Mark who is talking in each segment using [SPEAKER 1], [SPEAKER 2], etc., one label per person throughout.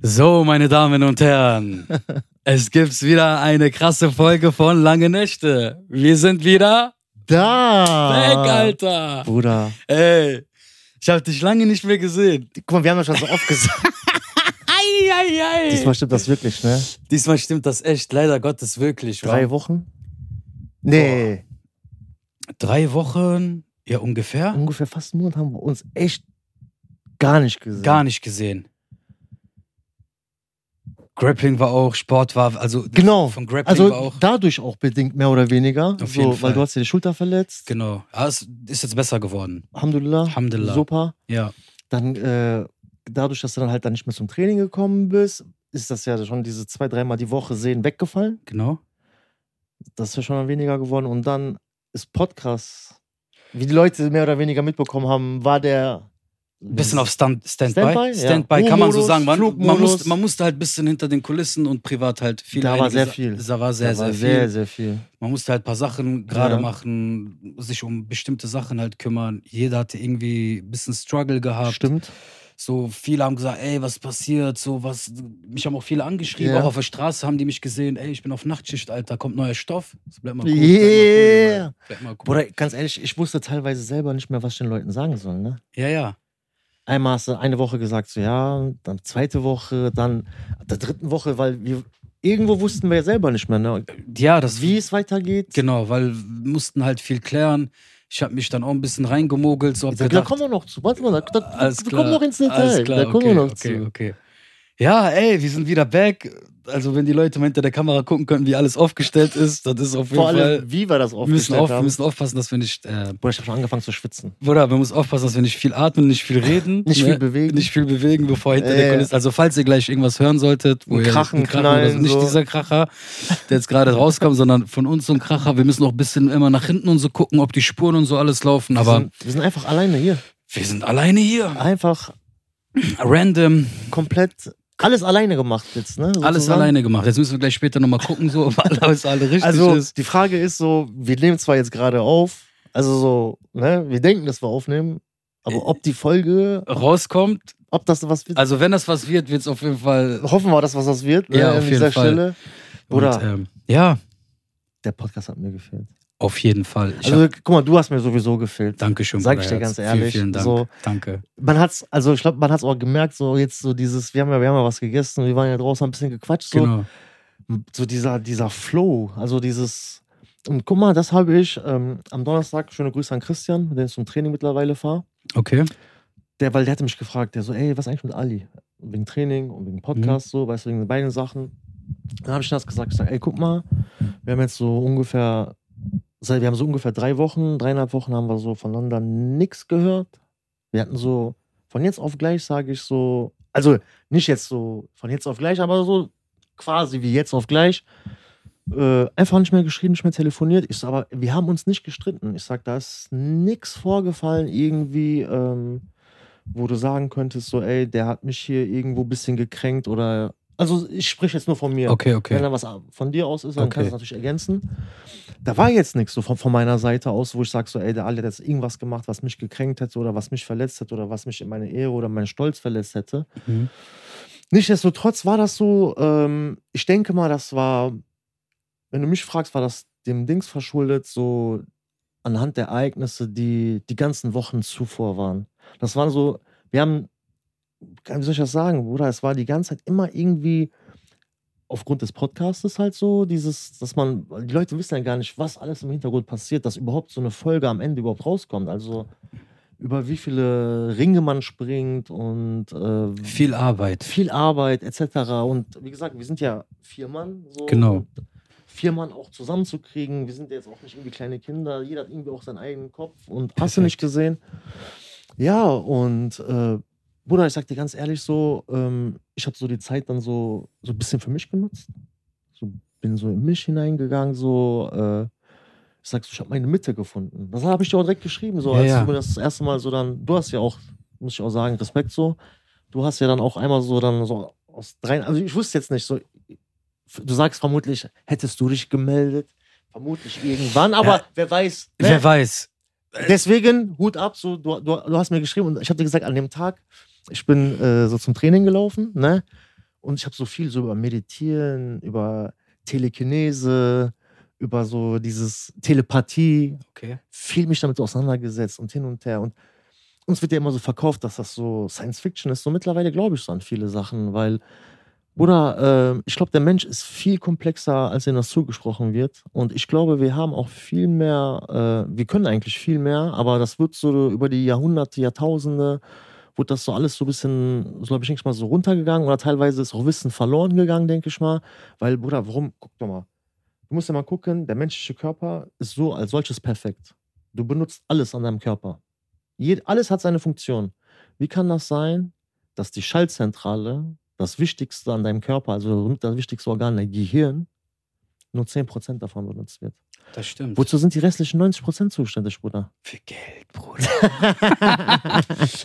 [SPEAKER 1] So, meine Damen und Herren, es gibt wieder eine krasse Folge von Lange Nächte. Wir sind wieder weg,
[SPEAKER 2] Da!
[SPEAKER 1] Alter.
[SPEAKER 2] Bruder.
[SPEAKER 1] Ey, ich hab dich lange nicht mehr gesehen.
[SPEAKER 2] Guck mal, wir haben das schon so oft gesagt.
[SPEAKER 1] Ei, ei, ei.
[SPEAKER 2] Diesmal stimmt das wirklich, ne?
[SPEAKER 1] Diesmal stimmt das echt, leider Gottes, wirklich. wa?
[SPEAKER 2] Drei Wochen? Nee,
[SPEAKER 1] Drei Wochen, ja ungefähr,
[SPEAKER 2] ungefähr fast einen Monat haben wir uns echt gar nicht gesehen.
[SPEAKER 1] gar nicht gesehen. Grappling war auch, Sport war, also
[SPEAKER 2] Genau.
[SPEAKER 1] von Grappling war
[SPEAKER 2] Also
[SPEAKER 1] auch.
[SPEAKER 2] dadurch auch bedingt, mehr oder weniger.
[SPEAKER 1] Auf
[SPEAKER 2] so,
[SPEAKER 1] jeden Fall.
[SPEAKER 2] Weil du hast dir die Schulter verletzt.
[SPEAKER 1] Genau. Ja, es ist jetzt besser geworden.
[SPEAKER 2] Alhamdulillah.
[SPEAKER 1] Alhamdulillah.
[SPEAKER 2] Super.
[SPEAKER 1] Ja.
[SPEAKER 2] Dann, äh, dadurch, dass du dann halt dann nicht mehr zum Training gekommen bist, ist das ja schon diese zwei, dreimal die Woche sehen weggefallen.
[SPEAKER 1] Genau.
[SPEAKER 2] das ist ja schon weniger geworden. Und dann ist Podcast, wie die Leute mehr oder weniger mitbekommen haben, war der.
[SPEAKER 1] Ein bisschen auf Stand, Standby.
[SPEAKER 2] Standby,
[SPEAKER 1] Standby,
[SPEAKER 2] ja.
[SPEAKER 1] kann man so
[SPEAKER 2] Ruhemodus,
[SPEAKER 1] sagen. Man, man,
[SPEAKER 2] Flugmodus.
[SPEAKER 1] musste, man musste halt ein bisschen hinter den Kulissen und privat halt viel.
[SPEAKER 2] Da war
[SPEAKER 1] einige
[SPEAKER 2] sehr
[SPEAKER 1] Sa-
[SPEAKER 2] viel.
[SPEAKER 1] Da war sehr,
[SPEAKER 2] Da
[SPEAKER 1] sehr
[SPEAKER 2] war
[SPEAKER 1] viel.
[SPEAKER 2] sehr, sehr viel.
[SPEAKER 1] Man musste halt ein paar Sachen gerade
[SPEAKER 2] Ja.
[SPEAKER 1] machen, sich um bestimmte Sachen halt kümmern. Jeder hatte irgendwie ein bisschen Struggle gehabt.
[SPEAKER 2] Stimmt.
[SPEAKER 1] So viele haben gesagt, ey, was passiert? So was. Mich haben auch viele angeschrieben.
[SPEAKER 2] Ja.
[SPEAKER 1] Auch auf der Straße haben die mich gesehen. Ey, ich bin auf Nachtschicht, Alter. Kommt neuer Stoff. So, bleib mal cool.
[SPEAKER 2] Yeah.
[SPEAKER 1] Bleib mal cool. Junge. Bleib mal cool.
[SPEAKER 2] Bruder, ganz ehrlich, ich wusste teilweise selber nicht mehr, was ich den Leuten sagen soll. Ne?
[SPEAKER 1] Ja, ja.
[SPEAKER 2] Einmal hast du eine Woche gesagt, so ja, dann zweite Woche, dann der dritten Woche, weil wir irgendwo wussten wir ja selber nicht mehr, ne?
[SPEAKER 1] Ja, das
[SPEAKER 2] wie es weitergeht.
[SPEAKER 1] Genau, weil wir mussten halt viel klären. Ich habe mich dann auch ein bisschen reingemogelt, so hab
[SPEAKER 2] Ich sag, da
[SPEAKER 1] gedacht,
[SPEAKER 2] kommen wir noch zu. Warte mal, da, da,
[SPEAKER 1] alles
[SPEAKER 2] wir
[SPEAKER 1] klar,
[SPEAKER 2] kommen noch ins
[SPEAKER 1] alles
[SPEAKER 2] Detail.
[SPEAKER 1] klar,
[SPEAKER 2] da kommen
[SPEAKER 1] okay,
[SPEAKER 2] wir noch
[SPEAKER 1] okay,
[SPEAKER 2] zu.
[SPEAKER 1] okay. Ja, ey, wir sind wieder back. Also wenn die Leute mal hinter der Kamera gucken könnten, wie alles aufgestellt ist, das ist auf jeden
[SPEAKER 2] Vor
[SPEAKER 1] Fall.
[SPEAKER 2] allem, wie wir das
[SPEAKER 1] Wir müssen,
[SPEAKER 2] aufgestellt
[SPEAKER 1] auf, wir
[SPEAKER 2] haben.
[SPEAKER 1] müssen aufpassen, dass wir nicht. Äh,
[SPEAKER 2] Bruder, ich habe schon angefangen zu schwitzen.
[SPEAKER 1] Bruder, wir müssen aufpassen, dass wir nicht viel atmen, nicht viel reden, ne?
[SPEAKER 2] Nicht viel bewegen.
[SPEAKER 1] nicht viel bewegen, bevor hinter
[SPEAKER 2] Ja,
[SPEAKER 1] der
[SPEAKER 2] ja.
[SPEAKER 1] Kulisse. Also falls ihr gleich irgendwas hören solltet, wo
[SPEAKER 2] Ein
[SPEAKER 1] ihr
[SPEAKER 2] Krachen,
[SPEAKER 1] ein oder so,
[SPEAKER 2] Knallen,
[SPEAKER 1] nicht
[SPEAKER 2] so.
[SPEAKER 1] dieser Kracher, der jetzt gerade rauskam, sondern von uns so ein Kracher. Wir müssen auch ein bisschen immer nach hinten und so gucken, ob die Spuren und so alles laufen.
[SPEAKER 2] wir,
[SPEAKER 1] Aber
[SPEAKER 2] sind, wir sind einfach alleine hier.
[SPEAKER 1] wir sind alleine hier,
[SPEAKER 2] Einfach
[SPEAKER 1] random,
[SPEAKER 2] komplett alles alleine gemacht jetzt, ne?
[SPEAKER 1] alles
[SPEAKER 2] sozusagen.
[SPEAKER 1] alleine gemacht. Jetzt müssen wir gleich später nochmal gucken, so ob alles alle richtig
[SPEAKER 2] Also
[SPEAKER 1] ist.
[SPEAKER 2] die Frage ist so, wir nehmen zwar jetzt gerade auf, also so, ne, wir denken, dass wir aufnehmen,
[SPEAKER 1] Äh.
[SPEAKER 2] aber ob die Folge,
[SPEAKER 1] Rauskommt.
[SPEAKER 2] ob das was wird,
[SPEAKER 1] Also wenn das was wird, wird es auf jeden Fall.
[SPEAKER 2] hoffen wir, dass was das wird, ne,
[SPEAKER 1] Also- Ja,
[SPEAKER 2] an
[SPEAKER 1] auf jeden
[SPEAKER 2] dieser
[SPEAKER 1] Fall.
[SPEAKER 2] Stelle. Bruder,
[SPEAKER 1] Und, ähm, ja,
[SPEAKER 2] der Podcast hat mir gefehlt.
[SPEAKER 1] auf jeden Fall. Ich
[SPEAKER 2] Also
[SPEAKER 1] hab,
[SPEAKER 2] guck mal, du hast mir sowieso gefehlt.
[SPEAKER 1] Dankeschön.
[SPEAKER 2] sag
[SPEAKER 1] Bruder
[SPEAKER 2] ich dir
[SPEAKER 1] Herz.
[SPEAKER 2] ganz
[SPEAKER 1] Vielen,
[SPEAKER 2] ehrlich,
[SPEAKER 1] vielen Dank.
[SPEAKER 2] so-
[SPEAKER 1] Danke.
[SPEAKER 2] Man hat's, also ich glaube, man hat's auch gemerkt, so jetzt so dieses, wir haben ja, wir haben ja was gegessen, wir waren ja draußen, haben ein bisschen gequatscht, so.
[SPEAKER 1] Genau.
[SPEAKER 2] so dieser, dieser Flow, also dieses. Und guck mal, das habe ich ähm, am Donnerstag, schöne Grüße an Christian, mit dem ich zum Training mittlerweile fahre.
[SPEAKER 1] Okay.
[SPEAKER 2] Der, weil der hatte mich gefragt, der so, ey, was eigentlich mit Ali? Wegen Training und wegen Podcast, so, weißt du, wegen den beiden Sachen. Dann habe ich das gesagt, ich sage, ey, guck mal, wir haben jetzt so ungefähr, seit, wir haben so ungefähr drei Wochen, dreieinhalb Wochen haben wir so voneinander nichts gehört. Wir hatten so, von jetzt auf gleich sage ich so, also nicht jetzt so von jetzt auf gleich, aber so quasi wie jetzt auf gleich. Äh, einfach nicht mehr geschrieben, nicht mehr telefoniert. Ich so, aber wir haben uns nicht gestritten. Ich sag, da ist nichts vorgefallen, irgendwie, ähm, wo du sagen könntest, so, ey, der hat mich hier irgendwo ein bisschen gekränkt oder. Also, ich spreche jetzt nur von mir.
[SPEAKER 1] Okay,
[SPEAKER 2] Wenn
[SPEAKER 1] okay.
[SPEAKER 2] da was von dir aus ist, dann
[SPEAKER 1] Okay.
[SPEAKER 2] kannst du es natürlich ergänzen. Da war jetzt nichts so von, von meiner Seite aus, wo ich sage, so, ey, der Ali hat jetzt irgendwas gemacht, was mich gekränkt hätte oder was mich verletzt hätte oder was mich in meine Ehre oder meinen Stolz verletzt hätte.
[SPEAKER 1] Mhm.
[SPEAKER 2] Nichtsdestotrotz war das so, ähm, ich denke mal, das war, wenn du mich fragst, war das dem Dings verschuldet, so anhand der Ereignisse, die die ganzen Wochen zuvor waren. Das waren so, wir haben, wie soll ich das sagen, Bruder, es war die ganze Zeit immer irgendwie aufgrund des Podcastes halt so, dieses, dass man, die Leute wissen ja gar nicht, was alles im Hintergrund passiert, dass überhaupt so eine Folge am Ende überhaupt rauskommt. Also über wie viele Ringe man springt und äh,
[SPEAKER 1] Viel Arbeit.
[SPEAKER 2] viel Arbeit etc. Und wie gesagt, wir sind ja vier Mann. So
[SPEAKER 1] Genau.
[SPEAKER 2] Und vier Mann auch zusammenzukriegen. Wir sind ja jetzt auch nicht irgendwie kleine Kinder. Jeder hat irgendwie auch seinen eigenen Kopf und hast du
[SPEAKER 1] Perfekt.
[SPEAKER 2] nicht gesehen. Ja, und äh, Bruder, ich sag dir ganz ehrlich so, ähm, ich habe so die Zeit dann so, so ein bisschen für mich genutzt. So, bin so in mich hineingegangen, so. Äh, ich sag so, ich habe meine Mitte gefunden. Das habe ich dir auch direkt geschrieben, so
[SPEAKER 1] Ja,
[SPEAKER 2] als
[SPEAKER 1] ja.
[SPEAKER 2] du mir das, das erste Mal so dann, du hast ja auch, muss ich auch sagen, Respekt so, du hast ja dann auch einmal so dann so aus dreien, also ich wusste jetzt nicht so, du sagst vermutlich, hättest du dich gemeldet, vermutlich irgendwann, aber
[SPEAKER 1] Ja.
[SPEAKER 2] wer weiß. Ne?
[SPEAKER 1] Wer weiß.
[SPEAKER 2] Deswegen Hut ab, so, du, du, du hast mir geschrieben und ich habe dir gesagt, an dem Tag, ich bin äh, so zum Training gelaufen, ne? Und ich habe so viel so über Meditieren, über Telekinese, über so dieses Telepathie,
[SPEAKER 1] Okay.
[SPEAKER 2] viel mich damit auseinandergesetzt und hin und her. Und uns wird ja immer so verkauft, dass das so Science Fiction ist. So mittlerweile glaube ich so an viele Sachen, weil, Bruder, äh, ich glaube, der Mensch ist viel komplexer, als ihm das zugesprochen wird. Und ich glaube, wir haben auch viel mehr, äh, wir können eigentlich viel mehr, aber das wird so über die Jahrhunderte, Jahrtausende, wurde das so alles so ein bisschen, glaube ich, nicht mal so runtergegangen oder teilweise ist auch Wissen verloren gegangen, denke ich mal. Weil, Bruder, warum? Guck doch mal. Du musst ja mal gucken, der menschliche Körper ist so als solches perfekt. Du benutzt alles an deinem Körper. Jed alles hat seine Funktion. Wie kann das sein, dass die Schallzentrale, das Wichtigste an deinem Körper, also das wichtigste Organ, dein Gehirn, nur 10% davon benutzt wird?
[SPEAKER 1] Das stimmt.
[SPEAKER 2] Wozu sind die restlichen 90% zuständig, Bruder?
[SPEAKER 1] Für Geld, Bruder.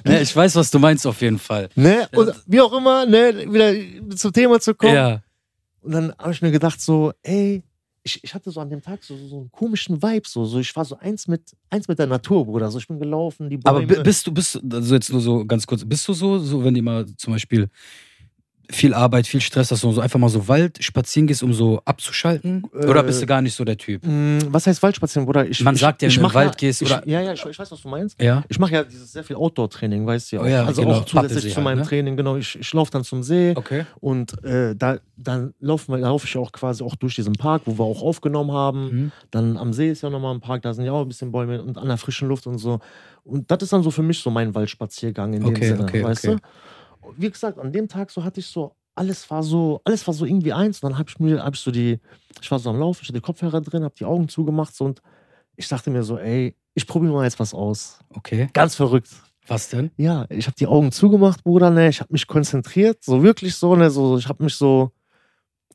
[SPEAKER 1] ja, ich weiß, was du meinst auf jeden Fall.
[SPEAKER 2] ne? Und wie auch immer, ne? wieder zum Thema zu kommen.
[SPEAKER 1] Ja.
[SPEAKER 2] Und dann habe ich mir gedacht, so, ey, ich, ich hatte so an dem Tag so, so einen komischen Vibe, so, so ich war so eins mit, eins mit der Natur, Bruder. So, ich bin gelaufen, die Bäume.
[SPEAKER 1] Aber bi- bist du, bist du, also jetzt nur so ganz kurz, bist du so, so wenn dir mal zum Beispiel viel Arbeit, viel Stress hast, und so einfach mal so Wald spazieren gehst, um so abzuschalten?
[SPEAKER 2] Äh,
[SPEAKER 1] Oder bist du gar nicht so der Typ?
[SPEAKER 2] Mm, Was heißt Waldspazieren, Bruder? Ich,
[SPEAKER 1] Man
[SPEAKER 2] ich,
[SPEAKER 1] sagt ja, wenn du in den
[SPEAKER 2] mach
[SPEAKER 1] Wald gehst
[SPEAKER 2] ich,
[SPEAKER 1] oder-
[SPEAKER 2] Ja, ja, ich, ich weiß, was du meinst.
[SPEAKER 1] Ja.
[SPEAKER 2] Ich mache ja dieses sehr viel Outdoor-Training, weißt du ja.
[SPEAKER 1] Oh
[SPEAKER 2] auch.
[SPEAKER 1] ja,
[SPEAKER 2] also
[SPEAKER 1] genau,
[SPEAKER 2] auch zusätzlich
[SPEAKER 1] Pappelsee
[SPEAKER 2] zu
[SPEAKER 1] halt,
[SPEAKER 2] meinem
[SPEAKER 1] ne?
[SPEAKER 2] Training, genau. Ich, ich laufe dann zum See
[SPEAKER 1] Okay.
[SPEAKER 2] und äh, da, dann laufen wir, laufe ich auch quasi auch durch diesen Park, wo wir auch aufgenommen haben.
[SPEAKER 1] Mhm.
[SPEAKER 2] Dann am See ist ja nochmal ein Park, da sind ja auch ein bisschen Bäume und an der frischen Luft und so. Und das ist dann so für mich so mein Waldspaziergang in
[SPEAKER 1] Okay,
[SPEAKER 2] dem Sinne,
[SPEAKER 1] okay,
[SPEAKER 2] weißt
[SPEAKER 1] okay.
[SPEAKER 2] du? Wie gesagt, an dem Tag so hatte ich so, alles war so, alles war so irgendwie eins. Und dann habe ich mir, hab ich so die, ich war so am Laufen, ich hatte die Kopfhörer drin, habe die Augen zugemacht so, und ich dachte mir so, ey, ich probiere mal jetzt was aus.
[SPEAKER 1] Okay.
[SPEAKER 2] Ganz verrückt.
[SPEAKER 1] Was denn?
[SPEAKER 2] Ja, ich habe die Augen zugemacht, Bruder, ne, ich habe mich konzentriert, so wirklich so, ne, so, ich habe mich so,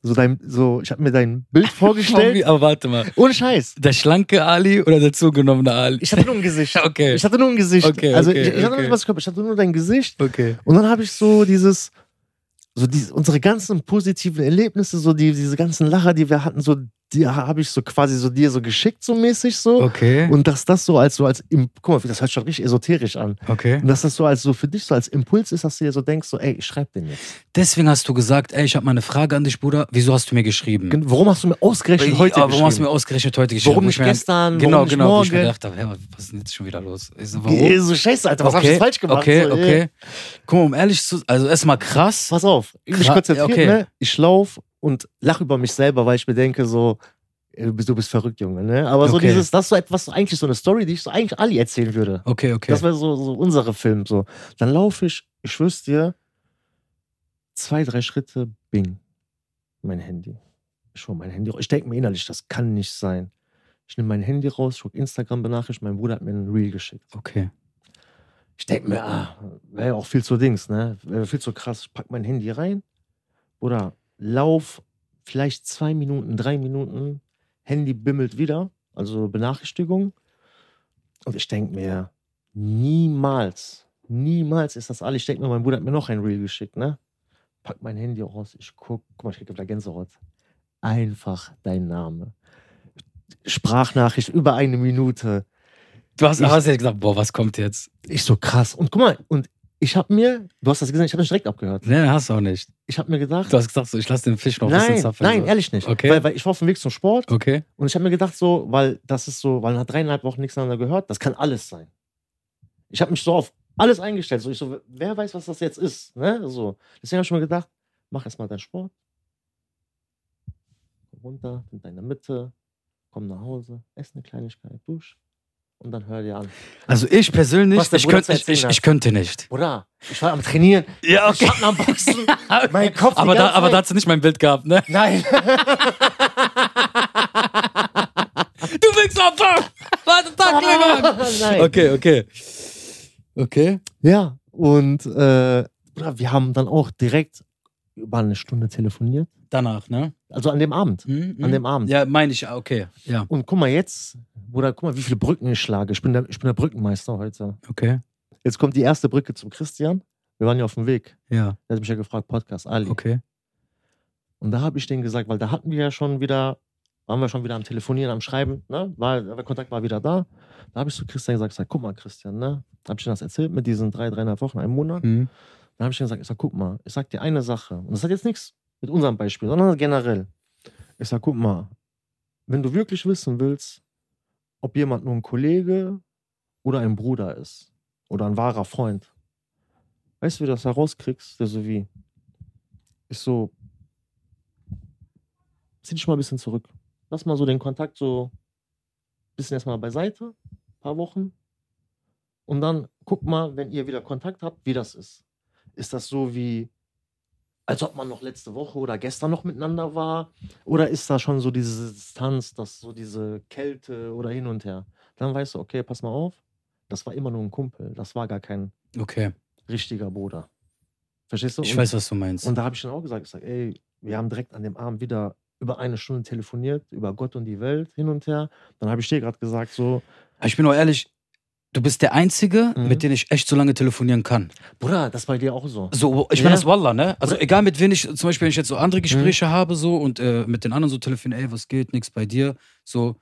[SPEAKER 2] so dein, so, ich habe mir dein Bild vorgestellt.
[SPEAKER 1] Aber warte mal.
[SPEAKER 2] Ohne Scheiß.
[SPEAKER 1] Der schlanke Ali oder der zugenommene Ali?
[SPEAKER 2] Ich hatte nur ein Gesicht.
[SPEAKER 1] okay.
[SPEAKER 2] Ich hatte nur ein Gesicht.
[SPEAKER 1] Okay,
[SPEAKER 2] also
[SPEAKER 1] okay,
[SPEAKER 2] ich, ich hatte
[SPEAKER 1] okay.
[SPEAKER 2] nicht was Körper, ich hatte nur dein Gesicht.
[SPEAKER 1] okay.
[SPEAKER 2] Und dann habe ich so dieses, so diese, unsere ganzen positiven Erlebnisse, so die, diese ganzen Lacher, die wir hatten, so die habe ich so quasi so dir so geschickt, so mäßig so.
[SPEAKER 1] Okay.
[SPEAKER 2] Und dass das so als so als, Im- guck mal, das hört schon richtig esoterisch an.
[SPEAKER 1] Okay.
[SPEAKER 2] Und dass das so als so für dich so als Impuls ist, dass du dir so denkst, so ey, ich schreib den jetzt.
[SPEAKER 1] Deswegen hast du gesagt, ey, ich habe mal eine Frage an dich, Bruder. Wieso hast du mir geschrieben?
[SPEAKER 2] Gen- Warum hast du mir ausgerechnet Genau, heute
[SPEAKER 1] aber warum hast du
[SPEAKER 2] geschrieben?
[SPEAKER 1] mir ausgerechnet heute geschrieben?
[SPEAKER 2] Warum
[SPEAKER 1] Wo
[SPEAKER 2] nicht
[SPEAKER 1] ich mir dann-
[SPEAKER 2] gestern?
[SPEAKER 1] Genau,
[SPEAKER 2] warum nicht
[SPEAKER 1] genau. Wo ich mir
[SPEAKER 2] morgen?
[SPEAKER 1] gedacht habe, hä, was ist denn jetzt schon wieder los? Ich so,
[SPEAKER 2] Geh, So scheiße, Alter, was hab ich jetzt falsch gemacht?
[SPEAKER 1] Okay,
[SPEAKER 2] so, ey.
[SPEAKER 1] okay. Guck mal, um ehrlich zu also erstmal krass.
[SPEAKER 2] Pass auf, ich mich
[SPEAKER 1] Kra-
[SPEAKER 2] konzentriere,
[SPEAKER 1] okay.
[SPEAKER 2] ne? ich lauf und lach über mich selber, weil ich mir denke, so, ey, du bist, du bist verrückt, Junge. Ne? Aber so
[SPEAKER 1] Okay.
[SPEAKER 2] dieses, das ist so etwas, so eigentlich so eine Story, die ich so eigentlich Ali erzählen würde.
[SPEAKER 1] Okay, okay.
[SPEAKER 2] Das wäre so, so unsere Film. So. Dann laufe ich, ich schwör's dir, zwei, drei Schritte, bing, mein Handy. Ich hol mein Handy raus. Ich denke mir innerlich, das kann nicht sein. Ich nehme mein Handy raus, gucke Instagram-Benachricht, mein Bruder hat mir ein Reel geschickt.
[SPEAKER 1] okay.
[SPEAKER 2] Ich denke mir, ah, wäre ja auch viel zu Dings, ne? Wäre viel zu krass. Ich pack mein Handy rein oder lauf vielleicht zwei Minuten, drei Minuten. Handy bimmelt wieder, also Benachrichtigung. Und ich denke mir, niemals, niemals ist das alle. Ich denke mir, mein Bruder hat mir noch ein Reel geschickt, ne? Pack mein Handy raus, ich guck, guck mal, ich krieg wieder Gänsehaut. Einfach dein Name. Sprachnachricht über eine Minute.
[SPEAKER 1] Du hast,
[SPEAKER 2] Ich-
[SPEAKER 1] hast jetzt gesagt, boah, was kommt jetzt?
[SPEAKER 2] Ich so krass. Und guck mal, und ich habe mir, du hast das gesehen, ich habe nicht direkt abgehört.
[SPEAKER 1] Nee, hast du auch nicht.
[SPEAKER 2] Ich habe mir gedacht,
[SPEAKER 1] Du hast gesagt, so, ich lasse den Fisch noch ein
[SPEAKER 2] nein,
[SPEAKER 1] bisschen zapfen.
[SPEAKER 2] nein,
[SPEAKER 1] so.
[SPEAKER 2] ehrlich nicht.
[SPEAKER 1] Okay.
[SPEAKER 2] Weil, weil ich war auf dem Weg zum Sport
[SPEAKER 1] Okay.
[SPEAKER 2] und ich habe mir gedacht so, weil das ist so, weil nach dreieinhalb Wochen nichts voneinander gehört, das kann alles sein. Ich habe mich so auf alles eingestellt. So, ich so, wer weiß, was das jetzt ist. Ne? So. Deswegen habe ich mir gedacht, mach erstmal deinen Sport. Komm runter, in deiner Mitte, komm nach Hause, ess eine Kleinigkeit, dusch und dann hör dir an.
[SPEAKER 1] Also ich persönlich,
[SPEAKER 2] Was der
[SPEAKER 1] ich,
[SPEAKER 2] Bruder
[SPEAKER 1] könnt,
[SPEAKER 2] zu
[SPEAKER 1] ich,
[SPEAKER 2] erzählen
[SPEAKER 1] ich,
[SPEAKER 2] hat.
[SPEAKER 1] ich könnte nicht.
[SPEAKER 2] Oder? Ich war am Trainieren,
[SPEAKER 1] Ja,
[SPEAKER 2] ich hab am Boxen. Mein Kopf. die
[SPEAKER 1] Aber da,
[SPEAKER 2] ganze
[SPEAKER 1] aber
[SPEAKER 2] Zeit-
[SPEAKER 1] da hast du nicht mein Bild gehabt, ne?
[SPEAKER 2] Nein.
[SPEAKER 1] Du Wichsopfer! Warte, Tag,
[SPEAKER 2] Ah.
[SPEAKER 1] Kleber!
[SPEAKER 2] Nein.
[SPEAKER 1] Oh Okay, okay. Okay.
[SPEAKER 2] Ja, und äh, Bruder, wir haben dann auch direkt über eine Stunde telefoniert.
[SPEAKER 1] Danach, ne?
[SPEAKER 2] Also an dem Abend.
[SPEAKER 1] Hm,
[SPEAKER 2] An
[SPEAKER 1] hm.
[SPEAKER 2] dem Abend.
[SPEAKER 1] Ja, meine ich, okay. Ja,
[SPEAKER 2] Und guck mal jetzt, Bruder, guck mal, wie viele Brücken ich schlage. Ich bin der, ich bin der Brückenmeister heute.
[SPEAKER 1] okay.
[SPEAKER 2] Jetzt kommt die erste Brücke zum Christian. Wir waren ja auf dem Weg.
[SPEAKER 1] Ja,
[SPEAKER 2] Der hat mich ja gefragt, Podcast, Ali.
[SPEAKER 1] okay.
[SPEAKER 2] Und da habe ich denen gesagt, weil da hatten wir ja schon wieder, waren wir schon wieder am Telefonieren, am Schreiben, ne? War, der Kontakt war wieder da. Da habe ich zu Christian gesagt, sag, guck mal, Christian, ne? Habe ich dir das erzählt mit diesen drei, dreieinhalb Wochen, einem Monat?
[SPEAKER 1] Hm.
[SPEAKER 2] Dann habe ich ihm gesagt, ich sag, guck mal, ich sag dir eine Sache. Und das hat jetzt nichts mit unserem Beispiel, sondern generell. Ich sag, guck mal, wenn du wirklich wissen willst, ob jemand nur ein Kollege oder ein Bruder ist oder ein wahrer Freund, weißt du, wie du das herauskriegst? Der so wie, ich so, zieh dich mal ein bisschen zurück. Lass mal so den Kontakt so ein bisschen erstmal beiseite, ein paar Wochen. Und dann guck mal, wenn ihr wieder Kontakt habt, wie das ist. Ist das so wie, als ob man noch letzte Woche oder gestern noch miteinander war? Oder ist da schon so diese Distanz, dass so diese Kälte oder hin und her? Dann weißt du, okay, pass mal auf, das war immer nur ein Kumpel, das war gar kein
[SPEAKER 1] Okay,
[SPEAKER 2] richtiger Bruder. Verstehst du?
[SPEAKER 1] ich
[SPEAKER 2] Und-
[SPEAKER 1] weiß, was du meinst.
[SPEAKER 2] und da habe ich dann auch gesagt, ich sag, ey, wir haben direkt an dem Abend wieder über eine Stunde telefoniert, über Gott und die Welt hin und her. Dann habe ich dir gerade gesagt, so,
[SPEAKER 1] Aber ich bin auch ehrlich, du bist der Einzige,
[SPEAKER 2] Mhm.
[SPEAKER 1] mit dem ich echt so lange telefonieren kann.
[SPEAKER 2] Bruder, das bei dir auch so.
[SPEAKER 1] So, ich meine
[SPEAKER 2] Ja. Mhm.
[SPEAKER 1] das Wallah, ne? Also
[SPEAKER 2] Oder-
[SPEAKER 1] egal mit wem ich, zum Beispiel, wenn ich jetzt so andere Gespräche habe so und äh, mit den anderen so telefoniere, ey, was geht, nix bei dir, so.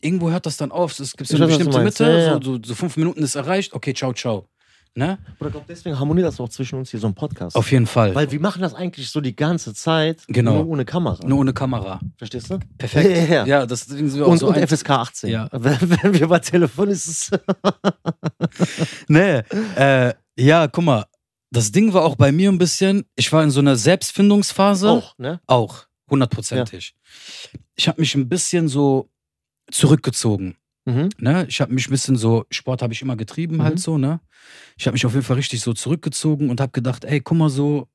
[SPEAKER 1] Irgendwo hört das dann auf. Es gibt so
[SPEAKER 2] Ich
[SPEAKER 1] eine
[SPEAKER 2] weiß, was du
[SPEAKER 1] bestimmte
[SPEAKER 2] meinst.
[SPEAKER 1] Mitte,
[SPEAKER 2] Ja, ja.
[SPEAKER 1] So, so, so fünf Minuten ist erreicht, okay, ciao, ciao. Ne?
[SPEAKER 2] Bruder, glaub, deswegen harmoniert das auch zwischen uns hier so ein Podcast.
[SPEAKER 1] Auf jeden Fall.
[SPEAKER 2] Weil wir machen das eigentlich so die ganze Zeit,
[SPEAKER 1] Genau.
[SPEAKER 2] nur ohne Kamera.
[SPEAKER 1] Nur ohne Kamera.
[SPEAKER 2] Verstehst du?
[SPEAKER 1] Perfekt.
[SPEAKER 2] Ja, ja, ja.
[SPEAKER 1] Ja, das deswegen sind wir auch
[SPEAKER 2] Und,
[SPEAKER 1] so
[SPEAKER 2] und
[SPEAKER 1] ein-
[SPEAKER 2] FSK 18.
[SPEAKER 1] Ja.
[SPEAKER 2] Wenn, wenn wir bei Telefon ist es.
[SPEAKER 1] Nee, äh, ja, guck mal, das Ding war auch bei mir ein bisschen, ich war in so einer Selbstfindungsphase.
[SPEAKER 2] Auch, ne?
[SPEAKER 1] Auch, hundertprozentig. Ich habe mich ein bisschen so zurückgezogen.
[SPEAKER 2] Mhm.
[SPEAKER 1] Ne? Ich habe mich ein bisschen so, Sport habe ich immer getrieben, halt
[SPEAKER 2] Mhm.
[SPEAKER 1] so, ne? Ich habe mich auf jeden Fall richtig so zurückgezogen und habe gedacht, ey, guck mal so,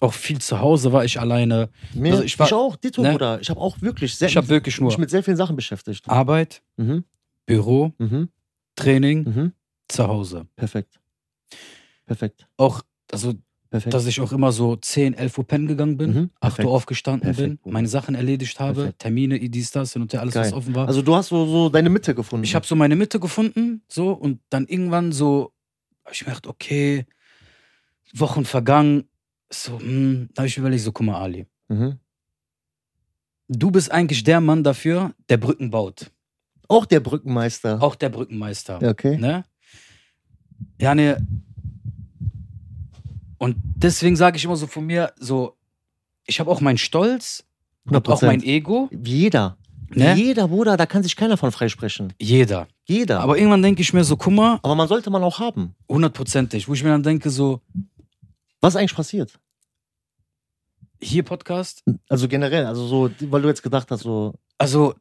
[SPEAKER 1] auch viel zu Hause war ich alleine.
[SPEAKER 2] Mir,
[SPEAKER 1] Also ich
[SPEAKER 2] ich,
[SPEAKER 1] war-
[SPEAKER 2] auch, Dito,
[SPEAKER 1] ne?
[SPEAKER 2] Bruder. Ich habe auch wirklich sehr,
[SPEAKER 1] Ich habe wirklich nur Ah.
[SPEAKER 2] mich mit sehr vielen Sachen beschäftigt.
[SPEAKER 1] Arbeit,
[SPEAKER 2] Mhm.
[SPEAKER 1] Büro,
[SPEAKER 2] Mhm.
[SPEAKER 1] Training,
[SPEAKER 2] Mhm.
[SPEAKER 1] zu Hause.
[SPEAKER 2] Perfekt. Perfekt.
[SPEAKER 1] Auch, also,
[SPEAKER 2] Perfekt.
[SPEAKER 1] dass ich auch immer so 10, 11 Uhr pennen gegangen bin.
[SPEAKER 2] Mhm,
[SPEAKER 1] 8
[SPEAKER 2] perfekt.
[SPEAKER 1] Uhr aufgestanden
[SPEAKER 2] Perfekt,
[SPEAKER 1] bin,
[SPEAKER 2] Bruder.
[SPEAKER 1] meine Sachen erledigt habe,
[SPEAKER 2] Perfekt.
[SPEAKER 1] Termine, dies, das, hin und her, alles, was
[SPEAKER 2] Geil.
[SPEAKER 1] offen war.
[SPEAKER 2] Also du hast so, so deine Mitte gefunden.
[SPEAKER 1] ich habe so meine Mitte gefunden, so und dann irgendwann so, hab ich mir gedacht, okay, Wochen vergangen, so, hm, da habe ich überlegt, so, guck mal, Ali,
[SPEAKER 2] Mhm.
[SPEAKER 1] du bist eigentlich der Mann dafür, der Brücken baut,
[SPEAKER 2] Auch der Brückenmeister.
[SPEAKER 1] auch der Brückenmeister,
[SPEAKER 2] Ja, Okay.
[SPEAKER 1] ne? Ja, ne. Und deswegen sage ich immer so von mir, so, ich habe auch meinen Stolz, und auch mein Ego,
[SPEAKER 2] Jeder.
[SPEAKER 1] ne?
[SPEAKER 2] Jeder, Bruder, da kann sich keiner von freisprechen.
[SPEAKER 1] Jeder.
[SPEAKER 2] Jeder.
[SPEAKER 1] Aber irgendwann denke ich mir so, guck mal,
[SPEAKER 2] Aber man sollte man auch haben.
[SPEAKER 1] hundertprozentig, wo ich mir dann denke, so,
[SPEAKER 2] Was ist eigentlich passiert?
[SPEAKER 1] hier Podcast,
[SPEAKER 2] Also generell, also so, weil du jetzt gedacht hast, so,
[SPEAKER 1] also,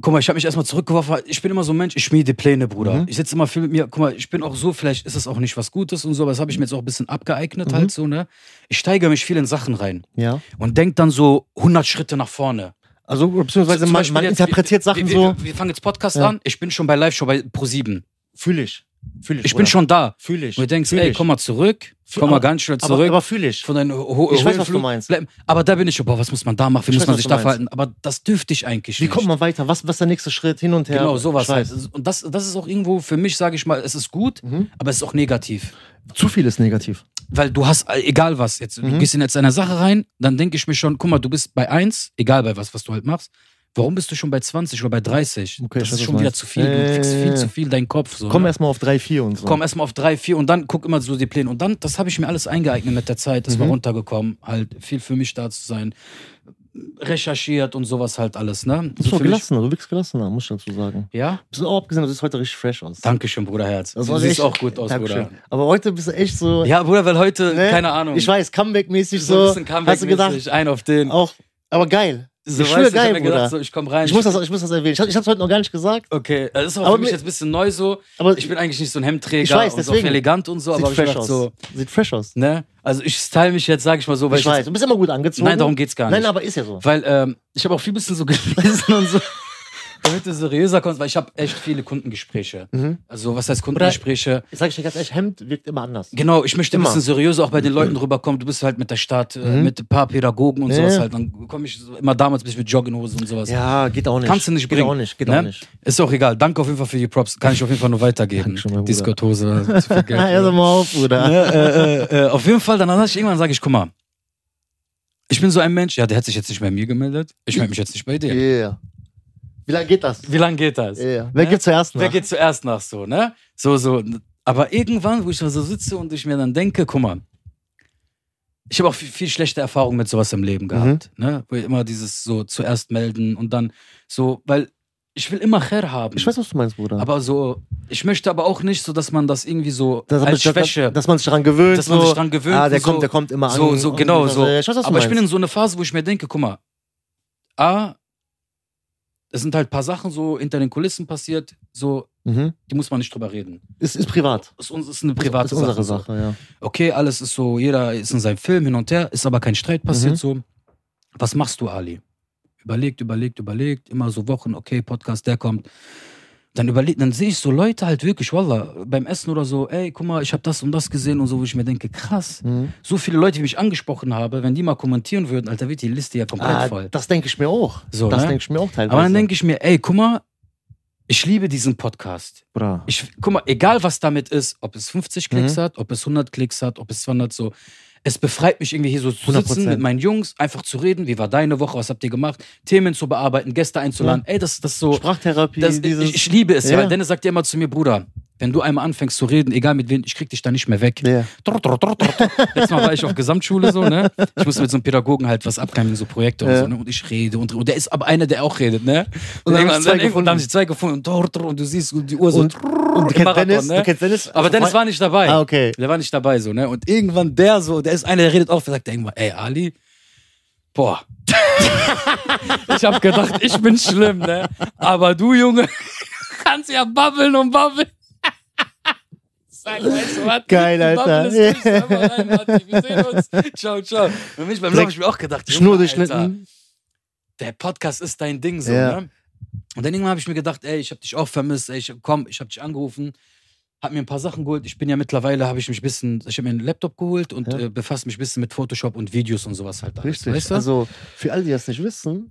[SPEAKER 1] guck mal, ich habe mich erstmal zurückgeworfen. Ich bin immer so ein Mensch, ich schmiede Pläne, Bruder.
[SPEAKER 2] Mhm.
[SPEAKER 1] Ich sitze immer viel mit mir. Guck mal, ich bin auch so, vielleicht ist es auch nicht was Gutes und so, aber das habe ich mir jetzt auch ein bisschen abgeeignet
[SPEAKER 2] Mhm.
[SPEAKER 1] halt so, ne? Ich steigere mich viel in Sachen rein
[SPEAKER 2] ja.
[SPEAKER 1] und denk dann so 100 Schritte nach vorne.
[SPEAKER 2] Also beziehungsweise
[SPEAKER 1] Zum
[SPEAKER 2] man,
[SPEAKER 1] Beispiel
[SPEAKER 2] man
[SPEAKER 1] jetzt-
[SPEAKER 2] interpretiert
[SPEAKER 1] wir,
[SPEAKER 2] Sachen
[SPEAKER 1] wir,
[SPEAKER 2] so.
[SPEAKER 1] Wir fangen jetzt Podcast
[SPEAKER 2] Ja.
[SPEAKER 1] an, ich bin schon bei Live-Show bei Pro7.
[SPEAKER 2] Fühl ich. Fühl ich.
[SPEAKER 1] Ich bin schon da.
[SPEAKER 2] Fühl ich.
[SPEAKER 1] Und du denkst,
[SPEAKER 2] fühl
[SPEAKER 1] ey,
[SPEAKER 2] ich.
[SPEAKER 1] komm mal zurück, komm mal
[SPEAKER 2] Aber-
[SPEAKER 1] ganz schnell
[SPEAKER 2] aber,
[SPEAKER 1] zurück.
[SPEAKER 2] aber fühl ich.
[SPEAKER 1] von deinem ho
[SPEAKER 2] Ich weiß,
[SPEAKER 1] hohen
[SPEAKER 2] was du
[SPEAKER 1] Flug
[SPEAKER 2] meinst.
[SPEAKER 1] bleiben. Aber da bin ich, so, boah, was muss man da machen? Wie
[SPEAKER 2] Ich
[SPEAKER 1] muss
[SPEAKER 2] weiß,
[SPEAKER 1] man
[SPEAKER 2] was
[SPEAKER 1] sich
[SPEAKER 2] du
[SPEAKER 1] da
[SPEAKER 2] meinst.
[SPEAKER 1] verhalten? Aber das dürfte ich eigentlich
[SPEAKER 2] Wie
[SPEAKER 1] nicht.
[SPEAKER 2] kommt man weiter? Was, was ist der nächste Schritt? Hin und her.
[SPEAKER 1] Genau, sowas
[SPEAKER 2] Ich weiß.
[SPEAKER 1] halt. Und das, das ist auch irgendwo für mich, sage ich mal, es ist gut,
[SPEAKER 2] Mhm.
[SPEAKER 1] aber es ist auch negativ.
[SPEAKER 2] Zu viel ist negativ.
[SPEAKER 1] Weil du hast, äh, egal was, jetzt, du
[SPEAKER 2] Mhm.
[SPEAKER 1] gehst in jetzt eine Sache rein, dann denke ich mir schon, guck mal, du bist bei 1, egal bei was, was du halt machst. Warum bist du schon bei 20 oder bei 30?
[SPEAKER 2] Okay, ich
[SPEAKER 1] das ist
[SPEAKER 2] weiß, was
[SPEAKER 1] schon
[SPEAKER 2] du
[SPEAKER 1] wieder
[SPEAKER 2] meinst.
[SPEAKER 1] zu viel.
[SPEAKER 2] Ja,
[SPEAKER 1] Du
[SPEAKER 2] ja,
[SPEAKER 1] fixst
[SPEAKER 2] ja,
[SPEAKER 1] viel
[SPEAKER 2] ja.
[SPEAKER 1] zu viel deinen Kopf. So,
[SPEAKER 2] Komm
[SPEAKER 1] ne?
[SPEAKER 2] erstmal auf 3, 4 und so.
[SPEAKER 1] Komm erstmal auf 3, 4 und dann guck immer so die Pläne. Und dann, das habe ich mir alles eingeeignet mit der Zeit, ist mal
[SPEAKER 2] Mhm.
[SPEAKER 1] runtergekommen, halt viel für mich da zu sein, recherchiert und sowas halt alles, ne?
[SPEAKER 2] Du
[SPEAKER 1] So
[SPEAKER 2] bist doch
[SPEAKER 1] für mich,
[SPEAKER 2] gelassener, du wirkst gelassener, muss ich dazu sagen.
[SPEAKER 1] ja?
[SPEAKER 2] Bist du auch abgesehen, du siehst heute richtig fresh aus.
[SPEAKER 1] Dankeschön, Bruderherz.
[SPEAKER 2] Das
[SPEAKER 1] Du
[SPEAKER 2] war
[SPEAKER 1] siehst
[SPEAKER 2] echt-
[SPEAKER 1] auch gut aus,
[SPEAKER 2] Dankeschön.
[SPEAKER 1] Bruder.
[SPEAKER 2] Aber heute bist du echt so.
[SPEAKER 1] Ja, Bruder, weil heute,
[SPEAKER 2] ne?
[SPEAKER 1] keine Ahnung.
[SPEAKER 2] Ich weiß, Comeback-mäßig
[SPEAKER 1] so ein
[SPEAKER 2] so.
[SPEAKER 1] bisschen
[SPEAKER 2] hast du gedacht,
[SPEAKER 1] Comeback-mäßig, ein auf den.
[SPEAKER 2] auch. Aber geil.
[SPEAKER 1] so, weißt
[SPEAKER 2] ich schwöre,
[SPEAKER 1] du, ich hab
[SPEAKER 2] geil,
[SPEAKER 1] mir gedacht,
[SPEAKER 2] Bruder.
[SPEAKER 1] so, ich komm rein.
[SPEAKER 2] ich, muss das, ich muss das erwähnen. Ich, hab- ich hab's heute noch gar nicht gesagt.
[SPEAKER 1] okay, äh, das ist auch
[SPEAKER 2] Aber
[SPEAKER 1] für mich
[SPEAKER 2] mir-
[SPEAKER 1] jetzt ein bisschen neu so.
[SPEAKER 2] Aber
[SPEAKER 1] Ich bin eigentlich nicht so ein Hemdträger
[SPEAKER 2] Ich weiß,
[SPEAKER 1] und so
[SPEAKER 2] deswegen.
[SPEAKER 1] elegant und so,
[SPEAKER 2] sieht
[SPEAKER 1] aber ich
[SPEAKER 2] fresh
[SPEAKER 1] dachte
[SPEAKER 2] aus.
[SPEAKER 1] so,
[SPEAKER 2] Sieht fresh aus.
[SPEAKER 1] ne? Also ich style mich jetzt, sag ich mal so, weil
[SPEAKER 2] Ich,
[SPEAKER 1] ich,
[SPEAKER 2] weiß, du bist immer gut
[SPEAKER 1] Jetzt,
[SPEAKER 2] angezogen.
[SPEAKER 1] nein, darum geht's gar nicht.
[SPEAKER 2] Nein, aber ist ja so.
[SPEAKER 1] Weil ähm, ich habe auch viel bisschen so gelesen und so, damit du seriöser kommst, weil ich habe echt viele Kundengespräche.
[SPEAKER 2] Mhm.
[SPEAKER 1] Also was heißt Kundengespräche?
[SPEAKER 2] Ich sag ich dir ganz ehrlich, Hemd wirkt immer anders.
[SPEAKER 1] Genau, ich möchte
[SPEAKER 2] Immer.
[SPEAKER 1] ein bisschen seriöser auch bei den Leuten rüberkommen. Du bist halt mit der Stadt, äh,
[SPEAKER 2] Mhm.
[SPEAKER 1] mit ein paar Pädagogen und
[SPEAKER 2] Ja.
[SPEAKER 1] sowas halt. Dann komme ich so, immer damals bin ich mit Jogginghosen und sowas.
[SPEAKER 2] Ja, geht auch nicht.
[SPEAKER 1] Kannst du nicht
[SPEAKER 2] Geht
[SPEAKER 1] bringen.
[SPEAKER 2] auch nicht, geht
[SPEAKER 1] ne?
[SPEAKER 2] auch nicht.
[SPEAKER 1] Ist auch egal. Danke auf jeden Fall für die Props. Kann ich auf jeden Fall nur weitergeben.
[SPEAKER 2] Dankeschön, mein Bruder.
[SPEAKER 1] Discord-Hose. zu viel Geld.
[SPEAKER 2] Ja, hör doch mal auf, Bruder.
[SPEAKER 1] ne, äh, äh, äh, auf jeden Fall, dann sag ich irgendwann, sage ich, guck mal, ich bin so ein Mensch, ja, der hat sich jetzt nicht bei mir gemeldet. Ich melde mich jetzt nicht bei dir.
[SPEAKER 2] Yeah. Wie lange geht das?
[SPEAKER 1] Wie lange geht das?
[SPEAKER 2] Yeah. Wer geht zuerst nach?
[SPEAKER 1] Wer geht zuerst nach ne? so, ne? So, so. Aber irgendwann, wo ich da so sitze und ich mir dann denke, guck mal, ich habe auch viel, viel schlechte Erfahrungen mit sowas im
[SPEAKER 2] Mhm.
[SPEAKER 1] Leben gehabt. Ne? Wo ich immer dieses so zuerst melden und dann so, weil ich will immer Cher haben.
[SPEAKER 2] Ich weiß, was du meinst, Bruder.
[SPEAKER 1] aber so, ich möchte aber auch nicht so, dass man das irgendwie so
[SPEAKER 2] dass,
[SPEAKER 1] als
[SPEAKER 2] dass,
[SPEAKER 1] Schwäche,
[SPEAKER 2] dass man sich daran gewöhnt.
[SPEAKER 1] dass man sich
[SPEAKER 2] so.
[SPEAKER 1] dran gewöhnt.
[SPEAKER 2] Ah, der
[SPEAKER 1] und so,
[SPEAKER 2] kommt, der kommt immer
[SPEAKER 1] so,
[SPEAKER 2] an. Also,
[SPEAKER 1] so, genau, so.
[SPEAKER 2] Ich weiß, was du
[SPEAKER 1] Aber ich bin
[SPEAKER 2] meinst.
[SPEAKER 1] in so einer Phase, wo ich mir denke, guck mal, A, es sind halt ein paar Sachen so hinter den Kulissen passiert, so,
[SPEAKER 2] Mhm.
[SPEAKER 1] die muss man nicht drüber reden.
[SPEAKER 2] Ist, ist privat.
[SPEAKER 1] Ist, uns- ist eine private
[SPEAKER 2] ist unsere
[SPEAKER 1] so.
[SPEAKER 2] Sache, ja.
[SPEAKER 1] Okay, alles ist so, jeder ist in seinem Film hin und her, ist aber kein Streit passiert
[SPEAKER 2] Mhm.
[SPEAKER 1] so. Was machst du, Ali? Überlegt, überlegt, überlegt, immer so Wochen, okay, Podcast, der kommt. Dann überlegt, dann sehe ich so Leute halt wirklich, wallah, beim Essen oder so, ey, guck mal, ich habe das und das gesehen und so, wo ich mir denke, krass,
[SPEAKER 2] Mhm.
[SPEAKER 1] so viele Leute, die mich angesprochen haben, wenn die mal kommentieren würden, Alter, wird die Liste ja komplett
[SPEAKER 2] Ah,
[SPEAKER 1] voll.
[SPEAKER 2] das denke ich mir auch.
[SPEAKER 1] So,
[SPEAKER 2] das
[SPEAKER 1] ne?
[SPEAKER 2] denke ich mir auch teilweise.
[SPEAKER 1] Aber dann denke ich mir, ey, guck mal, ich liebe diesen Podcast.
[SPEAKER 2] Bra.
[SPEAKER 1] Ich, guck mal, egal was damit ist, ob es 50 Klicks
[SPEAKER 2] Mhm.
[SPEAKER 1] hat, ob es 100 Klicks hat, ob es 200 so, es befreit mich irgendwie hier so zu
[SPEAKER 2] 100%.
[SPEAKER 1] sitzen mit meinen Jungs, einfach zu reden, wie war deine Woche, was habt ihr gemacht, Themen zu bearbeiten, Gäste einzuladen. Ey, das das ist so,
[SPEAKER 2] Sprachtherapie,
[SPEAKER 1] das,
[SPEAKER 2] dieses.
[SPEAKER 1] ich, ich liebe es, ja.
[SPEAKER 2] Ja.
[SPEAKER 1] weil Dennis sagt ja immer zu mir, Bruder, wenn du einmal anfängst zu reden, egal mit wem, ich krieg dich da nicht mehr weg.
[SPEAKER 2] ja.
[SPEAKER 1] Trot, trot, trot, trot, trot. Letztes Mal war ich auf Gesamtschule so, ne? Ich muss mit so einem Pädagogen halt was abkeimen, so Projekte und
[SPEAKER 2] Ja.
[SPEAKER 1] so, ne? Und ich rede und, und der ist aber einer, der auch redet, ne?
[SPEAKER 2] Und dann haben
[SPEAKER 1] irgendwann-
[SPEAKER 2] sie zwei
[SPEAKER 1] irgendwann
[SPEAKER 2] gefunden.
[SPEAKER 1] haben sie zwei gefunden und, trot, trot, und du siehst und die Uhr so.
[SPEAKER 2] Und, und du
[SPEAKER 1] im
[SPEAKER 2] kennst
[SPEAKER 1] Marathon,
[SPEAKER 2] Dennis,
[SPEAKER 1] ne?
[SPEAKER 2] du kennst Dennis. Also
[SPEAKER 1] aber Dennis war nicht dabei.
[SPEAKER 2] Ah, okay.
[SPEAKER 1] Der war nicht dabei so, ne? Und irgendwann der so, der ist einer, der redet auch, der sagt irgendwann, ey, Ali, boah. ich hab gedacht, ich bin schlimm, ne? Aber du, Junge, kannst ja babbeln und babbeln. Sag, weißt du was?
[SPEAKER 2] Geil,
[SPEAKER 1] Die Babbel
[SPEAKER 2] Alter.
[SPEAKER 1] ist durch. Einfach rein, Matti. Wir sehen uns. Ciao, ciao. Und mich beim Laufen hab ich mir auch gedacht, Junge,
[SPEAKER 2] Schnur
[SPEAKER 1] Alter,
[SPEAKER 2] durchschnitten.
[SPEAKER 1] der Podcast ist dein Ding so,
[SPEAKER 2] Ja.
[SPEAKER 1] ne? Und dann irgendwann habe ich mir gedacht, ey, ich habe dich auch vermisst, ey, ich, komm, ich habe dich angerufen, habe mir ein paar Sachen geholt. Ich bin ja mittlerweile, habe ich mich ein bisschen, ich habe mir einen Laptop geholt und
[SPEAKER 2] Ja.
[SPEAKER 1] äh, befasse mich ein bisschen mit Photoshop und Videos und sowas halt. alles,
[SPEAKER 2] Richtig.
[SPEAKER 1] Weißt du?
[SPEAKER 2] Also für alle, die das nicht wissen,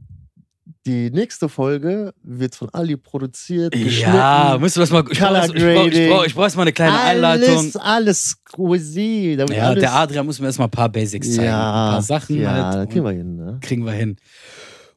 [SPEAKER 2] die nächste Folge wird von Ali produziert, geschnitten.
[SPEAKER 1] ja, müsst du das mal, ich brauch
[SPEAKER 2] Color
[SPEAKER 1] das- ich brauch- ich
[SPEAKER 2] Grading.
[SPEAKER 1] brauch- ich brauch jetzt mal eine kleine Einleitung.
[SPEAKER 2] alles, alles cozy. Da wird
[SPEAKER 1] Ja,
[SPEAKER 2] alles,
[SPEAKER 1] der Adrian muss mir erstmal ein paar Basics zeigen,
[SPEAKER 2] Ja,
[SPEAKER 1] ein paar Sachen
[SPEAKER 2] ja, da
[SPEAKER 1] halt.
[SPEAKER 2] kriegen wir hin. Ne?
[SPEAKER 1] kriegen wir hin.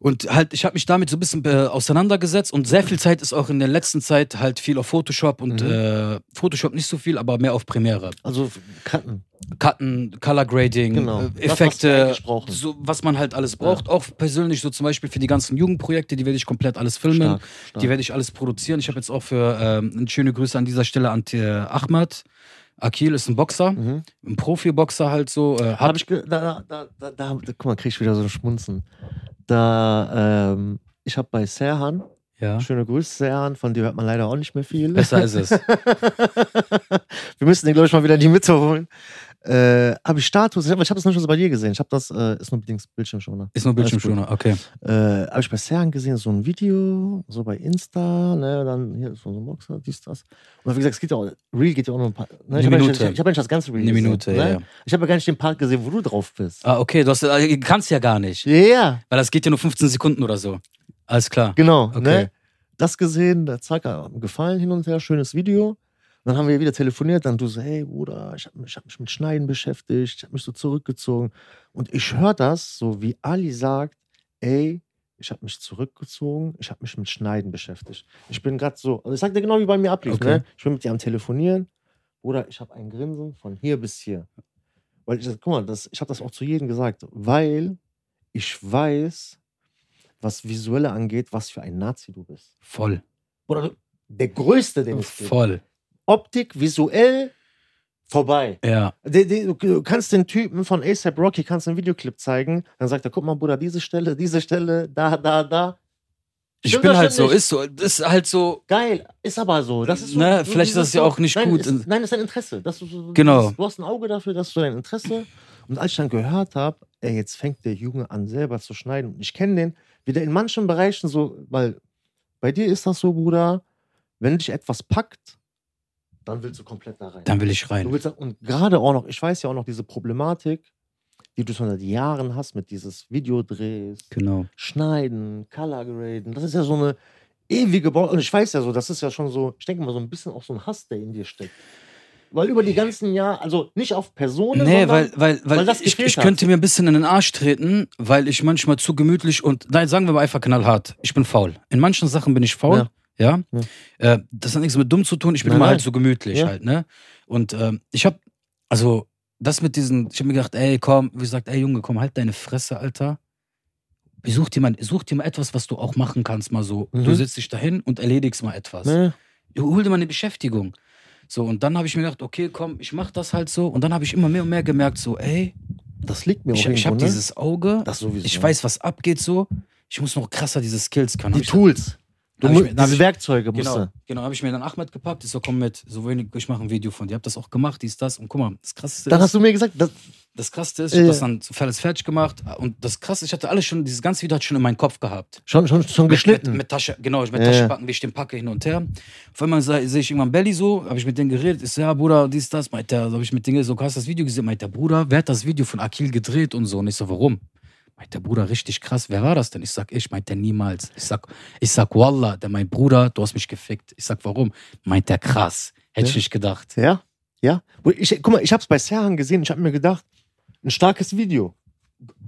[SPEAKER 1] Und halt, ich habe mich damit so ein bisschen äh, auseinandergesetzt und sehr viel Zeit ist auch in der letzten Zeit halt viel auf Photoshop und
[SPEAKER 2] Mhm.
[SPEAKER 1] äh, Photoshop nicht so viel, aber mehr auf Premiere.
[SPEAKER 2] Also Kanten.
[SPEAKER 1] Cutten, Color Grading,
[SPEAKER 2] Genau.
[SPEAKER 1] äh,
[SPEAKER 2] Das, was wir
[SPEAKER 1] Effekte,
[SPEAKER 2] eigentlich brauchen.
[SPEAKER 1] so, was man halt alles braucht. Auch persönlich so zum Beispiel für die ganzen Jugendprojekte, die werde ich komplett alles filmen,
[SPEAKER 2] Stark, stark.
[SPEAKER 1] die werde ich alles produzieren. Ich habe jetzt auch für ähm, eine schöne Grüße an dieser Stelle an äh, Ahmad. Akil ist ein Boxer,
[SPEAKER 2] Mhm.
[SPEAKER 1] ein Profiboxer halt so. Äh,
[SPEAKER 2] Hab
[SPEAKER 1] hat,
[SPEAKER 2] ich ge- da, da, da, da, da, guck mal, krieg ich wieder so ein Schmunzen. Da, ähm, ich habe bei Serhan,
[SPEAKER 1] ja.
[SPEAKER 2] schöne Grüße, Serhan, von dir hört man leider auch nicht mehr viel.
[SPEAKER 1] Besser ist es.
[SPEAKER 2] Wir müssen den, glaube ich, mal wieder in die Mitte holen. Äh, habe ich Status, ich habe ich hab das nicht schon so bei dir gesehen. Ich habe das, äh, ist nur Dings, Bildschirmschoner.
[SPEAKER 1] Ist nur
[SPEAKER 2] Alles gut.
[SPEAKER 1] Bildschirmschoner, okay.
[SPEAKER 2] Äh, habe ich bei Serhan gesehen, so ein Video, so bei Insta, ne, dann hier so ein Boxer, dies, das. Und wie gesagt, es geht ja auch, Real geht ja auch noch ein paar. Ne,
[SPEAKER 1] Eine
[SPEAKER 2] ich habe ja nicht,
[SPEAKER 1] Minute.
[SPEAKER 2] ich hab ja nicht das ganze Real
[SPEAKER 1] Eine
[SPEAKER 2] gesehen,
[SPEAKER 1] Minute,
[SPEAKER 2] ne?
[SPEAKER 1] ja, ja.
[SPEAKER 2] Ich habe ja gar nicht den Part gesehen, wo du drauf bist.
[SPEAKER 1] Ah, okay, du hast, äh, kannst ja gar nicht.
[SPEAKER 2] Ja, yeah,
[SPEAKER 1] Weil das geht ja nur 15 Sekunden oder so. Alles klar.
[SPEAKER 2] genau.
[SPEAKER 1] Okay.
[SPEAKER 2] Ne? Das gesehen, da zack, gefallen hin und her, schönes Video. Dann haben wir wieder telefoniert, dann du so, hey Bruder, ich habe ich hab mich mit Schneiden beschäftigt, ich habe mich so zurückgezogen. Und ich höre das, so wie Ali sagt, ey, ich habe mich zurückgezogen, ich habe mich mit Schneiden beschäftigt. Ich bin gerade so, also ich sag dir genau, wie bei mir ablief,
[SPEAKER 1] Okay.
[SPEAKER 2] ne? Ich bin mit dir am Telefonieren, Bruder, ich habe ein Grinsen von hier bis hier. Weil ich, guck mal, das, ich habe das auch zu jedem gesagt, weil ich weiß, was Visuelle angeht, was für ein Nazi du bist.
[SPEAKER 1] Voll.
[SPEAKER 2] Oder du- der Größte, den es gibt.
[SPEAKER 1] Voll.
[SPEAKER 2] Optik, visuell, vorbei.
[SPEAKER 1] Ja.
[SPEAKER 2] Die- die- Du du kannst den Typen von ASAP Rocky kannst einen Videoclip zeigen, dann sagt er, guck mal, Bruder, diese Stelle, diese Stelle, da, da, da.
[SPEAKER 1] Ich
[SPEAKER 2] Stimmt
[SPEAKER 1] bin
[SPEAKER 2] das
[SPEAKER 1] halt
[SPEAKER 2] denn
[SPEAKER 1] so,
[SPEAKER 2] nicht?
[SPEAKER 1] ist so, das ist halt so.
[SPEAKER 2] Geil, ist aber so. Das ist so
[SPEAKER 1] Ne, vielleicht ist das
[SPEAKER 2] dieses
[SPEAKER 1] ja auch nicht
[SPEAKER 2] nein,
[SPEAKER 1] gut.
[SPEAKER 2] Ist, nein, ist dein Interesse. Das, du- du,
[SPEAKER 1] Genau.
[SPEAKER 2] Du hast ein Auge dafür, dass du dein Interesse. Und als ich dann gehört habe, ey, jetzt fängt der Junge an, selber zu schneiden. Und ich kenne den, wie der in manchen Bereichen so, weil bei dir ist das so, Bruder, wenn dich etwas packt, dann willst du komplett da rein.
[SPEAKER 1] Dann will ich
[SPEAKER 2] Du
[SPEAKER 1] rein.
[SPEAKER 2] willst, da- und gerade auch noch, ich weiß ja auch noch diese Problematik, die du schon seit Jahren hast mit dieses Videodrehs,
[SPEAKER 1] Genau.
[SPEAKER 2] Schneiden, Color graden. Das ist ja so eine ewige Bau. Und ich weiß ja so, das ist ja schon so, ich denke mal, so ein bisschen auch so ein Hass, der in dir steckt. Weil über die ganzen Jahre, also nicht auf Personen,
[SPEAKER 1] Nee,
[SPEAKER 2] sondern
[SPEAKER 1] weil, weil, weil,
[SPEAKER 2] weil das
[SPEAKER 1] ich,
[SPEAKER 2] gefehlt
[SPEAKER 1] ich
[SPEAKER 2] hat.
[SPEAKER 1] könnte mir ein bisschen in den Arsch treten, weil ich manchmal zu gemütlich und, nein, sagen wir mal einfach knallhart, ich bin faul. In manchen Sachen bin ich faul,
[SPEAKER 2] Ja.
[SPEAKER 1] Ja.
[SPEAKER 2] Ja.
[SPEAKER 1] Äh, das hat nichts mit dumm zu tun. Ich bin
[SPEAKER 2] Nein,
[SPEAKER 1] immer
[SPEAKER 2] nein.
[SPEAKER 1] halt so gemütlich
[SPEAKER 2] Ja.
[SPEAKER 1] halt, ne? Und ähm, ich habe, also das mit diesen, ich habe mir gedacht, ey, komm, wie gesagt, ey Junge, komm, halt deine Fresse, Alter. Such dir, mal, such dir mal etwas, was du auch machen kannst, mal so.
[SPEAKER 2] Mhm.
[SPEAKER 1] Du sitzt dich dahin und erledigst mal etwas.
[SPEAKER 2] Ne?
[SPEAKER 1] hol dir mal eine Beschäftigung. So, und dann habe ich mir gedacht, okay, komm, ich mach das halt so. Und dann habe ich immer mehr und mehr gemerkt, so, ey,
[SPEAKER 2] Das liegt mir auch
[SPEAKER 1] ich, ich
[SPEAKER 2] irgendwo,
[SPEAKER 1] habe
[SPEAKER 2] ne?
[SPEAKER 1] dieses Auge,
[SPEAKER 2] das sowieso.
[SPEAKER 1] ich weiß, was abgeht so. Ich muss noch krasser diese Skills können.
[SPEAKER 2] Die
[SPEAKER 1] Hab ich-
[SPEAKER 2] Tools. Du
[SPEAKER 1] hab ich
[SPEAKER 2] mu-
[SPEAKER 1] mir- hab
[SPEAKER 2] diese
[SPEAKER 1] ich-
[SPEAKER 2] Werkzeuge musst
[SPEAKER 1] Genau,
[SPEAKER 2] du.
[SPEAKER 1] genau habe ich mir dann Ahmed gepackt. Ist so, komm mit, so wenig, ich mache ein Video von dir. Hab das auch gemacht, dies, das. Und guck mal, das Krasseste
[SPEAKER 2] Dann
[SPEAKER 1] ist,
[SPEAKER 2] hast du Äh. mir gesagt, das,
[SPEAKER 1] das Krasseste ist, ich hab
[SPEAKER 2] Ja.
[SPEAKER 1] das dann so alles fertig gemacht. Und das Krasse, ich hatte alles schon, dieses ganze Video hat schon in meinem Kopf gehabt.
[SPEAKER 2] schon, schon, schon geschnitten.
[SPEAKER 1] Mit, mit Tasche, genau, mit
[SPEAKER 2] Ja,
[SPEAKER 1] Tasche
[SPEAKER 2] ja.
[SPEAKER 1] packen, wie ich den packe hin und her. Auf einmal sah- sehe ich irgendwann Belly so, habe ich mit denen geredet, ist ja, Bruder, dies, das, meint der, habe ich mit denen so, hast du das Video gesehen, meint der Bruder, wer hat das Video von Akil gedreht und so, und ich so, warum? Meint der Bruder, richtig krass, wer war das denn? Ich sag, ich, meint der niemals. Ich sag, ich sag, Wallah, der mein Bruder, du hast mich gefickt. Ich sag, warum? Meint der krass. Hätte ich
[SPEAKER 2] Ja.
[SPEAKER 1] nicht gedacht.
[SPEAKER 2] ja, ja. Wo Ich, guck mal, ich hab's bei Serhan gesehen, ich hab mir gedacht, ein starkes Video.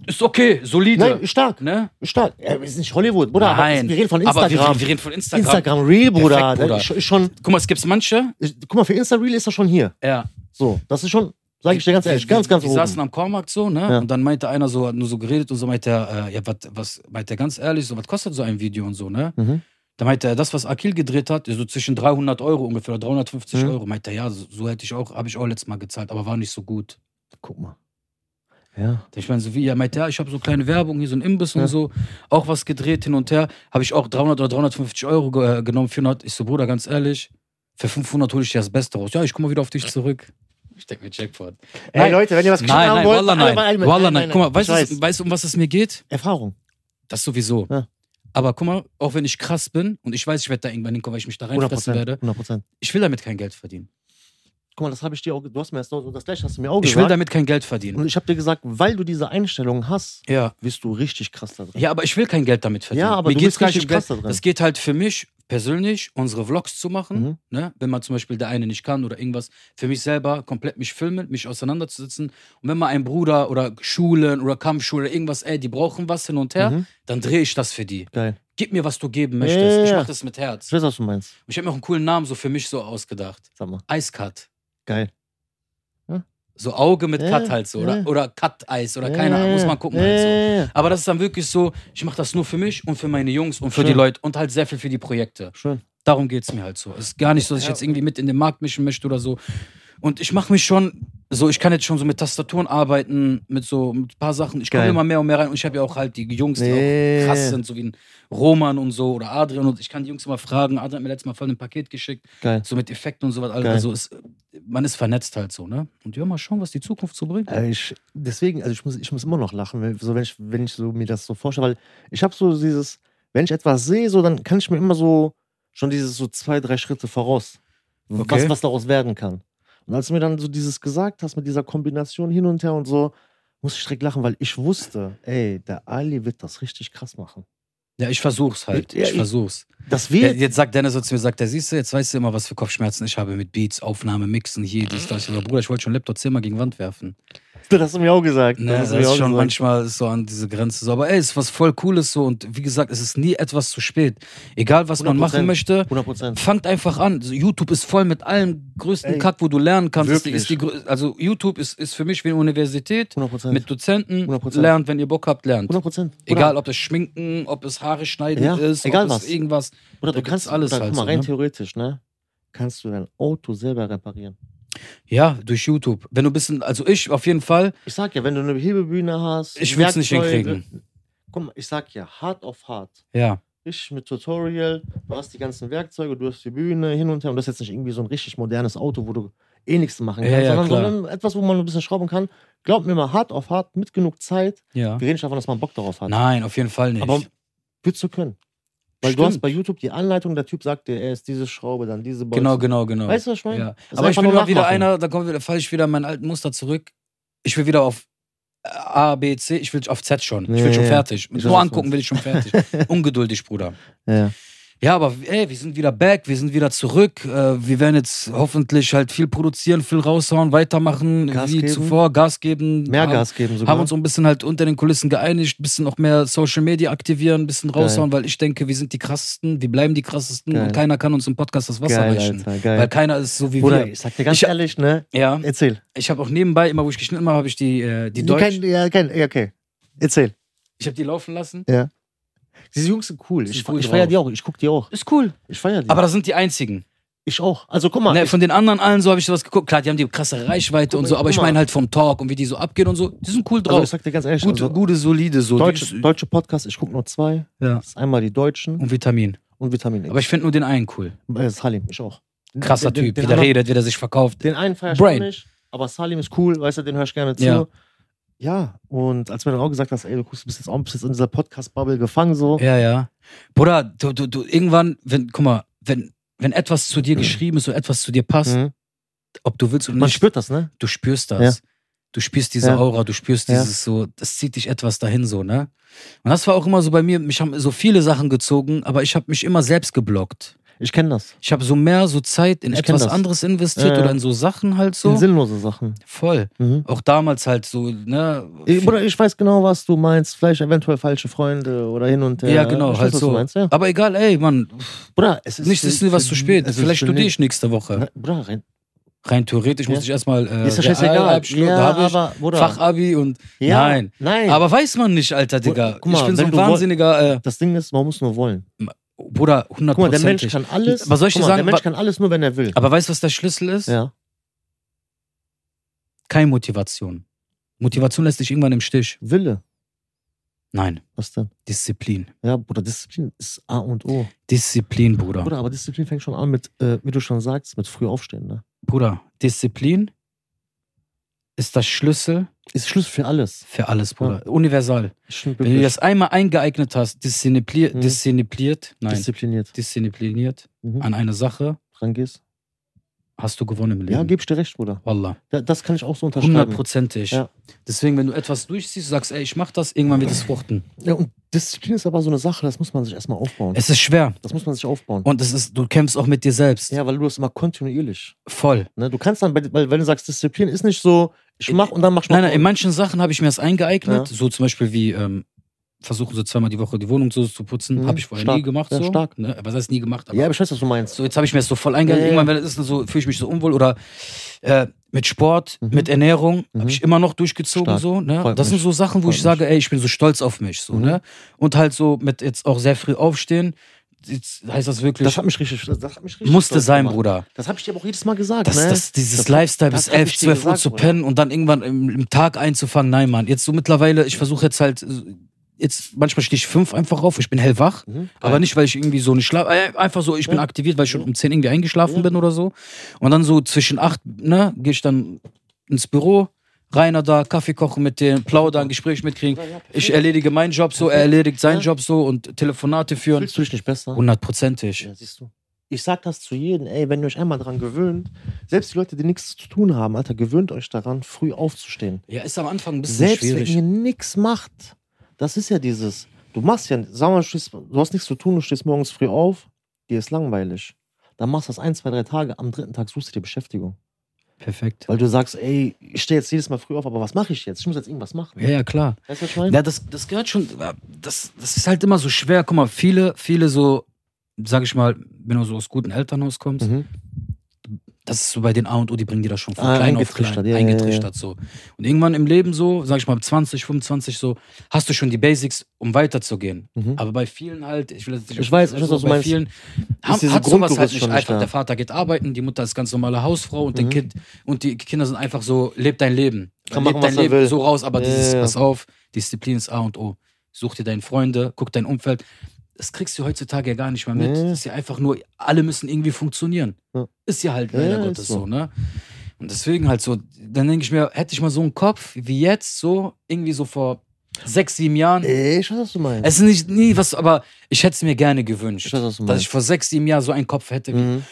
[SPEAKER 1] Ist okay, solide.
[SPEAKER 2] Nein, stark,
[SPEAKER 1] ne?
[SPEAKER 2] stark. Ja, wir sind nicht Hollywood, Bruder,
[SPEAKER 1] Nein.
[SPEAKER 2] aber wir reden von
[SPEAKER 1] Aber wir,
[SPEAKER 2] Instagram.
[SPEAKER 1] reden- wir reden von Instagram.
[SPEAKER 2] Instagram Reel, Bruder. ne?
[SPEAKER 1] Perfekt, Bruder.
[SPEAKER 2] Ist schon- ist schon,
[SPEAKER 1] Guck mal, es gibt manche.
[SPEAKER 2] ist- guck mal, für Insta Reel ist er schon hier.
[SPEAKER 1] Ja.
[SPEAKER 2] So, das ist schon, sag ich dir ganz ehrlich,
[SPEAKER 1] Wir-
[SPEAKER 2] ganz, ganz
[SPEAKER 1] wir,
[SPEAKER 2] oben.
[SPEAKER 1] wir saßen am Kornmarkt so, ne?
[SPEAKER 2] Ja.
[SPEAKER 1] Und dann meinte einer so, hat nur so geredet und so meinte er, äh, ja, wat, was, meinte er ganz ehrlich, so, was kostet so ein Video und so, ne?
[SPEAKER 2] Mhm.
[SPEAKER 1] Da meinte er, das, was Akil gedreht hat, so zwischen 300 Euro ungefähr, oder 350
[SPEAKER 2] Mhm.
[SPEAKER 1] Euro. Meinte er, ja, so, so hätte ich auch, habe ich auch letztes Mal gezahlt, aber war nicht so gut.
[SPEAKER 2] Guck mal. Ja.
[SPEAKER 1] Ich meine, so wie, er meinte, ja, ich habe so kleine Werbung, hier so ein Imbiss
[SPEAKER 2] Ja.
[SPEAKER 1] und so, auch was gedreht hin und her, habe ich auch 300 oder 350 Euro ge äh, genommen, 400. Ich so, Bruder, ganz ehrlich, für 500 hole ich dir das Beste raus. Ja, ich komme wieder auf dich zurück. Ich denke mir Jackpot.
[SPEAKER 2] Ey, Leute, wenn ihr was geschrieben
[SPEAKER 1] Nein,
[SPEAKER 2] haben
[SPEAKER 1] nein,
[SPEAKER 2] wollt,
[SPEAKER 1] Wallah,
[SPEAKER 2] alle
[SPEAKER 1] nein.
[SPEAKER 2] mal einmal-
[SPEAKER 1] Wallah, nein. Guck mal, weißt
[SPEAKER 2] ich
[SPEAKER 1] du,
[SPEAKER 2] weiß.
[SPEAKER 1] weißt du, um was es mir geht?
[SPEAKER 2] Erfahrung.
[SPEAKER 1] Das sowieso.
[SPEAKER 2] Ja.
[SPEAKER 1] Aber guck mal, auch wenn ich krass bin und ich weiß, ich werde da irgendwann hinkommen, weil ich mich da
[SPEAKER 2] 100
[SPEAKER 1] reinfressen
[SPEAKER 2] Prozent.
[SPEAKER 1] werde,
[SPEAKER 2] 100 Prozent.
[SPEAKER 1] ich will damit kein Geld verdienen.
[SPEAKER 2] Guck mal, das habe ich dir auch, du hast mir das, das gleiche hast du mir auch
[SPEAKER 1] Ich will
[SPEAKER 2] gesagt.
[SPEAKER 1] damit kein Geld
[SPEAKER 2] und
[SPEAKER 1] verdienen.
[SPEAKER 2] ich habe dir gesagt, weil du diese Einstellung hast,
[SPEAKER 1] Ja.
[SPEAKER 2] wirst du richtig krass da drin.
[SPEAKER 1] Ja, aber ich will kein Geld damit verdienen.
[SPEAKER 2] Ja, aber
[SPEAKER 1] Mir
[SPEAKER 2] du
[SPEAKER 1] geht's
[SPEAKER 2] bist
[SPEAKER 1] gar nicht
[SPEAKER 2] richtig
[SPEAKER 1] um Geld.
[SPEAKER 2] krass da drin.
[SPEAKER 1] Das geht halt für mich persönlich, unsere Vlogs zu machen,
[SPEAKER 2] Mhm.
[SPEAKER 1] ne? wenn man zum Beispiel der eine nicht kann oder irgendwas, für mich selber komplett mich filmen, mich auseinanderzusetzen. Und wenn mal ein Bruder oder Schulen oder Kampfschule, irgendwas, ey, die brauchen was hin und her,
[SPEAKER 2] Mhm.
[SPEAKER 1] dann drehe ich das für die.
[SPEAKER 2] Geil.
[SPEAKER 1] Gib mir, was du geben möchtest.
[SPEAKER 2] Ja, ja,
[SPEAKER 1] Ich
[SPEAKER 2] ja.
[SPEAKER 1] mache das mit Herz.
[SPEAKER 2] Ich weiß, was du meinst.
[SPEAKER 1] Und Ich habe mir auch einen coolen Namen so für mich so ausgedacht.
[SPEAKER 2] Sag mal.
[SPEAKER 1] Eiscut.
[SPEAKER 2] Geil. Ja.
[SPEAKER 1] So Auge mit
[SPEAKER 2] Ja,
[SPEAKER 1] Cut halt so. Oder,
[SPEAKER 2] ja.
[SPEAKER 1] oder Cut-Eis oder keine Ahnung. Muss man gucken halt so.
[SPEAKER 2] halt
[SPEAKER 1] Aber das ist dann wirklich so, ich mache das nur für mich und für meine Jungs und für
[SPEAKER 2] Schön.
[SPEAKER 1] die Leute und halt sehr viel für die Projekte.
[SPEAKER 2] so. Schön.
[SPEAKER 1] Darum geht es mir halt so. Es ist gar nicht so, dass ich
[SPEAKER 2] Ja.
[SPEAKER 1] jetzt irgendwie mit in den Markt mischen möchte oder so. Und ich mache mich schon, so ich kann jetzt schon so mit Tastaturen arbeiten, mit so mit ein paar Sachen. Ich komme
[SPEAKER 2] Geil.
[SPEAKER 1] immer mehr und mehr rein und ich habe ja auch halt die Jungs, die
[SPEAKER 2] Nee.
[SPEAKER 1] auch krass sind, so wie ein Roman und so oder Adrian. Und ich kann die Jungs immer fragen. Adrian hat mir letztes Mal voll ein Paket geschickt,
[SPEAKER 2] Geil.
[SPEAKER 1] so mit Effekten und sowas.
[SPEAKER 2] Geil.
[SPEAKER 1] Also es, man ist vernetzt halt so, ne? Und ja, mal schauen, was die Zukunft so bringt.
[SPEAKER 2] Äh, Ich, deswegen, also ich muss, ich muss immer noch lachen, wenn, so wenn, ich, wenn ich so mir das so vorstelle, weil ich habe so dieses, wenn ich etwas sehe, so dann kann ich mir immer so schon dieses so zwei, drei Schritte voraus,
[SPEAKER 1] Okay.
[SPEAKER 2] was, was daraus werden kann. Und als du mir dann so dieses gesagt hast mit dieser Kombination hin und her und so, muss ich direkt lachen, weil ich wusste, ey, der Ali wird das richtig krass machen.
[SPEAKER 1] Ja, ich versuch's halt.
[SPEAKER 2] Ja,
[SPEAKER 1] Ich
[SPEAKER 2] ich-
[SPEAKER 1] versuch's.
[SPEAKER 2] Das
[SPEAKER 1] Ja,
[SPEAKER 2] wird.
[SPEAKER 1] jetzt sagt Dennis so zu mir, sagt er, siehst du, jetzt weißt du immer, was für Kopfschmerzen ich habe mit Beats, Aufnahme, Mixen, hier, dies, das. Ich sag, Bruder, ich wollte schon Laptop zehnmal gegen Wand werfen.
[SPEAKER 2] Das hast du mir auch gesagt.
[SPEAKER 1] Ne, das
[SPEAKER 2] hast du mir
[SPEAKER 1] ist
[SPEAKER 2] auch
[SPEAKER 1] schon
[SPEAKER 2] gesagt.
[SPEAKER 1] manchmal ist so an diese Grenze so. Aber ey, ist was voll Cooles so. Und wie gesagt, es ist nie etwas zu spät. Egal, was man
[SPEAKER 2] 100%.
[SPEAKER 1] machen möchte,
[SPEAKER 2] 100 Prozent.
[SPEAKER 1] fangt einfach an. So, YouTube ist voll mit allem größten
[SPEAKER 2] Ey,
[SPEAKER 1] Kack, wo du lernen kannst. Ist die, ist die,
[SPEAKER 2] wirklich.
[SPEAKER 1] grö- also YouTube ist, ist für mich wie eine Universität
[SPEAKER 2] 100 Prozent.
[SPEAKER 1] mit Dozenten.
[SPEAKER 2] 100%.
[SPEAKER 1] Lernt, wenn ihr Bock habt, lernt.
[SPEAKER 2] 100 Prozent.
[SPEAKER 1] Egal, ob das Schminken, ob es Haare schneiden
[SPEAKER 2] Ja,
[SPEAKER 1] ist,
[SPEAKER 2] egal
[SPEAKER 1] ob es
[SPEAKER 2] was.
[SPEAKER 1] irgendwas. Da
[SPEAKER 2] Oder du
[SPEAKER 1] gibt's
[SPEAKER 2] kannst
[SPEAKER 1] alles
[SPEAKER 2] alles da,
[SPEAKER 1] halt
[SPEAKER 2] guck mal,
[SPEAKER 1] so,
[SPEAKER 2] rein
[SPEAKER 1] ne?
[SPEAKER 2] theoretisch, ne? Kannst du dein Auto selber reparieren.
[SPEAKER 1] Ja, durch YouTube. Wenn du ein bisschen, also ich auf jeden Fall,
[SPEAKER 2] Ich sag ja, wenn du eine Hebebühne hast,
[SPEAKER 1] Ich will's nicht
[SPEAKER 2] Werkzeuge-
[SPEAKER 1] hinkriegen.
[SPEAKER 2] Guck mal, ich sag ja, hart auf hart.
[SPEAKER 1] ja.
[SPEAKER 2] Richtig mit Tutorial, du hast die ganzen Werkzeuge, du hast die Bühne hin und her und das ist jetzt nicht irgendwie so ein richtig modernes Auto, wo du eh nichts machen
[SPEAKER 1] Ja,
[SPEAKER 2] kannst,
[SPEAKER 1] ja,
[SPEAKER 2] sondern,
[SPEAKER 1] klar.
[SPEAKER 2] sondern etwas, wo man ein bisschen schrauben kann. Glaub mir mal, hart auf hart, mit genug Zeit.
[SPEAKER 1] Ja.
[SPEAKER 2] Wir reden nicht davon, dass man Bock darauf hat.
[SPEAKER 1] Nein, auf jeden Fall nicht.
[SPEAKER 2] Aber würdest du können. Weil
[SPEAKER 1] Stimmt.
[SPEAKER 2] du hast bei YouTube die Anleitung, der Typ sagt dir, er ist diese Schraube, dann diese Bolzen.
[SPEAKER 1] genau, genau, genau.
[SPEAKER 2] Weißt du, was ich meine?
[SPEAKER 1] ja.
[SPEAKER 2] Das
[SPEAKER 1] Aber ich
[SPEAKER 2] einfach
[SPEAKER 1] bin
[SPEAKER 2] nur
[SPEAKER 1] mal wieder
[SPEAKER 2] nachmachen.
[SPEAKER 1] einer, da kommt wieder, falle ich wieder in mein alten Muster zurück. Ich will wieder auf äh, A, B, C, ich will auf Z schon. Ich will
[SPEAKER 2] Ja,
[SPEAKER 1] schon
[SPEAKER 2] ja.
[SPEAKER 1] fertig. Mit
[SPEAKER 2] Ich
[SPEAKER 1] nur
[SPEAKER 2] weiß, was du
[SPEAKER 1] angucken will ich schon fertig. Ungeduldig, Bruder.
[SPEAKER 2] Ja.
[SPEAKER 1] ja, aber ey, wir sind wieder back, wir sind wieder zurück. Äh, wir werden jetzt hoffentlich halt viel produzieren, viel raushauen, weitermachen,
[SPEAKER 2] Gas
[SPEAKER 1] wie
[SPEAKER 2] geben.
[SPEAKER 1] zuvor, Gas geben.
[SPEAKER 2] Mehr
[SPEAKER 1] haben,
[SPEAKER 2] Gas geben sogar.
[SPEAKER 1] Haben uns so ein bisschen halt unter den Kulissen geeinigt, ein bisschen noch mehr Social Media aktivieren, ein bisschen
[SPEAKER 2] Geil.
[SPEAKER 1] raushauen, weil ich denke, wir sind die krassesten, wir bleiben die krassesten
[SPEAKER 2] Geil.
[SPEAKER 1] und keiner kann uns im Podcast das Wasser
[SPEAKER 2] geil,
[SPEAKER 1] reichen.
[SPEAKER 2] Alter, geil.
[SPEAKER 1] Weil keiner ist so wie
[SPEAKER 2] Bruder,
[SPEAKER 1] wir.
[SPEAKER 2] ich sag dir ganz
[SPEAKER 1] Ich-
[SPEAKER 2] ehrlich, ne?
[SPEAKER 1] Ja,
[SPEAKER 2] Erzähl.
[SPEAKER 1] ich habe auch nebenbei, immer wo ich geschnitten habe, habe ich die, äh, die Deutsch,
[SPEAKER 2] Kein, ja, kein, ja, okay. Erzähl.
[SPEAKER 1] ich habe die laufen lassen.
[SPEAKER 2] Diese Jungs sind cool.
[SPEAKER 1] Sind
[SPEAKER 2] Ich,
[SPEAKER 1] cool
[SPEAKER 2] ich feier
[SPEAKER 1] drauf.
[SPEAKER 2] die auch. Ich guck die auch.
[SPEAKER 1] Ist cool.
[SPEAKER 2] Ich feier die.
[SPEAKER 1] Aber das sind die einzigen.
[SPEAKER 2] ich auch. Also guck mal.
[SPEAKER 1] Ne,
[SPEAKER 2] ich,
[SPEAKER 1] von den anderen allen so habe ich sowas geguckt. Klar, die haben die krasse Reichweite
[SPEAKER 2] Guck
[SPEAKER 1] und
[SPEAKER 2] mal,
[SPEAKER 1] so, aber
[SPEAKER 2] guck
[SPEAKER 1] ich
[SPEAKER 2] mal.
[SPEAKER 1] meine halt vom Talk und wie die so abgehen und so. Die sind cool
[SPEAKER 2] also, ich
[SPEAKER 1] drauf.
[SPEAKER 2] sag dir ganz ehrlich.
[SPEAKER 1] gute,
[SPEAKER 2] also,
[SPEAKER 1] gute, solide, so.
[SPEAKER 2] deutsche,
[SPEAKER 1] Die-
[SPEAKER 2] deutsche Podcast, ich guck nur zwei.
[SPEAKER 1] Ja.
[SPEAKER 2] Das ist einmal die Deutschen
[SPEAKER 1] Und Vitamin.
[SPEAKER 2] und Vitamin X.
[SPEAKER 1] Aber ich finde nur den einen cool.
[SPEAKER 2] Äh, Salim, ich auch.
[SPEAKER 1] Krasser
[SPEAKER 2] Den- den-
[SPEAKER 1] Typ,
[SPEAKER 2] den
[SPEAKER 1] wie der
[SPEAKER 2] anderen-
[SPEAKER 1] redet, wie der sich verkauft.
[SPEAKER 2] Den einen feier ich
[SPEAKER 1] Brain.
[SPEAKER 2] auch nicht, aber Salim ist cool, weißt du, den höre ich gerne zu.
[SPEAKER 1] Ja.
[SPEAKER 2] Ja. und als du mir dann auch gesagt hast, ey, du guckst, du bist jetzt auch ein bisschen in dieser Podcast-Bubble gefangen, so.
[SPEAKER 1] Ja, ja. Bruder, du, du, du, irgendwann, wenn, guck mal, wenn, wenn etwas zu dir geschrieben ist und etwas zu dir passt,
[SPEAKER 2] Mhm.
[SPEAKER 1] ob du willst oder
[SPEAKER 2] Hm. Man
[SPEAKER 1] nicht,
[SPEAKER 2] spürt das, ne?
[SPEAKER 1] du spürst das. Du spürst diese
[SPEAKER 2] Ja.
[SPEAKER 1] Aura, du spürst
[SPEAKER 2] Ja.
[SPEAKER 1] dieses so, das zieht dich etwas dahin so, ne? Und das war auch immer so bei mir, mich haben so viele Sachen gezogen, aber ich habe mich immer selbst geblockt.
[SPEAKER 2] Ich kenne das.
[SPEAKER 1] Ich habe so mehr so Zeit in
[SPEAKER 2] Ich kenn
[SPEAKER 1] etwas
[SPEAKER 2] das.
[SPEAKER 1] anderes investiert
[SPEAKER 2] Ja, ja.
[SPEAKER 1] oder in so Sachen halt
[SPEAKER 2] So.
[SPEAKER 1] so.
[SPEAKER 2] Sinnlose Sachen.
[SPEAKER 1] Voll.
[SPEAKER 2] Mhm.
[SPEAKER 1] Auch damals halt so, ne?
[SPEAKER 2] Ich, Bruder, ich weiß genau, was du meinst. Vielleicht eventuell falsche Freunde oder hin und her.
[SPEAKER 1] ja, genau,
[SPEAKER 2] ich
[SPEAKER 1] halt
[SPEAKER 2] weiß, was
[SPEAKER 1] so.
[SPEAKER 2] Du meinst, ja.
[SPEAKER 1] Aber egal, ey, Mann,
[SPEAKER 2] Bruder, es ist.
[SPEAKER 1] nichts ist nie was zu spät.
[SPEAKER 2] es ist
[SPEAKER 1] Vielleicht
[SPEAKER 2] für
[SPEAKER 1] studiere
[SPEAKER 2] nichts-
[SPEAKER 1] ich nächste Woche.
[SPEAKER 2] Na, Bruder, rein.
[SPEAKER 1] Rein theoretisch muss
[SPEAKER 2] Ja.
[SPEAKER 1] ich erstmal äh,
[SPEAKER 2] ist ja scheißegal.
[SPEAKER 1] Realabschluss, da hab ich
[SPEAKER 2] aber, Bruder.
[SPEAKER 1] Fachabi und
[SPEAKER 2] ja,
[SPEAKER 1] nein.
[SPEAKER 2] Nein.
[SPEAKER 1] Aber weiß man nicht, Alter, Digga.
[SPEAKER 2] Guck mal,
[SPEAKER 1] ich bin so
[SPEAKER 2] wenn
[SPEAKER 1] ein
[SPEAKER 2] du woll-
[SPEAKER 1] wahnsinniger, äh,
[SPEAKER 2] das Ding ist, man muss nur wollen.
[SPEAKER 1] Bruder,
[SPEAKER 2] Guck mal, der Mensch
[SPEAKER 1] hundertprozentig.
[SPEAKER 2] kann alles.
[SPEAKER 1] Aber soll ich
[SPEAKER 2] guck
[SPEAKER 1] dir
[SPEAKER 2] mal,
[SPEAKER 1] sagen,
[SPEAKER 2] der
[SPEAKER 1] wa-
[SPEAKER 2] Mensch kann alles nur, wenn er will.
[SPEAKER 1] Aber weißt du, was der Schlüssel ist?
[SPEAKER 2] Ja.
[SPEAKER 1] Keine Motivation. Motivation lässt dich irgendwann im Stich.
[SPEAKER 2] Wille.
[SPEAKER 1] Nein,
[SPEAKER 2] Was denn?
[SPEAKER 1] Disziplin.
[SPEAKER 2] Ja, Bruder, Disziplin ist A und O.
[SPEAKER 1] Disziplin, Bruder.
[SPEAKER 2] Bruder, aber Disziplin fängt schon an mit, äh, wie du schon sagst, mit früh aufstehen. Ne?
[SPEAKER 1] Bruder, Disziplin ist das Schlüssel
[SPEAKER 2] Ist Schlüssel für alles.
[SPEAKER 1] für alles, Bruder. Universal.
[SPEAKER 2] Ich
[SPEAKER 1] Wenn
[SPEAKER 2] bin
[SPEAKER 1] du
[SPEAKER 2] wirklich
[SPEAKER 1] dir das einmal eingeeignet hast, diszipliniert,
[SPEAKER 2] Mhm.
[SPEAKER 1] diszipliniert, nein,
[SPEAKER 2] diszipliniert
[SPEAKER 1] diszipliniert
[SPEAKER 2] mhm.
[SPEAKER 1] an eine Sache,
[SPEAKER 2] rangehst.
[SPEAKER 1] hast du gewonnen im Leben.
[SPEAKER 2] Ja, geb ich dir recht, Bruder.
[SPEAKER 1] Wallah.
[SPEAKER 2] Da- Das kann ich auch so unterschreiben.
[SPEAKER 1] Hundertprozentig.
[SPEAKER 2] Ja.
[SPEAKER 1] Deswegen, wenn du etwas durchziehst, sagst, ey, ich mach das, irgendwann wird es fruchten.
[SPEAKER 2] Ja, und Disziplin ist aber so eine Sache, das muss man sich erstmal aufbauen.
[SPEAKER 1] Es ist schwer.
[SPEAKER 2] Das muss man sich aufbauen.
[SPEAKER 1] Und es ist, du kämpfst auch mit dir selbst.
[SPEAKER 2] Ja, weil du das immer kontinuierlich.
[SPEAKER 1] Voll.
[SPEAKER 2] Ne? Du kannst dann, bei- weil wenn du sagst, Disziplin ist nicht so, ich mach und dann mach ich
[SPEAKER 1] Nein,
[SPEAKER 2] noch-
[SPEAKER 1] nein, in manchen Sachen habe ich mir das eingeeignet.
[SPEAKER 2] Ja.
[SPEAKER 1] So zum Beispiel wie ähm, versuchen, so zweimal die Woche die Wohnung so zu putzen.
[SPEAKER 2] Mhm.
[SPEAKER 1] Habe ich vorher
[SPEAKER 2] Stark.
[SPEAKER 1] nie gemacht.
[SPEAKER 2] Ja,
[SPEAKER 1] So.
[SPEAKER 2] stark.
[SPEAKER 1] Ne? Was heißt nie gemacht? Aber
[SPEAKER 2] Ja, aber ich weiß, was du meinst.
[SPEAKER 1] so jetzt habe ich mir das so voll eingegangen.
[SPEAKER 2] Ja, ja,
[SPEAKER 1] Irgendwann, wenn es ist, so fühle ich mich so unwohl oder äh, mit Sport,
[SPEAKER 2] Mhm.
[SPEAKER 1] mit Ernährung habe
[SPEAKER 2] Mhm.
[SPEAKER 1] ich immer noch durchgezogen
[SPEAKER 2] Stark.
[SPEAKER 1] so. Ne?
[SPEAKER 2] Freut
[SPEAKER 1] Das sind
[SPEAKER 2] mich.
[SPEAKER 1] so Sachen, wo
[SPEAKER 2] Freut
[SPEAKER 1] ich sage, ey, ich bin so stolz auf mich so.
[SPEAKER 2] Mhm.
[SPEAKER 1] Ne? Und halt so mit jetzt auch sehr früh aufstehen. Jetzt heißt das wirklich
[SPEAKER 2] Das hat mich richtig. Das hat mich richtig
[SPEAKER 1] musste
[SPEAKER 2] stolz
[SPEAKER 1] sein,
[SPEAKER 2] gemacht.
[SPEAKER 1] Bruder.
[SPEAKER 2] Das habe ich dir aber auch jedes Mal gesagt.
[SPEAKER 1] Das,
[SPEAKER 2] ne?
[SPEAKER 1] das, dieses
[SPEAKER 2] Das-
[SPEAKER 1] Lifestyle
[SPEAKER 2] das
[SPEAKER 1] bis
[SPEAKER 2] hab
[SPEAKER 1] 11,
[SPEAKER 2] ich dir
[SPEAKER 1] 12 Uhr
[SPEAKER 2] gesagt,
[SPEAKER 1] zu
[SPEAKER 2] Bruder.
[SPEAKER 1] pennen und dann irgendwann im, im Tag einzufangen. Nein, Mann. Jetzt so mittlerweile, ich versuche jetzt halt, äh, jetzt manchmal stehe ich fünf einfach auf, ich bin hellwach.
[SPEAKER 2] Mhm,
[SPEAKER 1] Aber nicht, weil ich irgendwie so nicht schlafe. Äh, Einfach so, ich bin
[SPEAKER 2] Ja.
[SPEAKER 1] aktiviert, weil ich schon
[SPEAKER 2] Ja.
[SPEAKER 1] um 10 irgendwie eingeschlafen
[SPEAKER 2] Ja.
[SPEAKER 1] bin oder so. Und dann so zwischen 8, ne, gehe ich dann ins Büro. Rainer da, Kaffee kochen mit denen, plaudern, Gespräch mitkriegen.
[SPEAKER 2] Ja, ja, perfekt.
[SPEAKER 1] Ich erledige meinen Job so, er erledigt seinen Job so und Telefonate führen.
[SPEAKER 2] Fühlst du dich nicht besser?
[SPEAKER 1] Hundertprozentig.
[SPEAKER 2] Ja, siehst du. Ich sag das zu jedem, ey, wenn ihr euch einmal dran gewöhnt, selbst die Leute, die nichts zu tun haben, Alter, gewöhnt euch daran, früh aufzustehen.
[SPEAKER 1] Ja, ist am Anfang ein bisschen
[SPEAKER 2] Selbst
[SPEAKER 1] schwierig.
[SPEAKER 2] wenn ihr nichts macht, das ist ja dieses, du machst ja, sag mal, du, stehst, du hast nichts zu tun, du stehst morgens früh auf, dir ist langweilig. Dann machst du das ein, zwei, drei Tage, am dritten Tag suchst du dir Beschäftigung.
[SPEAKER 1] Perfekt.
[SPEAKER 2] Weil du sagst, ey, ich stehe jetzt jedes Mal früh auf, aber was mache ich jetzt? Ich muss jetzt irgendwas machen.
[SPEAKER 1] Ja, ja, klar.
[SPEAKER 2] Weißt du, was ich meine?
[SPEAKER 1] Ja, das, das gehört schon, äh, das, das ist halt immer so schwer. Guck mal, viele, viele so, sag ich mal, wenn du so aus gutem Elternhaus kommst,
[SPEAKER 2] Mhm.
[SPEAKER 1] das ist so bei den A und O, die bringen dir das schon von
[SPEAKER 2] Ah,
[SPEAKER 1] klein auf
[SPEAKER 2] eingetrichtert,
[SPEAKER 1] klein,
[SPEAKER 2] ja, ja, ja.
[SPEAKER 1] eingetrichtert so. Und irgendwann im Leben so, sag ich mal, 20, 25 so, hast du schon die Basics, um weiterzugehen.
[SPEAKER 2] Mhm.
[SPEAKER 1] Aber bei vielen halt, ich will jetzt nicht
[SPEAKER 2] Ich weiß, ich weiß,
[SPEAKER 1] so,
[SPEAKER 2] was du
[SPEAKER 1] bei
[SPEAKER 2] meinst.
[SPEAKER 1] vielen haben,
[SPEAKER 2] diese
[SPEAKER 1] hat sowas halt
[SPEAKER 2] Grundgerüst
[SPEAKER 1] nicht
[SPEAKER 2] schon nicht
[SPEAKER 1] einfach.
[SPEAKER 2] da.
[SPEAKER 1] Der Vater geht arbeiten, die Mutter ist ganz normale Hausfrau und der
[SPEAKER 2] Mhm.
[SPEAKER 1] Kind und die Kinder sind einfach so, lebt dein Leben.
[SPEAKER 2] Kann
[SPEAKER 1] lebt
[SPEAKER 2] machen,
[SPEAKER 1] dein
[SPEAKER 2] was er
[SPEAKER 1] Leben
[SPEAKER 2] will.
[SPEAKER 1] so raus, aber
[SPEAKER 2] Ja,
[SPEAKER 1] dieses,
[SPEAKER 2] ja, ja.
[SPEAKER 1] pass auf, Disziplin ist A und O. Such dir deine Freunde, guck dein Umfeld. Das kriegst du heutzutage ja gar nicht mehr mit.
[SPEAKER 2] Nee.
[SPEAKER 1] Das ist ja einfach nur, alle müssen irgendwie funktionieren.
[SPEAKER 2] Ja.
[SPEAKER 1] Ist ja halt
[SPEAKER 2] Ja,
[SPEAKER 1] leider
[SPEAKER 2] ja, ist
[SPEAKER 1] Gottes so.
[SPEAKER 2] so.
[SPEAKER 1] ne? Und deswegen halt so, dann denke ich mir, hätte ich mal so einen Kopf wie jetzt, so irgendwie so vor sechs, sieben Jahren.
[SPEAKER 2] Ey, ich weiß, was du meinst.
[SPEAKER 1] Es ist nicht nie was, aber ich hätte es mir gerne gewünscht,
[SPEAKER 2] Ich weiß, was du
[SPEAKER 1] dass
[SPEAKER 2] meinst.
[SPEAKER 1] ich vor sechs, sieben Jahren so einen Kopf hätte. wie-
[SPEAKER 2] Mhm.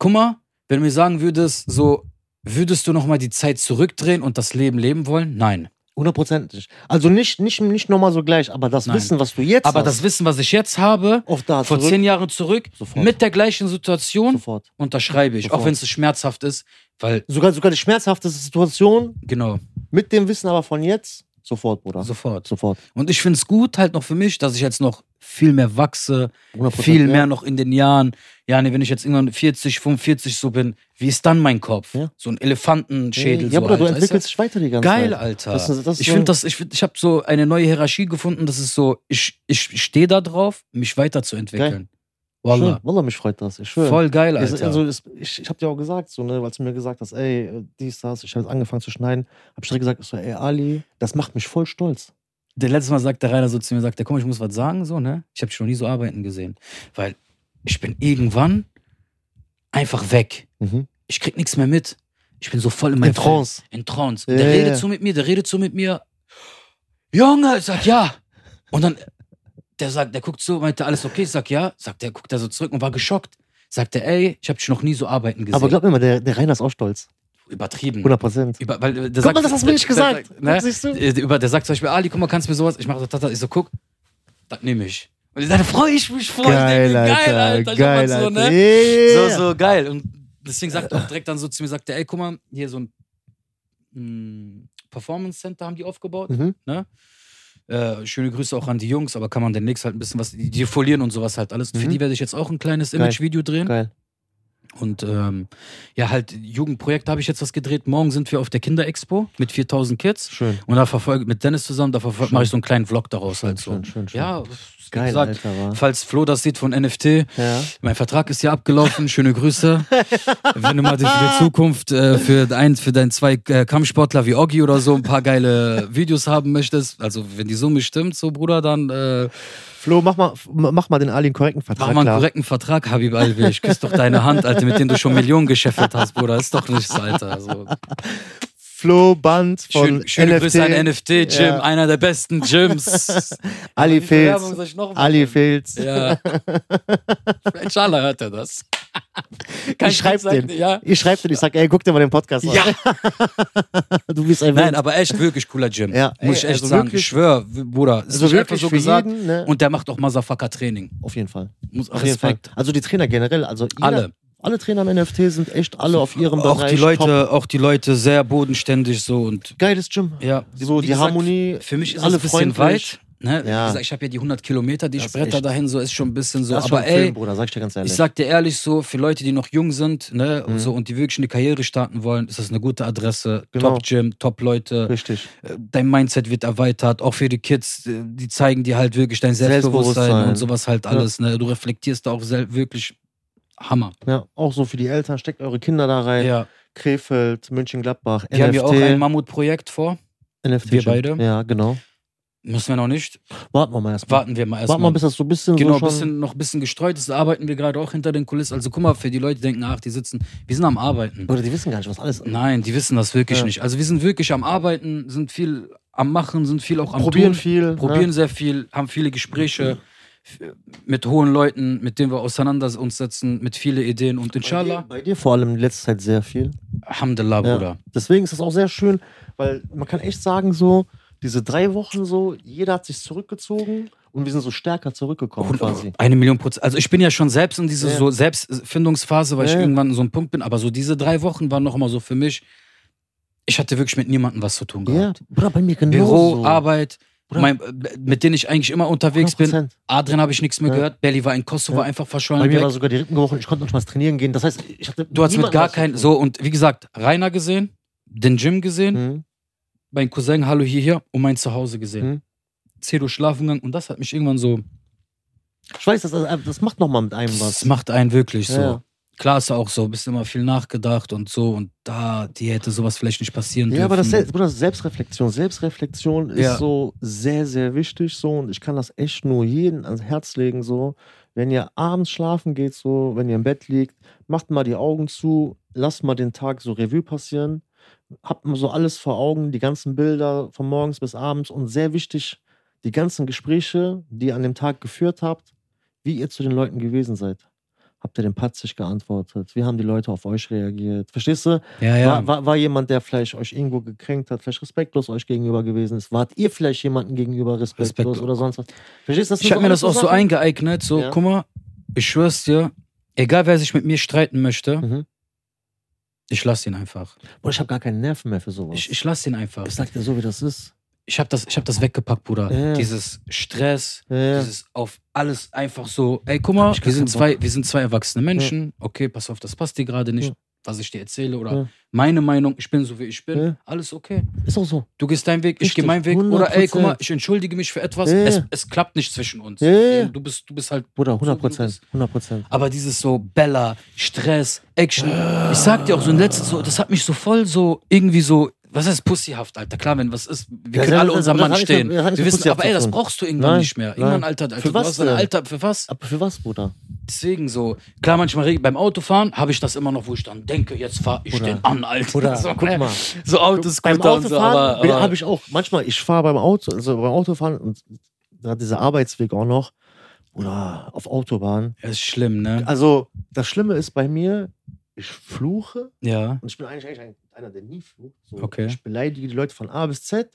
[SPEAKER 1] Guck mal, wenn du mir sagen würdest, so würdest du noch mal die Zeit zurückdrehen und das Leben leben wollen? Nein.
[SPEAKER 2] Hundertprozentig. Also nicht, nicht, nicht nochmal so gleich, aber das
[SPEAKER 1] Nein.
[SPEAKER 2] Wissen, was du jetzt
[SPEAKER 1] Aber
[SPEAKER 2] hast,
[SPEAKER 1] das Wissen, was ich jetzt habe,
[SPEAKER 2] auf da
[SPEAKER 1] vor
[SPEAKER 2] zurück,
[SPEAKER 1] zehn Jahren zurück,
[SPEAKER 2] Sofort.
[SPEAKER 1] mit der gleichen Situation,
[SPEAKER 2] sofort.
[SPEAKER 1] unterschreibe ich.
[SPEAKER 2] Sofort.
[SPEAKER 1] Auch wenn es schmerzhaft ist, weil,
[SPEAKER 2] Sogar, sogar die schmerzhafteste Situation
[SPEAKER 1] genau,
[SPEAKER 2] mit dem Wissen aber von jetzt, sofort, Bruder.
[SPEAKER 1] sofort.
[SPEAKER 2] Sofort.
[SPEAKER 1] Und ich finde es gut halt noch für mich, dass ich jetzt noch viel mehr wachse,
[SPEAKER 2] 100%,
[SPEAKER 1] viel
[SPEAKER 2] ja.
[SPEAKER 1] mehr noch in den Jahren. Ja, nee, wenn ich jetzt irgendwann 40, 45 so bin, wie ist dann mein Kopf?
[SPEAKER 2] Ja.
[SPEAKER 1] So ein Elefantenschädel. so,
[SPEAKER 2] Ja, Bruder,
[SPEAKER 1] Alter.
[SPEAKER 2] du
[SPEAKER 1] Ist ja-
[SPEAKER 2] entwickelst dich weiter die ganze
[SPEAKER 1] Geil,
[SPEAKER 2] Zeit.
[SPEAKER 1] Alter.
[SPEAKER 2] Das ist- das ist
[SPEAKER 1] ich
[SPEAKER 2] so-
[SPEAKER 1] finde das, ich, find- ich habe so eine neue Hierarchie gefunden, das ist so, ich, ich stehe da drauf, mich weiterzuentwickeln. Wallah.
[SPEAKER 2] Schön. Wallah, mich freut das. Ich schwöre.
[SPEAKER 1] Voll geil,
[SPEAKER 2] Es-
[SPEAKER 1] Alter.
[SPEAKER 2] Also, es- ich ich habe dir auch gesagt, so, ne, weil du mir gesagt hast, ey, äh, dies, das, ich habe jetzt angefangen zu schneiden, habe ich direkt gesagt, ich so, ey, Ali, das macht mich voll stolz.
[SPEAKER 1] der letzte Mal sagt der Rainer so zu mir, sagt er, komm, ich muss was sagen, so, ne? Ich habe dich noch nie so arbeiten gesehen. Weil ich bin irgendwann einfach weg.
[SPEAKER 2] Mhm.
[SPEAKER 1] Ich krieg nichts mehr mit. Ich bin so voll in meinem
[SPEAKER 2] In Trance.
[SPEAKER 1] In Trance.
[SPEAKER 2] Ja,
[SPEAKER 1] Der
[SPEAKER 2] ja,
[SPEAKER 1] redet
[SPEAKER 2] ja.
[SPEAKER 1] so mit mir, der redet so mit mir. Junge, ich sag ja. Und dann, der sagt, der guckt so, meinte, alles okay? Ich sag ja. Sagt der, guckt er so zurück und war geschockt. Sagt er, ey, ich habe dich noch nie so arbeiten gesehen.
[SPEAKER 2] Aber glaub mir mal, der, der Rainer ist auch stolz.
[SPEAKER 1] Übertrieben.
[SPEAKER 2] 100 Prozent.
[SPEAKER 1] Über, weil, äh, der
[SPEAKER 2] Guck
[SPEAKER 1] sagt,
[SPEAKER 2] mal, das hast du mir nicht
[SPEAKER 1] der- der-
[SPEAKER 2] gesagt.
[SPEAKER 1] Ne?
[SPEAKER 2] Siehst du?
[SPEAKER 1] Äh, Über, der sagt zum Beispiel, Ali, guck mal, kannst du mir sowas? Ich mache so, tata, ich so, guck, das nehme ich. Und ich- dann freue ich mich voll. ich denke, geil, Alter. Ich hab mal so, ne?
[SPEAKER 2] Yeah.
[SPEAKER 1] So, so geil. Und deswegen sagt er auch direkt dann so zu mir, sagt er, ey, guck mal, hier so ein mm, Performance Center haben die aufgebaut.
[SPEAKER 2] Mhm.
[SPEAKER 1] Äh, schöne Grüße auch an die Jungs, aber kann man demnächst halt ein bisschen was, die, die folieren und sowas halt alles. Für
[SPEAKER 2] Mhm.
[SPEAKER 1] die werde ich jetzt auch ein kleines
[SPEAKER 2] Geil.
[SPEAKER 1] Image-Video drehen.
[SPEAKER 2] Geil.
[SPEAKER 1] Und ähm, ja, halt Jugendprojekte habe ich jetzt was gedreht. Morgen sind wir auf der Kinderexpo mit 4000 Kids.
[SPEAKER 2] Schön.
[SPEAKER 1] Und da verfolge mit Dennis zusammen, da verfolge
[SPEAKER 2] Schön.
[SPEAKER 1] mache ich so einen kleinen Vlog daraus halt so.
[SPEAKER 2] Schön, schön, schön.
[SPEAKER 1] Ja, wie
[SPEAKER 2] Geil,
[SPEAKER 1] gesagt,
[SPEAKER 2] Alter, war.
[SPEAKER 1] falls Flo das sieht von NFT,
[SPEAKER 2] Ja.
[SPEAKER 1] mein Vertrag ist ja abgelaufen. Schöne Grüße. Wenn du mal für die Zukunft äh, für, ein, für deinen zwei äh, Kampfsportler wie Oggi oder so ein paar geile Videos haben möchtest, also wenn die Summe stimmt, so Bruder, dann äh,
[SPEAKER 2] Flo, mach mal, mach mal den Ali einen korrekten Vertrag.
[SPEAKER 1] mach mal einen
[SPEAKER 2] klar.
[SPEAKER 1] korrekten Vertrag, Habib Albi. Ich küsse doch deine Hand, Alter, mit denen du schon Millionen gescheffelt hast, Bruder. Ist doch nichts, Alter. Also,
[SPEAKER 2] Flo Band von
[SPEAKER 1] schön, schöne
[SPEAKER 2] NFT.
[SPEAKER 1] Grüße an NFT Gym,
[SPEAKER 2] Ja.
[SPEAKER 1] einer der besten Gyms.
[SPEAKER 2] Ali
[SPEAKER 1] Wie viel Werbung
[SPEAKER 2] Filz.
[SPEAKER 1] soll ich noch machen?
[SPEAKER 2] Ali Filz.
[SPEAKER 1] Ja. Vielleicht Schala hört er das. Kann
[SPEAKER 2] Ich schreib
[SPEAKER 1] sagen,
[SPEAKER 2] den.
[SPEAKER 1] Ja.
[SPEAKER 2] Ich schreib dir, ich sag, ey, guck dir mal den Podcast an.
[SPEAKER 1] Ja.
[SPEAKER 2] Du bist ein
[SPEAKER 1] Nein, aber echt wirklich cooler Gym.
[SPEAKER 2] Ja.
[SPEAKER 1] Muss ich
[SPEAKER 2] Ey,
[SPEAKER 1] echt
[SPEAKER 2] also
[SPEAKER 1] sagen.
[SPEAKER 2] wirklich-
[SPEAKER 1] ich schwör, w- Bruder. Ist
[SPEAKER 2] Also
[SPEAKER 1] nicht einfach
[SPEAKER 2] wirklich
[SPEAKER 1] so
[SPEAKER 2] für
[SPEAKER 1] gesagt.
[SPEAKER 2] jeden, ne?
[SPEAKER 1] Und der macht auch Motherfucker Training.
[SPEAKER 2] auf jeden Fall.
[SPEAKER 1] Muss
[SPEAKER 2] Auf jeden Fall.
[SPEAKER 1] Respekt.
[SPEAKER 2] Also die Trainer generell, also jeder,
[SPEAKER 1] Alle. Also
[SPEAKER 2] alle Trainer im NFT sind echt alle auf ihrem
[SPEAKER 1] Auch
[SPEAKER 2] Bereich.
[SPEAKER 1] die
[SPEAKER 2] Top.
[SPEAKER 1] Leute, auch die Leute sehr bodenständig so und
[SPEAKER 2] Geiles Gym.
[SPEAKER 1] ja.
[SPEAKER 2] So,
[SPEAKER 1] Wie
[SPEAKER 2] die Harmonie,
[SPEAKER 1] Für mich ist
[SPEAKER 2] alle
[SPEAKER 1] es ein bisschen
[SPEAKER 2] freundlich.
[SPEAKER 1] weit. Ne?
[SPEAKER 2] Ja.
[SPEAKER 1] Wie gesagt, ich habe ja die 100 Kilometer, die ich
[SPEAKER 2] Das ist
[SPEAKER 1] bretter
[SPEAKER 2] echt-
[SPEAKER 1] dahin, so ist schon ein bisschen so.
[SPEAKER 2] das ist
[SPEAKER 1] Aber
[SPEAKER 2] schon ein Film,
[SPEAKER 1] ey,
[SPEAKER 2] Bruder, ne? sag ich dir ganz ehrlich.
[SPEAKER 1] Ich sag dir ehrlich so, für Leute, die noch jung sind ne,
[SPEAKER 2] Mhm.
[SPEAKER 1] und, so, und die wirklich eine Karriere starten wollen, ist das eine gute Adresse.
[SPEAKER 2] Genau.
[SPEAKER 1] Top-Gym, Top-Leute.
[SPEAKER 2] Richtig.
[SPEAKER 1] Äh, Dein Mindset wird erweitert. Auch für die Kids, äh, die zeigen dir halt wirklich dein Selbstbewusstsein,
[SPEAKER 2] Selbstbewusstsein.
[SPEAKER 1] und sowas halt alles. Ne? Du reflektierst da auch sel- wirklich Hammer.
[SPEAKER 2] Ja, auch so für die Eltern, steckt eure Kinder da rein.
[SPEAKER 1] Ja.
[SPEAKER 2] Krefeld, Mönchengladbach,
[SPEAKER 1] Wir haben
[SPEAKER 2] NFT.
[SPEAKER 1] ja auch ein Mammutprojekt vor.
[SPEAKER 2] NFT
[SPEAKER 1] wir
[SPEAKER 2] Gym.
[SPEAKER 1] beide.
[SPEAKER 2] Ja, genau.
[SPEAKER 1] Müssen wir noch nicht.
[SPEAKER 2] Warten wir mal erstmal.
[SPEAKER 1] Warten wir mal erstmal.
[SPEAKER 2] Warten wir mal, bis das so ein bisschen
[SPEAKER 1] Genau,
[SPEAKER 2] so schon...
[SPEAKER 1] bisschen, noch ein bisschen gestreut ist. Da arbeiten wir gerade auch hinter den Kulissen. Also guck mal, für die Leute die denken, ach, die sitzen. Wir sind am Arbeiten.
[SPEAKER 2] Oder die wissen gar nicht, was alles...
[SPEAKER 1] Nein, die wissen das wirklich
[SPEAKER 2] Ja.
[SPEAKER 1] nicht. Also wir sind wirklich am Arbeiten, sind viel am Machen, sind viel auch am
[SPEAKER 2] probieren
[SPEAKER 1] Tun,
[SPEAKER 2] viel.
[SPEAKER 1] probieren
[SPEAKER 2] Ne?
[SPEAKER 1] sehr viel, haben viele Gespräche f- mit hohen Leuten, mit denen wir auseinander uns setzen, mit vielen Ideen und
[SPEAKER 2] Bei dir,
[SPEAKER 1] inshallah,
[SPEAKER 2] bei dir vor allem in letzter Zeit sehr viel.
[SPEAKER 1] Alhamdulillah,
[SPEAKER 2] Ja.
[SPEAKER 1] Bruder.
[SPEAKER 2] Deswegen ist das auch sehr schön, weil man kann echt sagen, so diese drei Wochen so, jeder hat sich zurückgezogen und wir sind so stärker zurückgekommen
[SPEAKER 1] Und
[SPEAKER 2] quasi.
[SPEAKER 1] Eine Million Prozent. Also ich bin ja schon selbst in diese
[SPEAKER 2] Ja.
[SPEAKER 1] so Selbstfindungsphase, weil
[SPEAKER 2] Ja.
[SPEAKER 1] ich irgendwann in so einem Punkt bin. Aber so diese drei Wochen waren noch immer so für mich. Ich hatte wirklich mit niemandem was zu tun
[SPEAKER 2] Ja,
[SPEAKER 1] gehabt.
[SPEAKER 2] Bruder, bei mir genauso.
[SPEAKER 1] Büro, Arbeit,
[SPEAKER 2] Bruder.
[SPEAKER 1] mein, mit denen ich eigentlich immer unterwegs bin.
[SPEAKER 2] 100%.
[SPEAKER 1] Adrian habe ich nichts mehr
[SPEAKER 2] Ja.
[SPEAKER 1] gehört. Belly war in Kosovo
[SPEAKER 2] Ja.
[SPEAKER 1] einfach
[SPEAKER 2] Bei
[SPEAKER 1] verschollen.
[SPEAKER 2] mir
[SPEAKER 1] Weg.
[SPEAKER 2] war sogar die Rippen gebrochen, ich konnte nicht mal trainieren gehen. Das heißt, ich hatte
[SPEAKER 1] Du hast mit
[SPEAKER 2] niemandem
[SPEAKER 1] gar
[SPEAKER 2] was zu
[SPEAKER 1] keinen.
[SPEAKER 2] tun.
[SPEAKER 1] So, und wie gesagt, Rainer gesehen, den Gym gesehen,
[SPEAKER 2] Mhm.
[SPEAKER 1] mein Cousin, hallo hier, hier, und mein Zuhause gesehen.
[SPEAKER 2] Mhm.
[SPEAKER 1] Cedo schlafen gegangen und das hat mich irgendwann so.
[SPEAKER 2] Ich weiß, das, das macht nochmal mit einem
[SPEAKER 1] Das
[SPEAKER 2] was.
[SPEAKER 1] macht einen wirklich so.
[SPEAKER 2] Ja, ja.
[SPEAKER 1] Klar ist auch so, bist immer viel nachgedacht und so und da, dir hätte sowas vielleicht nicht passieren dürfen. ne?
[SPEAKER 2] Ja, aber das, Sel- Bruder, Selbstreflexion. Selbstreflexion ist
[SPEAKER 1] Ja.
[SPEAKER 2] so sehr, sehr wichtig so und ich kann das echt nur jedem ans Herz legen so. Wenn ihr abends schlafen geht so, wenn ihr im Bett liegt, macht mal die Augen zu, lasst mal den Tag so Revue passieren, habt mal so alles vor Augen, die ganzen Bilder von morgens bis abends und sehr wichtig, die ganzen Gespräche, die ihr an dem Tag geführt habt, wie ihr zu den Leuten gewesen seid. habt ihr denn patzig geantwortet? Wie haben die Leute auf euch reagiert? Verstehst du?
[SPEAKER 1] Ja,
[SPEAKER 2] War, war, war jemand, der vielleicht euch irgendwo gekränkt hat, vielleicht respektlos euch gegenüber gewesen ist? Wart ihr vielleicht jemandem gegenüber respektlos,
[SPEAKER 1] Respektlos.
[SPEAKER 2] oder sonst was? Verstehst du? sind
[SPEAKER 1] Ich habe mir
[SPEAKER 2] alles
[SPEAKER 1] das auch so
[SPEAKER 2] Sachen-
[SPEAKER 1] eingeeignet, so,
[SPEAKER 2] Ja.
[SPEAKER 1] guck mal, ich schwör's dir, egal wer sich mit mir streiten möchte,
[SPEAKER 2] Mhm.
[SPEAKER 1] ich lass ihn einfach.
[SPEAKER 2] Boah, ich habe gar keine Nerven mehr für sowas.
[SPEAKER 1] Ich,
[SPEAKER 2] Ich,
[SPEAKER 1] ich lass ihn einfach.
[SPEAKER 2] sag dir so, wie das ist.
[SPEAKER 1] Ich habe das, ich hab das weggepackt, Bruder.
[SPEAKER 2] Ja.
[SPEAKER 1] Dieses Stress,
[SPEAKER 2] Ja, ja.
[SPEAKER 1] dieses auf alles einfach so, ey, guck mal,
[SPEAKER 2] hab ich gar
[SPEAKER 1] wir sind,
[SPEAKER 2] keinen
[SPEAKER 1] zwei, wir sind zwei erwachsene Menschen, okay, pass auf, das passt dir gerade nicht,
[SPEAKER 2] Ja.
[SPEAKER 1] was ich dir erzähle oder
[SPEAKER 2] Ja.
[SPEAKER 1] meine Meinung, ich bin so, wie ich bin,
[SPEAKER 2] Ja.
[SPEAKER 1] alles okay.
[SPEAKER 2] Ist auch so.
[SPEAKER 1] Du gehst deinen Weg, ich gehe
[SPEAKER 2] Richtig,
[SPEAKER 1] meinen Weg. Oder ey, guck mal,
[SPEAKER 2] 100%.
[SPEAKER 1] ich entschuldige mich für etwas.
[SPEAKER 2] Ja.
[SPEAKER 1] Es, es klappt nicht zwischen uns.
[SPEAKER 2] Ja.
[SPEAKER 1] Du, bist, du bist halt.
[SPEAKER 2] Bruder, 100
[SPEAKER 1] So wie du bist.
[SPEAKER 2] Prozent. 100 Prozent.
[SPEAKER 1] Aber dieses so Bella, Stress, Action. Ich sag dir auch so ein letztes, so, das hat mich so voll so irgendwie so. Was heißt pussyhaft, Alter? Klar, wenn was ist, wir
[SPEAKER 2] Ja,
[SPEAKER 1] können
[SPEAKER 2] das-
[SPEAKER 1] alle
[SPEAKER 2] das-
[SPEAKER 1] unserem
[SPEAKER 2] das
[SPEAKER 1] Mann
[SPEAKER 2] hat nichts
[SPEAKER 1] stehen.
[SPEAKER 2] mit- das hat nichts
[SPEAKER 1] Wir
[SPEAKER 2] mit
[SPEAKER 1] wissen,
[SPEAKER 2] Pussy
[SPEAKER 1] aber ey, das
[SPEAKER 2] abzuführen.
[SPEAKER 1] brauchst du irgendwann
[SPEAKER 2] Nein,
[SPEAKER 1] nicht mehr. Irgendwann,
[SPEAKER 2] nein.
[SPEAKER 1] Alter, Alter
[SPEAKER 2] Für
[SPEAKER 1] du
[SPEAKER 2] was
[SPEAKER 1] hast dein
[SPEAKER 2] denn?
[SPEAKER 1] Alter, für was?
[SPEAKER 2] Aber für was, Bruder?
[SPEAKER 1] Deswegen so. Klar, manchmal reg- beim Autofahren habe ich das immer noch, wo ich dann denke, jetzt fahr ich
[SPEAKER 2] Oder-
[SPEAKER 1] den an, Alter.
[SPEAKER 2] Oder,
[SPEAKER 1] so,
[SPEAKER 2] guck
[SPEAKER 1] ne?
[SPEAKER 2] mal.
[SPEAKER 1] So Autoscooter
[SPEAKER 2] Beim
[SPEAKER 1] und so, aber.
[SPEAKER 2] Autofahren
[SPEAKER 1] aber
[SPEAKER 2] habe ich auch, manchmal, ich fahre beim Auto, also beim Autofahren und da dieser Arbeitsweg auch noch, oder auf Autobahn.
[SPEAKER 1] Ja, ist schlimm, ne?
[SPEAKER 2] Also, das Schlimme ist bei mir, ich fluche
[SPEAKER 1] Ja.
[SPEAKER 2] und ich bin eigentlich, eigentlich ein- einer, der nie flucht. So,
[SPEAKER 1] Okay.
[SPEAKER 2] Ich beleidige die Leute von A bis Z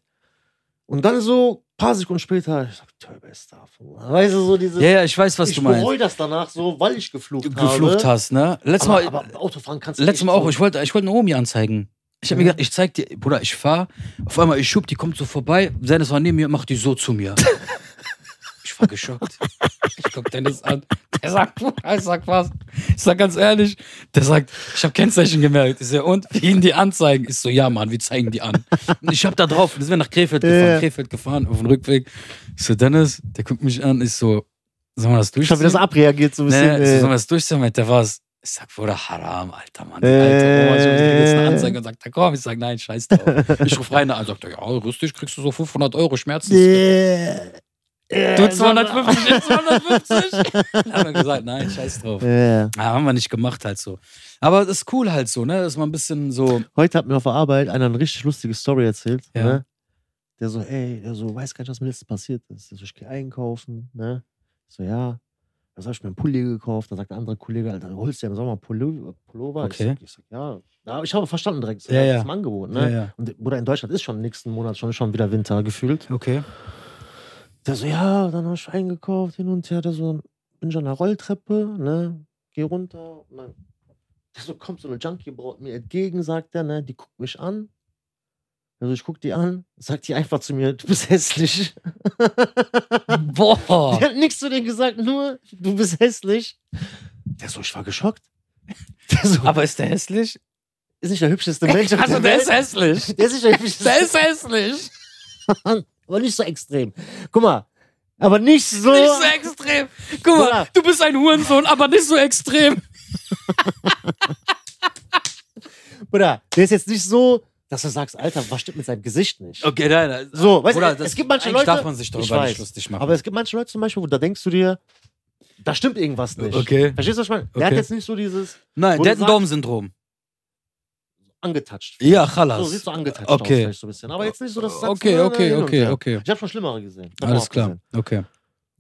[SPEAKER 2] und dann so ein paar Sekunden später, ich sag, Töbe ist da. Weißt du, so dieses,
[SPEAKER 1] Ja, ja, ich weiß, was
[SPEAKER 2] ich
[SPEAKER 1] du meinst.
[SPEAKER 2] bereue das danach so, weil ich geflucht,
[SPEAKER 1] Du
[SPEAKER 2] habe.
[SPEAKER 1] geflucht hast, ne? Letztes
[SPEAKER 2] Aber,
[SPEAKER 1] Mal,
[SPEAKER 2] aber Autofahren kannst du
[SPEAKER 1] letztes
[SPEAKER 2] nicht
[SPEAKER 1] Mal
[SPEAKER 2] so.
[SPEAKER 1] auch, ich wollte, ich wollte eine Omi anzeigen. Ich habe mir
[SPEAKER 2] Mhm.
[SPEAKER 1] gedacht, ich zeig dir, Bruder, ich fahr, auf einmal ich schub, die kommt so vorbei, Dennis war neben mir, macht die so zu mir. ich war geschockt. Ich guck Dennis an, der sagt, Bruder, ich sag was. Ich sag ganz ehrlich, der sagt, ich habe Kennzeichen gemerkt. Ich so, und, wir gehen die anzeigen? Ich so, ja, Mann, wir zeigen die an. Und ich hab da drauf, wir sind nach Krefeld
[SPEAKER 2] Ja,
[SPEAKER 1] gefahren,
[SPEAKER 2] ja.
[SPEAKER 1] Krefeld gefahren, auf dem Rückweg. Ich so, Dennis, der guckt mich an, ich so, sag mal, das
[SPEAKER 2] Ich habe
[SPEAKER 1] durchziehen?
[SPEAKER 2] das abreagiert so ein bisschen.
[SPEAKER 1] Nee,
[SPEAKER 2] äh,
[SPEAKER 1] nee. Ne, sollen wir das durchziehen? Meint der was? Ich sag, Bruder, haram, alter Mann. Die
[SPEAKER 2] Äh.
[SPEAKER 1] alte Oma, ich hab jetzt eine Anzeige und sagt, da komm. Ich sag, nein, scheiß drauf. Ich ruf Rainer an, sagt er, ja, rüst dich, kriegst du so 500 Euro Schmerzen.
[SPEAKER 2] äh, äh,
[SPEAKER 1] Du 250, ich 250. haben wir gesagt, nein, scheiß drauf.
[SPEAKER 2] Äh.
[SPEAKER 1] Ja, haben wir nicht gemacht halt so. Aber das ist cool halt so, ne? Dass man ein bisschen so,
[SPEAKER 2] Heute hat mir auf der Arbeit einer eine richtig lustige Story erzählt.
[SPEAKER 1] Ja.
[SPEAKER 2] Ne? Der so, ey, der so, weiß gar nicht, was mir letztens passiert ist. Der so, ich gehe einkaufen, ne? Ich so, ja. Was habe ich mir einen Pulli gekauft? Dann sagt der andere Kollege, Alter, holst du ja im Sommer Pullo- Pullover?
[SPEAKER 1] Okay.
[SPEAKER 2] Ich sag, ich sag, ja. Na, aber ich habe verstanden direkt. So,
[SPEAKER 1] Ja,
[SPEAKER 2] ja,
[SPEAKER 1] ja.
[SPEAKER 2] Das ist ein Angebot, ne?
[SPEAKER 1] ja, ja.
[SPEAKER 2] Und Bruder, in Deutschland ist schon nächsten Monat schon, schon wieder Winter gefühlt.
[SPEAKER 1] Okay.
[SPEAKER 2] Der so, ja, dann hab ich eingekauft, hin und her. Der so, bin schon an der Rolltreppe, ne? Geh runter. Und dann, der so, kommt so eine Junkie-Braut mir entgegen, sagt er, ne? Die guckt mich an. Also ich guck die an, sagt die einfach zu mir, du bist hässlich.
[SPEAKER 1] Boah.
[SPEAKER 2] Die hat nichts zu denen gesagt, nur, du bist hässlich. Der so, ich war geschockt. Der so,
[SPEAKER 1] Aber ist der hässlich?
[SPEAKER 2] ist nicht der hübscheste Mensch. auf
[SPEAKER 1] Also, der
[SPEAKER 2] Welt.
[SPEAKER 1] ist hässlich.
[SPEAKER 2] Der ist nicht der hübscheste.
[SPEAKER 1] Der ist hässlich.
[SPEAKER 2] aber nicht so extrem. Guck mal, aber nicht so.
[SPEAKER 1] Nicht so extrem. Guck mal,
[SPEAKER 2] Bruder.
[SPEAKER 1] du bist ein Hurensohn, aber nicht so extrem.
[SPEAKER 2] Bruder, der ist jetzt nicht so, dass du sagst, Alter, was stimmt mit seinem Gesicht nicht?
[SPEAKER 1] Okay, nein, nein.
[SPEAKER 2] So, weißt
[SPEAKER 1] Bruder,
[SPEAKER 2] du,
[SPEAKER 1] das-
[SPEAKER 2] es gibt manche
[SPEAKER 1] eigentlich
[SPEAKER 2] Leute.
[SPEAKER 1] darf man sich darüber
[SPEAKER 2] ich
[SPEAKER 1] nicht
[SPEAKER 2] weiß,
[SPEAKER 1] lustig machen.
[SPEAKER 2] Aber es gibt manche Leute zum Beispiel, wo da denkst du dir, da stimmt irgendwas nicht.
[SPEAKER 1] Okay.
[SPEAKER 2] Verstehst du, was ich meine? Der
[SPEAKER 1] Okay.
[SPEAKER 2] hat jetzt nicht so dieses
[SPEAKER 1] Nein,
[SPEAKER 2] Wo
[SPEAKER 1] der hat
[SPEAKER 2] du
[SPEAKER 1] ein
[SPEAKER 2] sagst-
[SPEAKER 1] Daumensyndrom.
[SPEAKER 2] angetatscht.
[SPEAKER 1] Ja,
[SPEAKER 2] So
[SPEAKER 1] Chalas.
[SPEAKER 2] sieht so angetatscht aus,
[SPEAKER 1] Okay.
[SPEAKER 2] vielleicht so ein bisschen. Aber jetzt nicht so, dass du sagst,
[SPEAKER 1] okay,
[SPEAKER 2] ne, ne,
[SPEAKER 1] okay,
[SPEAKER 2] hin und
[SPEAKER 1] okay,
[SPEAKER 2] her.
[SPEAKER 1] okay.
[SPEAKER 2] Ich habe schon Schlimmere gesehen. Davon
[SPEAKER 1] Alles
[SPEAKER 2] auch
[SPEAKER 1] klar.
[SPEAKER 2] gesehen.
[SPEAKER 1] Okay.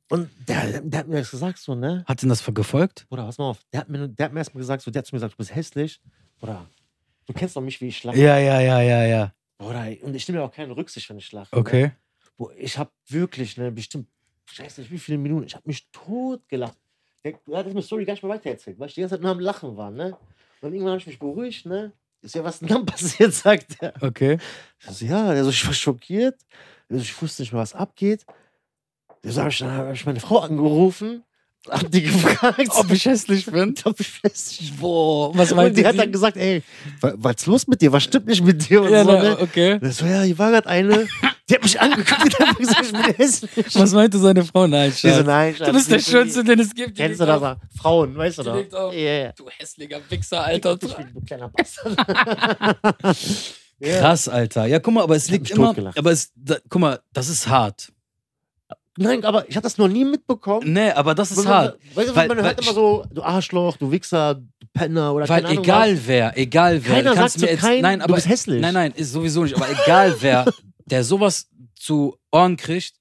[SPEAKER 2] Und der, der hat mir das gesagt, so, ne?
[SPEAKER 1] Hat ihn das vergefolgt?
[SPEAKER 2] Bruder, pass mal auf. Der hat mir, der hat mir erstmal gesagt, so, der hat zu mir gesagt, du bist hässlich. Bruder, du kennst doch mich, wie ich schlafe.
[SPEAKER 1] Ja, ja, ja, ja, ja.
[SPEAKER 2] Bruder, und ich nehme ja auch keine Rücksicht, wenn ich schlafe. Ne?
[SPEAKER 1] Okay.
[SPEAKER 2] Boah, ich habe wirklich, ne, bestimmt, ich weiß nicht, wie viele Minuten, ich habe mich tot gelacht. Der, der hat mir die Story gar nicht mehr weitererzählt, weil ich die ganze Zeit nur am Lachen war, ne? Und irgendwann habe ich mich beruhigt, ne? Ist ja was denn dann passiert, sagt er.
[SPEAKER 1] Okay.
[SPEAKER 2] Ich so, ja, also ich war schockiert. Also ich wusste nicht mehr, was abgeht. Also habe ich, dann hab ich meine Frau angerufen, hab die gefragt,
[SPEAKER 1] Ob ich hässlich bin?
[SPEAKER 2] ob ich hässlich
[SPEAKER 1] Boah, was
[SPEAKER 2] und
[SPEAKER 1] meint
[SPEAKER 2] die hat dann gesagt, ey, wa- was ist los mit dir? Was stimmt nicht mit dir? Und
[SPEAKER 1] ja, genau.
[SPEAKER 2] so,
[SPEAKER 1] na,
[SPEAKER 2] ne?
[SPEAKER 1] okay.
[SPEAKER 2] Und so, ja, hier war gerade eine, die hat mich angeguckt und hat mir gesagt, ich bin hässlich.
[SPEAKER 1] Was meinte seine Frau? Nein,
[SPEAKER 2] Die so,
[SPEAKER 1] Schatz.
[SPEAKER 2] nein, Schatz,
[SPEAKER 1] Du bist
[SPEAKER 2] die-
[SPEAKER 1] der Schönste, den es gibt. Die
[SPEAKER 2] Kennst du
[SPEAKER 1] liegt
[SPEAKER 2] das?
[SPEAKER 1] auf.
[SPEAKER 2] mal? Frauen, weißt du
[SPEAKER 1] Die
[SPEAKER 2] doch.
[SPEAKER 1] liegt auf.
[SPEAKER 2] Ja, ja.
[SPEAKER 1] Du hässlicher Wichser, Alter.
[SPEAKER 2] Ich bin ein kleiner Bastard. Ja.
[SPEAKER 1] Krass, Alter. Ja, guck mal, aber es
[SPEAKER 2] Ich hab
[SPEAKER 1] liegt
[SPEAKER 2] mich
[SPEAKER 1] immer.
[SPEAKER 2] totgelacht.
[SPEAKER 1] Aber es, da, guck mal, das ist hart.
[SPEAKER 2] Nein, aber ich habe das noch nie mitbekommen.
[SPEAKER 1] Nee, aber das ist
[SPEAKER 2] Weil man-
[SPEAKER 1] hart.
[SPEAKER 2] Weißt du,
[SPEAKER 1] Weil-
[SPEAKER 2] weil, man hört
[SPEAKER 1] weil-
[SPEAKER 2] immer so, du Arschloch, du Wichser, du Penner oder
[SPEAKER 1] Weil
[SPEAKER 2] keine Ahnung
[SPEAKER 1] egal wer, egal
[SPEAKER 2] was.
[SPEAKER 1] wer,
[SPEAKER 2] Keiner
[SPEAKER 1] du
[SPEAKER 2] sagt
[SPEAKER 1] kannst
[SPEAKER 2] zu
[SPEAKER 1] mir jetzt,
[SPEAKER 2] keinem,
[SPEAKER 1] nein,
[SPEAKER 2] du
[SPEAKER 1] aber
[SPEAKER 2] bist hässlich.
[SPEAKER 1] Nein, nein, ist sowieso nicht. Aber egal wer, der sowas zu Ohren kriegt,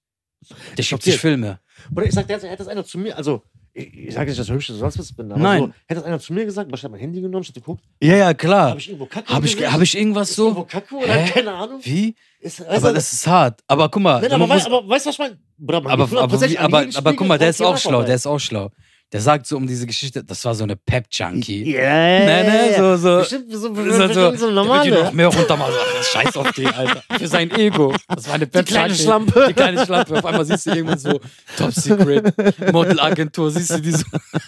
[SPEAKER 1] der schickt sich
[SPEAKER 2] Schockiert.
[SPEAKER 1] Filme.
[SPEAKER 2] Oder ich sag dir, er hat das einer zu mir, also ich, ich sage nicht, dass ich hübsch oder sonst was bin, aber
[SPEAKER 1] Nein.
[SPEAKER 2] so, hätte das einer zu mir gesagt, aber ich habe mein Handy genommen, ich hätte geguckt,
[SPEAKER 1] Ja, ja, klar.
[SPEAKER 2] habe ich irgendwo Kacke
[SPEAKER 1] Habe ich,
[SPEAKER 2] gesehen?
[SPEAKER 1] hab ich irgendwas
[SPEAKER 2] Ist irgendwo
[SPEAKER 1] so?
[SPEAKER 2] Kacke oder
[SPEAKER 1] Hä?
[SPEAKER 2] keine Ahnung?
[SPEAKER 1] Wie?
[SPEAKER 2] Ist, weißt
[SPEAKER 1] Aber
[SPEAKER 2] du,
[SPEAKER 1] das ist hart. Aber guck mal,
[SPEAKER 2] Nein,
[SPEAKER 1] man
[SPEAKER 2] aber,
[SPEAKER 1] muss-
[SPEAKER 2] weißt, aber weißt du, was ich meine? Bruder, man
[SPEAKER 1] aber,
[SPEAKER 2] geht
[SPEAKER 1] aber,
[SPEAKER 2] 100%
[SPEAKER 1] wie,
[SPEAKER 2] am
[SPEAKER 1] aber,
[SPEAKER 2] Gegenspiegel
[SPEAKER 1] aber guck mal, der
[SPEAKER 2] vom
[SPEAKER 1] ist auch
[SPEAKER 2] Thema
[SPEAKER 1] schlau, der
[SPEAKER 2] vorbei.
[SPEAKER 1] ist auch schlau. Der sagt so um diese Geschichte, das war so eine Pep-Junkie.
[SPEAKER 2] Ja, ja,
[SPEAKER 1] Ne,
[SPEAKER 2] ja,
[SPEAKER 1] ne,
[SPEAKER 2] ja.
[SPEAKER 1] so, so.
[SPEAKER 2] Bestimmt so,
[SPEAKER 1] Das ist halt so,
[SPEAKER 2] bestimmt so,
[SPEAKER 1] der wird
[SPEAKER 2] normale.
[SPEAKER 1] dir noch mehr runter machen. Scheiß auf den, Alter. Für sein Ego. Das war eine
[SPEAKER 2] die
[SPEAKER 1] Pep
[SPEAKER 2] kleine
[SPEAKER 1] Junkie.
[SPEAKER 2] Schlampe.
[SPEAKER 1] Die kleine Schlampe. Auf einmal siehst du irgendwann so Top Secret, Modelagentur, siehst du die so.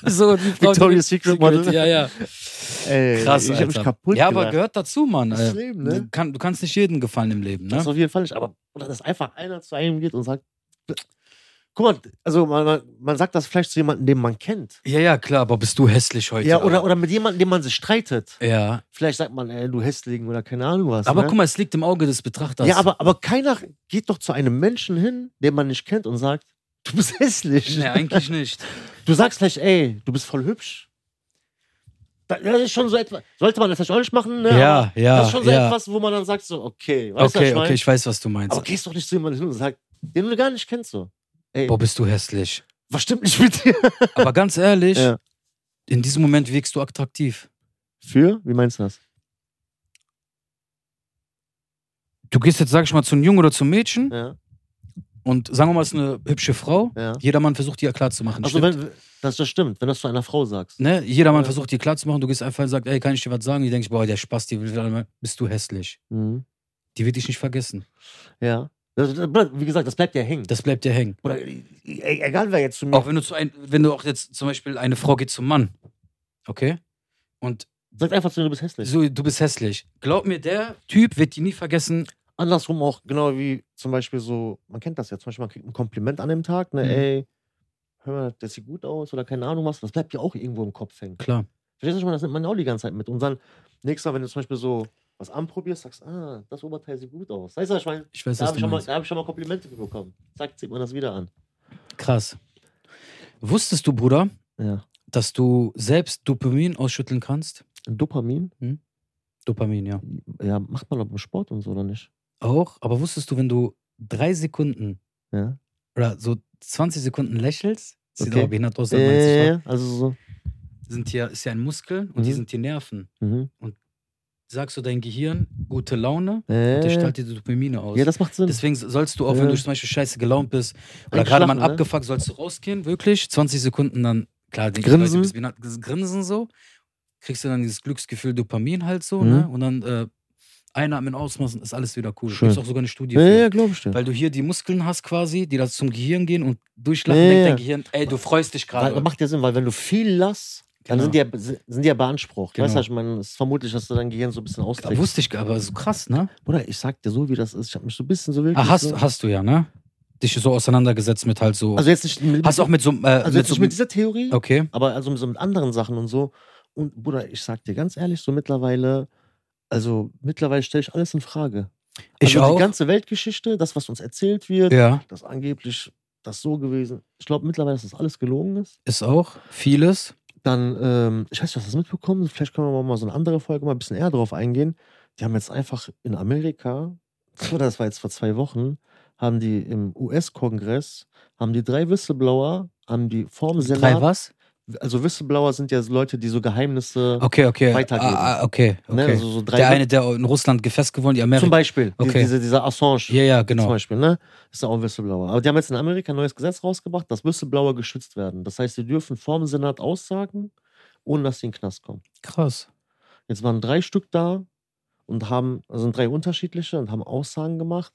[SPEAKER 1] so die Frau-
[SPEAKER 2] Victoria's Secret Model.
[SPEAKER 1] Ja, ja.
[SPEAKER 2] Ey,
[SPEAKER 1] Krass,
[SPEAKER 2] ich
[SPEAKER 1] Alter.
[SPEAKER 2] hab mich kaputt
[SPEAKER 1] Ja, aber
[SPEAKER 2] gelacht.
[SPEAKER 1] gehört dazu, Mann.
[SPEAKER 2] Das
[SPEAKER 1] Äh,
[SPEAKER 2] Leben, ne? Also-
[SPEAKER 1] du, kann, du kannst nicht jedem gefallen im Leben,
[SPEAKER 2] Das ist
[SPEAKER 1] ne?
[SPEAKER 2] auf jeden Fall nicht. Aber oder dass einfach einer zu einem geht und sagt, guck mal, also man, man, man sagt das vielleicht zu jemandem, den man kennt.
[SPEAKER 1] Ja, ja, klar, aber bist du hässlich heute?
[SPEAKER 2] Ja, oder, oder mit jemandem, den man sich streitet.
[SPEAKER 1] Ja.
[SPEAKER 2] Vielleicht sagt man, ey, du Hässling oder keine Ahnung was.
[SPEAKER 1] Aber
[SPEAKER 2] ne?
[SPEAKER 1] guck mal, es liegt im Auge des Betrachters.
[SPEAKER 2] ja, aber, aber keiner geht doch zu einem Menschen hin, den man nicht kennt und sagt, du bist hässlich.
[SPEAKER 1] Nee, eigentlich nicht.
[SPEAKER 2] Du sagst vielleicht, ey, du bist voll hübsch. Da- Das ist schon so etwas, sollte man das vielleicht auch nicht machen, ne?
[SPEAKER 1] Ja, ja,
[SPEAKER 2] Das ist schon so
[SPEAKER 1] ja.
[SPEAKER 2] etwas, wo man dann sagt, so, okay, weißt du, was
[SPEAKER 1] Okay,
[SPEAKER 2] ich mein?
[SPEAKER 1] okay, ich weiß, was du meinst.
[SPEAKER 2] Aber gehst doch nicht zu jemandem hin und sagst, den du gar nicht kennst, so. Ey,
[SPEAKER 1] Boah, bist du hässlich.
[SPEAKER 2] was stimmt nicht mit dir?
[SPEAKER 1] Aber ganz ehrlich,
[SPEAKER 2] Ja.
[SPEAKER 1] in diesem Moment wirkst du attraktiv.
[SPEAKER 2] Für? Wie meinst du das?
[SPEAKER 1] Du gehst jetzt, sag ich mal, zu einem Jungen oder zum Mädchen
[SPEAKER 2] Ja,
[SPEAKER 1] und sagen wir mal, es ist eine hübsche Frau.
[SPEAKER 2] ja.
[SPEAKER 1] Jedermann versucht dir klarzumachen.
[SPEAKER 2] Also,
[SPEAKER 1] stimmt?
[SPEAKER 2] wenn, das, das stimmt, wenn das zu einer Frau sagst.
[SPEAKER 1] ne? Jedermann
[SPEAKER 2] Ja.
[SPEAKER 1] versucht dir klarzumachen. Du gehst einfach und sagst, ey, kann ich dir was sagen? Die denkt, boah, der Spaß, die will wieder einmal, bist du hässlich.
[SPEAKER 2] Mhm.
[SPEAKER 1] Die wird dich nicht vergessen.
[SPEAKER 2] Ja. Das, das, bleibt- wie gesagt, das bleibt ja hängen.
[SPEAKER 1] Das bleibt dir hängen.
[SPEAKER 2] Oder, e- egal wer jetzt zu mir
[SPEAKER 1] Auch wenn du, zu ein, wenn du auch jetzt zum Beispiel eine Frau geht zum Mann. Okay? Und
[SPEAKER 2] sagt, einfach zu mir, du bist hässlich.
[SPEAKER 1] so, du bist hässlich. Glaub mir, der Typ wird die nie vergessen.
[SPEAKER 2] andersrum auch genau wie zum Beispiel so, man kennt das ja, zum Beispiel man kriegt ein Kompliment an dem Tag, ne,
[SPEAKER 1] Mhm.
[SPEAKER 2] ey, hör mal, das sieht gut aus oder keine Ahnung was, das bleibt ja auch irgendwo im Kopf hängen.
[SPEAKER 1] Klar.
[SPEAKER 2] Verstehst du schon mal, das nimmt man auch die ganze Zeit mit. Und dann, nächstes Mal, wenn du zum Beispiel so was anprobierst, sagst, ah, das Oberteil sieht gut aus. Weißt du, was ich meine,
[SPEAKER 1] Ich weiß,
[SPEAKER 2] da
[SPEAKER 1] was
[SPEAKER 2] habe
[SPEAKER 1] du
[SPEAKER 2] ich, schon mal-
[SPEAKER 1] meinst.
[SPEAKER 2] da hab ich schon mal Komplimente für bekommen. Zack, zieht man das wieder an.
[SPEAKER 1] Krass. Wusstest du, Bruder,
[SPEAKER 2] Ja.
[SPEAKER 1] dass du selbst Dopamin ausschütteln kannst?
[SPEAKER 2] Und Dopamin,
[SPEAKER 1] Dopamin, ja.
[SPEAKER 2] ja, macht man doch im Sport und so, oder nicht?
[SPEAKER 1] Auch, aber wusstest du, wenn du drei Sekunden
[SPEAKER 2] Ja.
[SPEAKER 1] oder so 20 Sekunden lächelst, sieht
[SPEAKER 2] Okay.
[SPEAKER 1] aber behindert aus, sagt man jetzt nicht,
[SPEAKER 2] Äh, also so.
[SPEAKER 1] sind hier, ist ja ein Muskel und die
[SPEAKER 2] Mhm.
[SPEAKER 1] sind die Nerven.
[SPEAKER 2] Mhm.
[SPEAKER 1] Sagst du dein Gehirn, gute Laune, und der
[SPEAKER 2] Äh,
[SPEAKER 1] strahlt dir die Dopamine aus.
[SPEAKER 2] ja, das macht Sinn.
[SPEAKER 1] Deswegen sollst du auch, wenn
[SPEAKER 2] Ja.
[SPEAKER 1] du zum Beispiel scheiße gelaunt bist oder gerade mal
[SPEAKER 2] Einschlafen, ne?
[SPEAKER 1] abgefuckt, sollst du rausgehen, wirklich, 20 Sekunden dann, klar, die
[SPEAKER 2] Grinsen.
[SPEAKER 1] Leute, bis- das Grinsen so, kriegst du dann dieses Glücksgefühl Dopamin halt so,
[SPEAKER 2] Mhm.
[SPEAKER 1] ne? Und dann äh, einatmen, ausmachen, ist alles wieder cool.
[SPEAKER 2] Schön.
[SPEAKER 1] Schön. Gibt's auch sogar eine Studie
[SPEAKER 2] ja,
[SPEAKER 1] für.
[SPEAKER 2] ja, glaube ich dir.
[SPEAKER 1] Weil du hier die Muskeln hast quasi, die das zum Gehirn gehen und durchlachen
[SPEAKER 2] Ja,
[SPEAKER 1] denkt
[SPEAKER 2] ja.
[SPEAKER 1] dein Gehirn, ey, du freust dich
[SPEAKER 2] Weil,
[SPEAKER 1] gerade.
[SPEAKER 2] macht ja Sinn, weil wenn du viel lass, dann
[SPEAKER 1] Genau.
[SPEAKER 2] sind die ja, sind die ja beansprucht.
[SPEAKER 1] Genau.
[SPEAKER 2] Weißt du, ich meine, es ist vermutlich, dass du dein Gehirn so ein bisschen
[SPEAKER 1] Da
[SPEAKER 2] austrägst.
[SPEAKER 1] wusste ich, aber so krass, ne?
[SPEAKER 2] Oder ich sag dir so, wie das ist. Ich habe mich so ein bisschen so wirklich.
[SPEAKER 1] Ah, hast,
[SPEAKER 2] so,
[SPEAKER 1] hast du ja, ne? Dich so auseinandergesetzt mit halt so.
[SPEAKER 2] also jetzt nicht mit,
[SPEAKER 1] hast auch mit so. Äh,
[SPEAKER 2] also jetzt
[SPEAKER 1] so
[SPEAKER 2] nicht mit dieser Theorie,
[SPEAKER 1] okay.
[SPEAKER 2] aber also so mit anderen Sachen und so. Und Bruder, ich sag dir ganz ehrlich, so mittlerweile, also mittlerweile stelle ich alles in Frage.
[SPEAKER 1] Ich
[SPEAKER 2] also
[SPEAKER 1] auch.
[SPEAKER 2] Die ganze Weltgeschichte, das, was uns erzählt wird,
[SPEAKER 1] ja,
[SPEAKER 2] das angeblich das so gewesen. Ich glaube mittlerweile, dass das alles gelogen ist.
[SPEAKER 1] ist auch. Vieles.
[SPEAKER 2] Dann, ähm, ich weiß nicht, hast du das mitbekommen? Vielleicht können wir mal so eine andere Folge mal ein bisschen eher drauf eingehen. Die haben jetzt einfach in Amerika, oder das war jetzt vor zwei Wochen, haben die im US-Kongress, haben die drei Whistleblower, haben die vorm
[SPEAKER 1] Drei
[SPEAKER 2] Senat,
[SPEAKER 1] was?
[SPEAKER 2] also Whistleblower sind ja Leute, die so Geheimnisse,
[SPEAKER 1] Okay, okay.
[SPEAKER 2] Weitergeben.
[SPEAKER 1] Ah, ah, okay, okay.
[SPEAKER 2] ne, also so drei,
[SPEAKER 1] der eine, der in Russland gefesselt geworden, die
[SPEAKER 2] zum
[SPEAKER 1] Amerika.
[SPEAKER 2] Beispiel,
[SPEAKER 1] Okay.
[SPEAKER 2] die, diese, dieser Assange
[SPEAKER 1] Ja, ja,
[SPEAKER 2] zum
[SPEAKER 1] genau.
[SPEAKER 2] Beispiel, ne, ist ja auch ein Whistleblower. Aber die haben jetzt in Amerika ein neues Gesetz rausgebracht, dass Whistleblower geschützt werden. Das heißt, sie dürfen vorm Senat aussagen, ohne dass sie in den Knast kommen.
[SPEAKER 1] Krass.
[SPEAKER 2] Jetzt waren drei Stück da und haben, also sind drei unterschiedliche und haben Aussagen gemacht.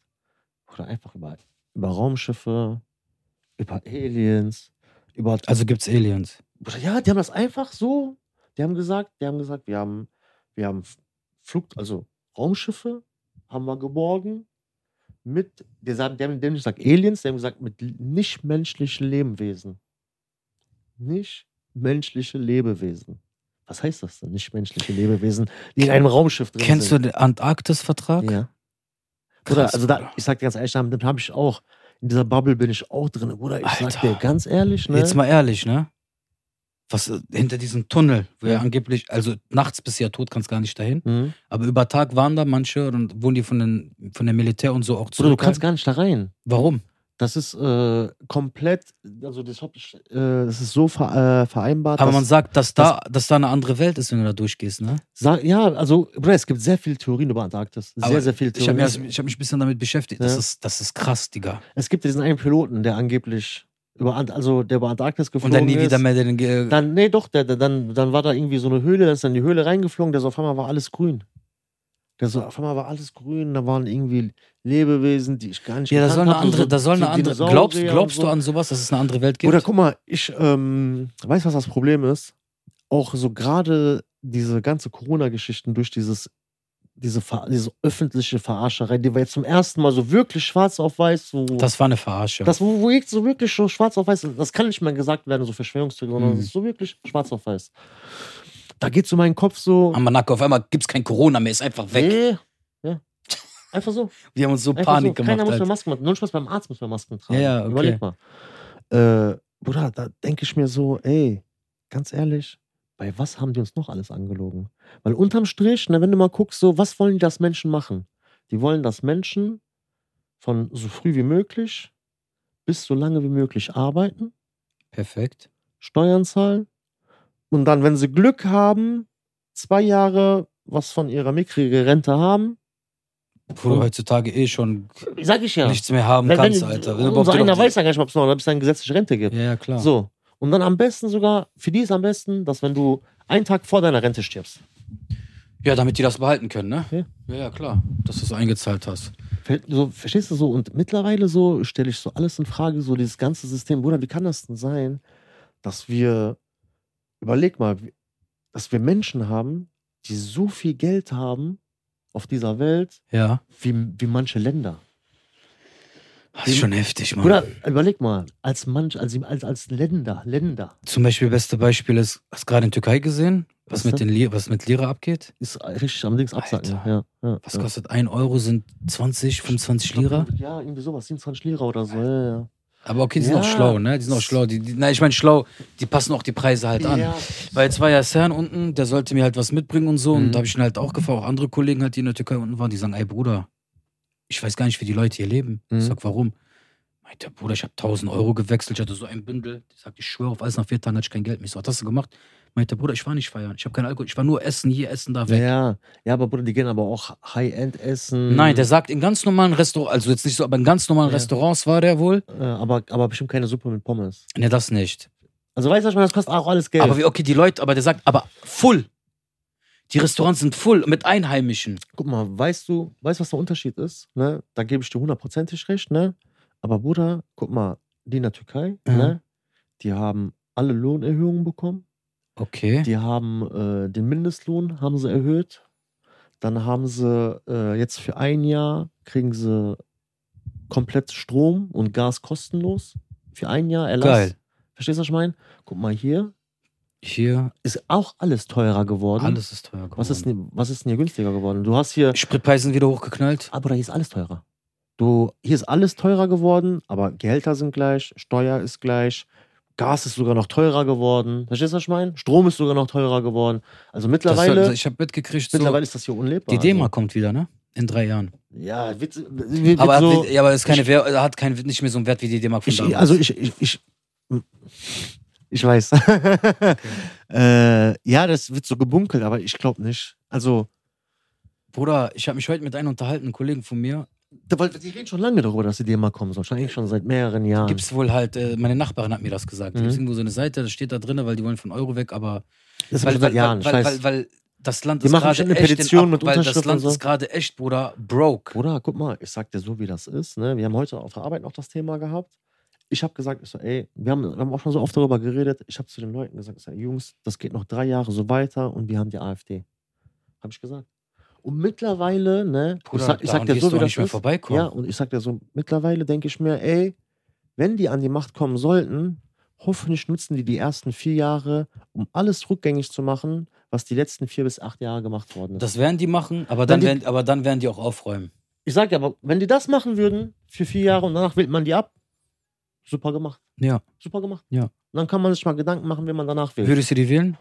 [SPEAKER 2] Oder einfach über, über Raumschiffe, über Aliens, über.
[SPEAKER 1] Also gibt's Aliens.
[SPEAKER 2] Bruder, ja, die haben das einfach so. Die haben gesagt, die haben gesagt, wir haben, wir haben Flug, also Raumschiffe haben wir geborgen. Mit, die, sagen, die, haben, die haben nicht gesagt Aliens, die haben gesagt mit nichtmenschlichen Lebewesen. Nichtmenschliche Lebewesen. Was heißt das denn? Nichtmenschliche Lebewesen, die in einem Raumschiff drin
[SPEAKER 1] Kennst
[SPEAKER 2] sind.
[SPEAKER 1] du den Antarktis-Vertrag?
[SPEAKER 2] Ja. Bruder,
[SPEAKER 1] Krass,
[SPEAKER 2] also da,
[SPEAKER 1] Bruder.
[SPEAKER 2] ich sag dir ganz ehrlich, da habe ich auch, in dieser Bubble bin ich auch drin. Bruder, ich
[SPEAKER 1] Alter.
[SPEAKER 2] sag dir ganz ehrlich, ne?
[SPEAKER 1] Jetzt mal ehrlich, ne? Was äh, hinter diesem Tunnel, wo ja
[SPEAKER 2] Ja.
[SPEAKER 1] angeblich, also nachts bist du ja tot, kannst gar nicht dahin.
[SPEAKER 2] Mhm.
[SPEAKER 1] Aber über Tag waren da manche und wurden die von, den, von der Militär und so auch
[SPEAKER 2] Bruder, du
[SPEAKER 1] zurück.
[SPEAKER 2] kannst gar nicht da rein.
[SPEAKER 1] Warum?
[SPEAKER 2] Das ist äh, komplett, also das, Haupt- äh, das ist so ver, äh, vereinbart.
[SPEAKER 1] Aber
[SPEAKER 2] dass-
[SPEAKER 1] man sagt, dass da, dass da eine andere Welt ist, wenn du da durchgehst, ne?
[SPEAKER 2] Sag, ja, also Bruder, es gibt sehr viele Theorien über Antarktis. Sehr,
[SPEAKER 1] Aber
[SPEAKER 2] sehr viele
[SPEAKER 1] Ich habe
[SPEAKER 2] Theorien.
[SPEAKER 1] mich, ich hab mich ein bisschen damit beschäftigt. Das,
[SPEAKER 2] Ja.
[SPEAKER 1] ist, das ist krass, Digga.
[SPEAKER 2] es gibt diesen einen Piloten, der angeblich über Ant also der über Antarktis
[SPEAKER 1] Und
[SPEAKER 2] geflogen
[SPEAKER 1] dann nie
[SPEAKER 2] ist.
[SPEAKER 1] wieder mehr den. Ge
[SPEAKER 2] Dann, nee, doch, der, der, dann, dann war da irgendwie so eine Höhle, dann ist dann in die Höhle reingeflogen, der so auf einmal war alles grün. Der so, auf einmal war alles grün, da waren irgendwie Lebewesen, die ich gar nicht
[SPEAKER 1] ja, da
[SPEAKER 2] gekannt
[SPEAKER 1] soll eine
[SPEAKER 2] hab, so-
[SPEAKER 1] andere. Da soll
[SPEAKER 2] so
[SPEAKER 1] eine andere
[SPEAKER 2] Dinosaurier
[SPEAKER 1] glaubst
[SPEAKER 2] und
[SPEAKER 1] glaubst
[SPEAKER 2] so.
[SPEAKER 1] du an sowas, dass es eine andere Welt gibt?
[SPEAKER 2] Oder guck mal, ich ähm, weiß, was das Problem ist. Auch so gerade diese ganze Corona-Geschichten durch dieses, diese, Ver- diese öffentliche Verarscherei, die war jetzt zum ersten Mal so wirklich schwarz auf weiß, so
[SPEAKER 1] das war eine Verarsche.
[SPEAKER 2] das, wo, wo jetzt so wirklich so schwarz auf weiß, das kann nicht mehr gesagt werden, so Verschwörungstheorie, sondern
[SPEAKER 1] Mhm.
[SPEAKER 2] es ist so wirklich schwarz auf weiß. Da geht so mein Kopf so.
[SPEAKER 1] Amanaka, auf einmal gibt's kein Corona mehr, ist einfach weg.
[SPEAKER 2] Nee. Ja. Einfach so.
[SPEAKER 1] Wir haben uns so
[SPEAKER 2] Einfach
[SPEAKER 1] Panik
[SPEAKER 2] so. Keiner
[SPEAKER 1] gemacht.
[SPEAKER 2] muss mehr
[SPEAKER 1] Alter.
[SPEAKER 2] Masken machen. Nur Spaß beim Arzt muss man Masken tragen.
[SPEAKER 1] Ja, ja, okay.
[SPEAKER 2] Überleg mal. Äh, Bruder, da denke ich mir so, ey, ganz ehrlich, bei was haben die uns noch alles angelogen? Weil unterm Strich, ne, wenn du mal guckst, so, was wollen die das Menschen machen? Die wollen, dass Menschen von so früh wie möglich bis so lange wie möglich arbeiten
[SPEAKER 1] Perfekt.
[SPEAKER 2] Steuern zahlen und dann, wenn sie Glück haben, zwei Jahre was von ihrer mickrigen Rente haben.
[SPEAKER 1] Wo du heutzutage eh schon
[SPEAKER 2] Sag ich ja.
[SPEAKER 1] nichts mehr haben
[SPEAKER 2] wenn,
[SPEAKER 1] kannst,
[SPEAKER 2] wenn,
[SPEAKER 1] Alter. Wenn du
[SPEAKER 2] Unser
[SPEAKER 1] überhaupt
[SPEAKER 2] einer
[SPEAKER 1] noch-
[SPEAKER 2] weiß ja gar nicht, ob es noch ob es eine gesetzliche Rente gibt.
[SPEAKER 1] Ja, ja, klar.
[SPEAKER 2] So. Und dann am besten sogar, für die ist am besten, dass wenn du einen Tag vor deiner Rente stirbst.
[SPEAKER 1] Ja, damit die das behalten können, ne?
[SPEAKER 2] Ja.
[SPEAKER 1] Ja, ja, klar. Dass du es eingezahlt hast.
[SPEAKER 2] Ver- So, verstehst du so? Und mittlerweile so stelle ich so alles in Frage, so dieses ganze System. Bruder, wie kann das denn sein, dass wir, überleg mal, wie- dass wir Menschen haben, die so viel Geld haben auf dieser Welt,
[SPEAKER 1] Ja.
[SPEAKER 2] wie, wie manche Länder.
[SPEAKER 1] Das ist schon heftig, Mann.
[SPEAKER 2] Bruder, überleg mal, als manch, als, als, als Länder, Länder.
[SPEAKER 1] Zum Beispiel, beste Beispiel ist, hast du gerade in Türkei gesehen, was,
[SPEAKER 2] Was
[SPEAKER 1] mit,
[SPEAKER 2] denn?
[SPEAKER 1] den Lir was mit Lira abgeht?
[SPEAKER 2] Ist richtig am Dings absacken.
[SPEAKER 1] Alter.
[SPEAKER 2] Ja, ja,
[SPEAKER 1] Was
[SPEAKER 2] ja.
[SPEAKER 1] kostet 1 Euro, sind 20, 25 Lira?
[SPEAKER 2] Ja, irgendwie sowas, 27 Lira oder so. Ja, ja.
[SPEAKER 1] Aber okay, die sind
[SPEAKER 2] Ja.
[SPEAKER 1] auch schlau, ne? Die sind auch schlau. Die, die, nein, ich meine schlau, die passen auch die Preise halt an.
[SPEAKER 2] Ja.
[SPEAKER 1] Weil jetzt war ja Cern unten, der sollte mir halt was mitbringen und so. Und
[SPEAKER 2] Mhm.
[SPEAKER 1] da habe ich ihn halt auch gefragt, auch andere Kollegen halt, die in der Türkei unten waren, die sagen, ey Bruder, ich weiß gar nicht, wie die Leute hier leben.
[SPEAKER 2] Mhm.
[SPEAKER 1] Ich sag, warum? Meint der Bruder, ich habe 1000 Euro gewechselt, ich hatte so ein Bündel. Ich sag, ich schwöre auf alles, nach vier Tagen hatte ich kein Geld mehr. Ich so, was hast du gemacht? Meint der Bruder, ich war nicht feiern, ich habe keinen Alkohol, ich war nur essen, hier, essen, da,
[SPEAKER 2] Ja,
[SPEAKER 1] weg.
[SPEAKER 2] ja. ja, aber Bruder, die gehen aber auch High-End essen.
[SPEAKER 1] Nein, der sagt, in ganz normalen Restaurants, also jetzt nicht so, aber in ganz normalen
[SPEAKER 2] Ja.
[SPEAKER 1] Restaurants war der wohl.
[SPEAKER 2] Äh, aber, aber bestimmt keine Suppe mit Pommes.
[SPEAKER 1] Ne, das nicht.
[SPEAKER 2] Also weißt du, was ich meine, das kostet auch alles Geld.
[SPEAKER 1] Aber wie, okay, die Leute, aber der sagt, aber voll. Die Restaurants sind voll mit Einheimischen.
[SPEAKER 2] Guck mal, weißt du, weißt du, was der Unterschied ist? Ne? Da gebe ich dir hundertprozentig recht, ne? Aber Bruder, guck mal, die in der Türkei,
[SPEAKER 1] Mhm.
[SPEAKER 2] ne? Die haben alle Lohnerhöhungen bekommen.
[SPEAKER 1] Okay.
[SPEAKER 2] Die haben äh, den Mindestlohn haben sie erhöht. Dann haben sie äh, jetzt für ein Jahr kriegen sie komplett Strom und Gas kostenlos. Für ein Jahr Erlass.
[SPEAKER 1] Geil.
[SPEAKER 2] Verstehst du, was ich meine? Guck mal, hier
[SPEAKER 1] Hier,
[SPEAKER 2] ist auch alles teurer geworden.
[SPEAKER 1] alles ist teuer geworden.
[SPEAKER 2] Was ist, denn, was ist denn hier günstiger geworden? Du hast hier,
[SPEAKER 1] Spritpreise sind wieder hochgeknallt.
[SPEAKER 2] aber hier ist alles teurer. Du, hier ist alles teurer geworden, aber Gehälter sind gleich, Steuer ist gleich, Gas ist sogar noch teurer geworden. Verstehst du, was ich meine? Strom ist sogar noch teurer geworden. Also mittlerweile,
[SPEAKER 1] das, ich habe mitgekriegt, so,
[SPEAKER 2] mittlerweile ist also. das hier unlebbar.
[SPEAKER 1] die D-Mark kommt wieder, ne? In drei Jahren.
[SPEAKER 2] Also, ja, wird, wird
[SPEAKER 1] Aber,
[SPEAKER 2] so,
[SPEAKER 1] hat, ja, aber ist keine Wehr, er hat keinen, nicht mehr so einen Wert wie die D-Mark von
[SPEAKER 2] ich,
[SPEAKER 1] damals.
[SPEAKER 2] also ich, ich, ich, ich weiß. äh, ja, das wird so gebunkelt, aber ich glaube nicht. Also,
[SPEAKER 1] Bruder, ich habe mich heute mit einem unterhalten, einen Kollegen von mir.
[SPEAKER 2] da- weil die reden schon lange darüber, dass die D-Mark kommen soll. Schon eigentlich schon seit mehreren Jahren.
[SPEAKER 1] Gibt es wohl halt, äh, meine Nachbarin hat mir das gesagt. Da
[SPEAKER 2] Ah. Mhm.
[SPEAKER 1] gibt's irgendwo so eine Seite, das steht da drin, weil die wollen von Euro weg, aber
[SPEAKER 2] das
[SPEAKER 1] weil,
[SPEAKER 2] weil, Also seit
[SPEAKER 1] weil,
[SPEAKER 2] Jahren.
[SPEAKER 1] weil,
[SPEAKER 2] ich
[SPEAKER 1] weil,
[SPEAKER 2] weiß.
[SPEAKER 1] weil, weil das Land
[SPEAKER 2] Die
[SPEAKER 1] ist
[SPEAKER 2] machen
[SPEAKER 1] gerade
[SPEAKER 2] bestimmt eine
[SPEAKER 1] echt in
[SPEAKER 2] Petition
[SPEAKER 1] Ab-
[SPEAKER 2] mit
[SPEAKER 1] weil das
[SPEAKER 2] Unterschrift und
[SPEAKER 1] Land
[SPEAKER 2] so.
[SPEAKER 1] ist gerade echt, Bruder, broke.
[SPEAKER 2] Bruder, guck mal, ich sag dir so, wie das ist. Ne? Wir haben heute auf der Arbeit noch das Thema gehabt. Ich habe gesagt, ich so, ey, wir haben, wir haben auch schon so oft darüber geredet. Ich habe zu den Leuten gesagt, ich so, Jungs, das geht noch drei Jahre so weiter und wir haben die AfD. Habe ich gesagt. Und mittlerweile, ne,
[SPEAKER 1] Bruder,
[SPEAKER 2] ich sag, ich sag
[SPEAKER 1] daran
[SPEAKER 2] dir
[SPEAKER 1] wirst
[SPEAKER 2] so,
[SPEAKER 1] du
[SPEAKER 2] wie
[SPEAKER 1] auch
[SPEAKER 2] das
[SPEAKER 1] nicht mehr
[SPEAKER 2] ist.
[SPEAKER 1] vorbeikommen.
[SPEAKER 2] Ja, und ich sag dir so, mittlerweile denke ich mir, ey, wenn die an die Macht kommen sollten, hoffentlich nutzen die die ersten vier Jahre, um alles rückgängig zu machen, was die letzten vier bis acht Jahre gemacht worden ist.
[SPEAKER 1] Das werden die machen, aber dann,
[SPEAKER 2] Wenn die-
[SPEAKER 1] werden, aber dann werden die auch aufräumen.
[SPEAKER 2] Ich sag dir aber, wenn die das machen würden für vier Jahre und danach wählt man die ab, super gemacht.
[SPEAKER 1] Ja.
[SPEAKER 2] Super gemacht.
[SPEAKER 1] Ja.
[SPEAKER 2] Und dann kann man sich mal Gedanken machen, wen man danach wählt.
[SPEAKER 1] Würdest du die wählen?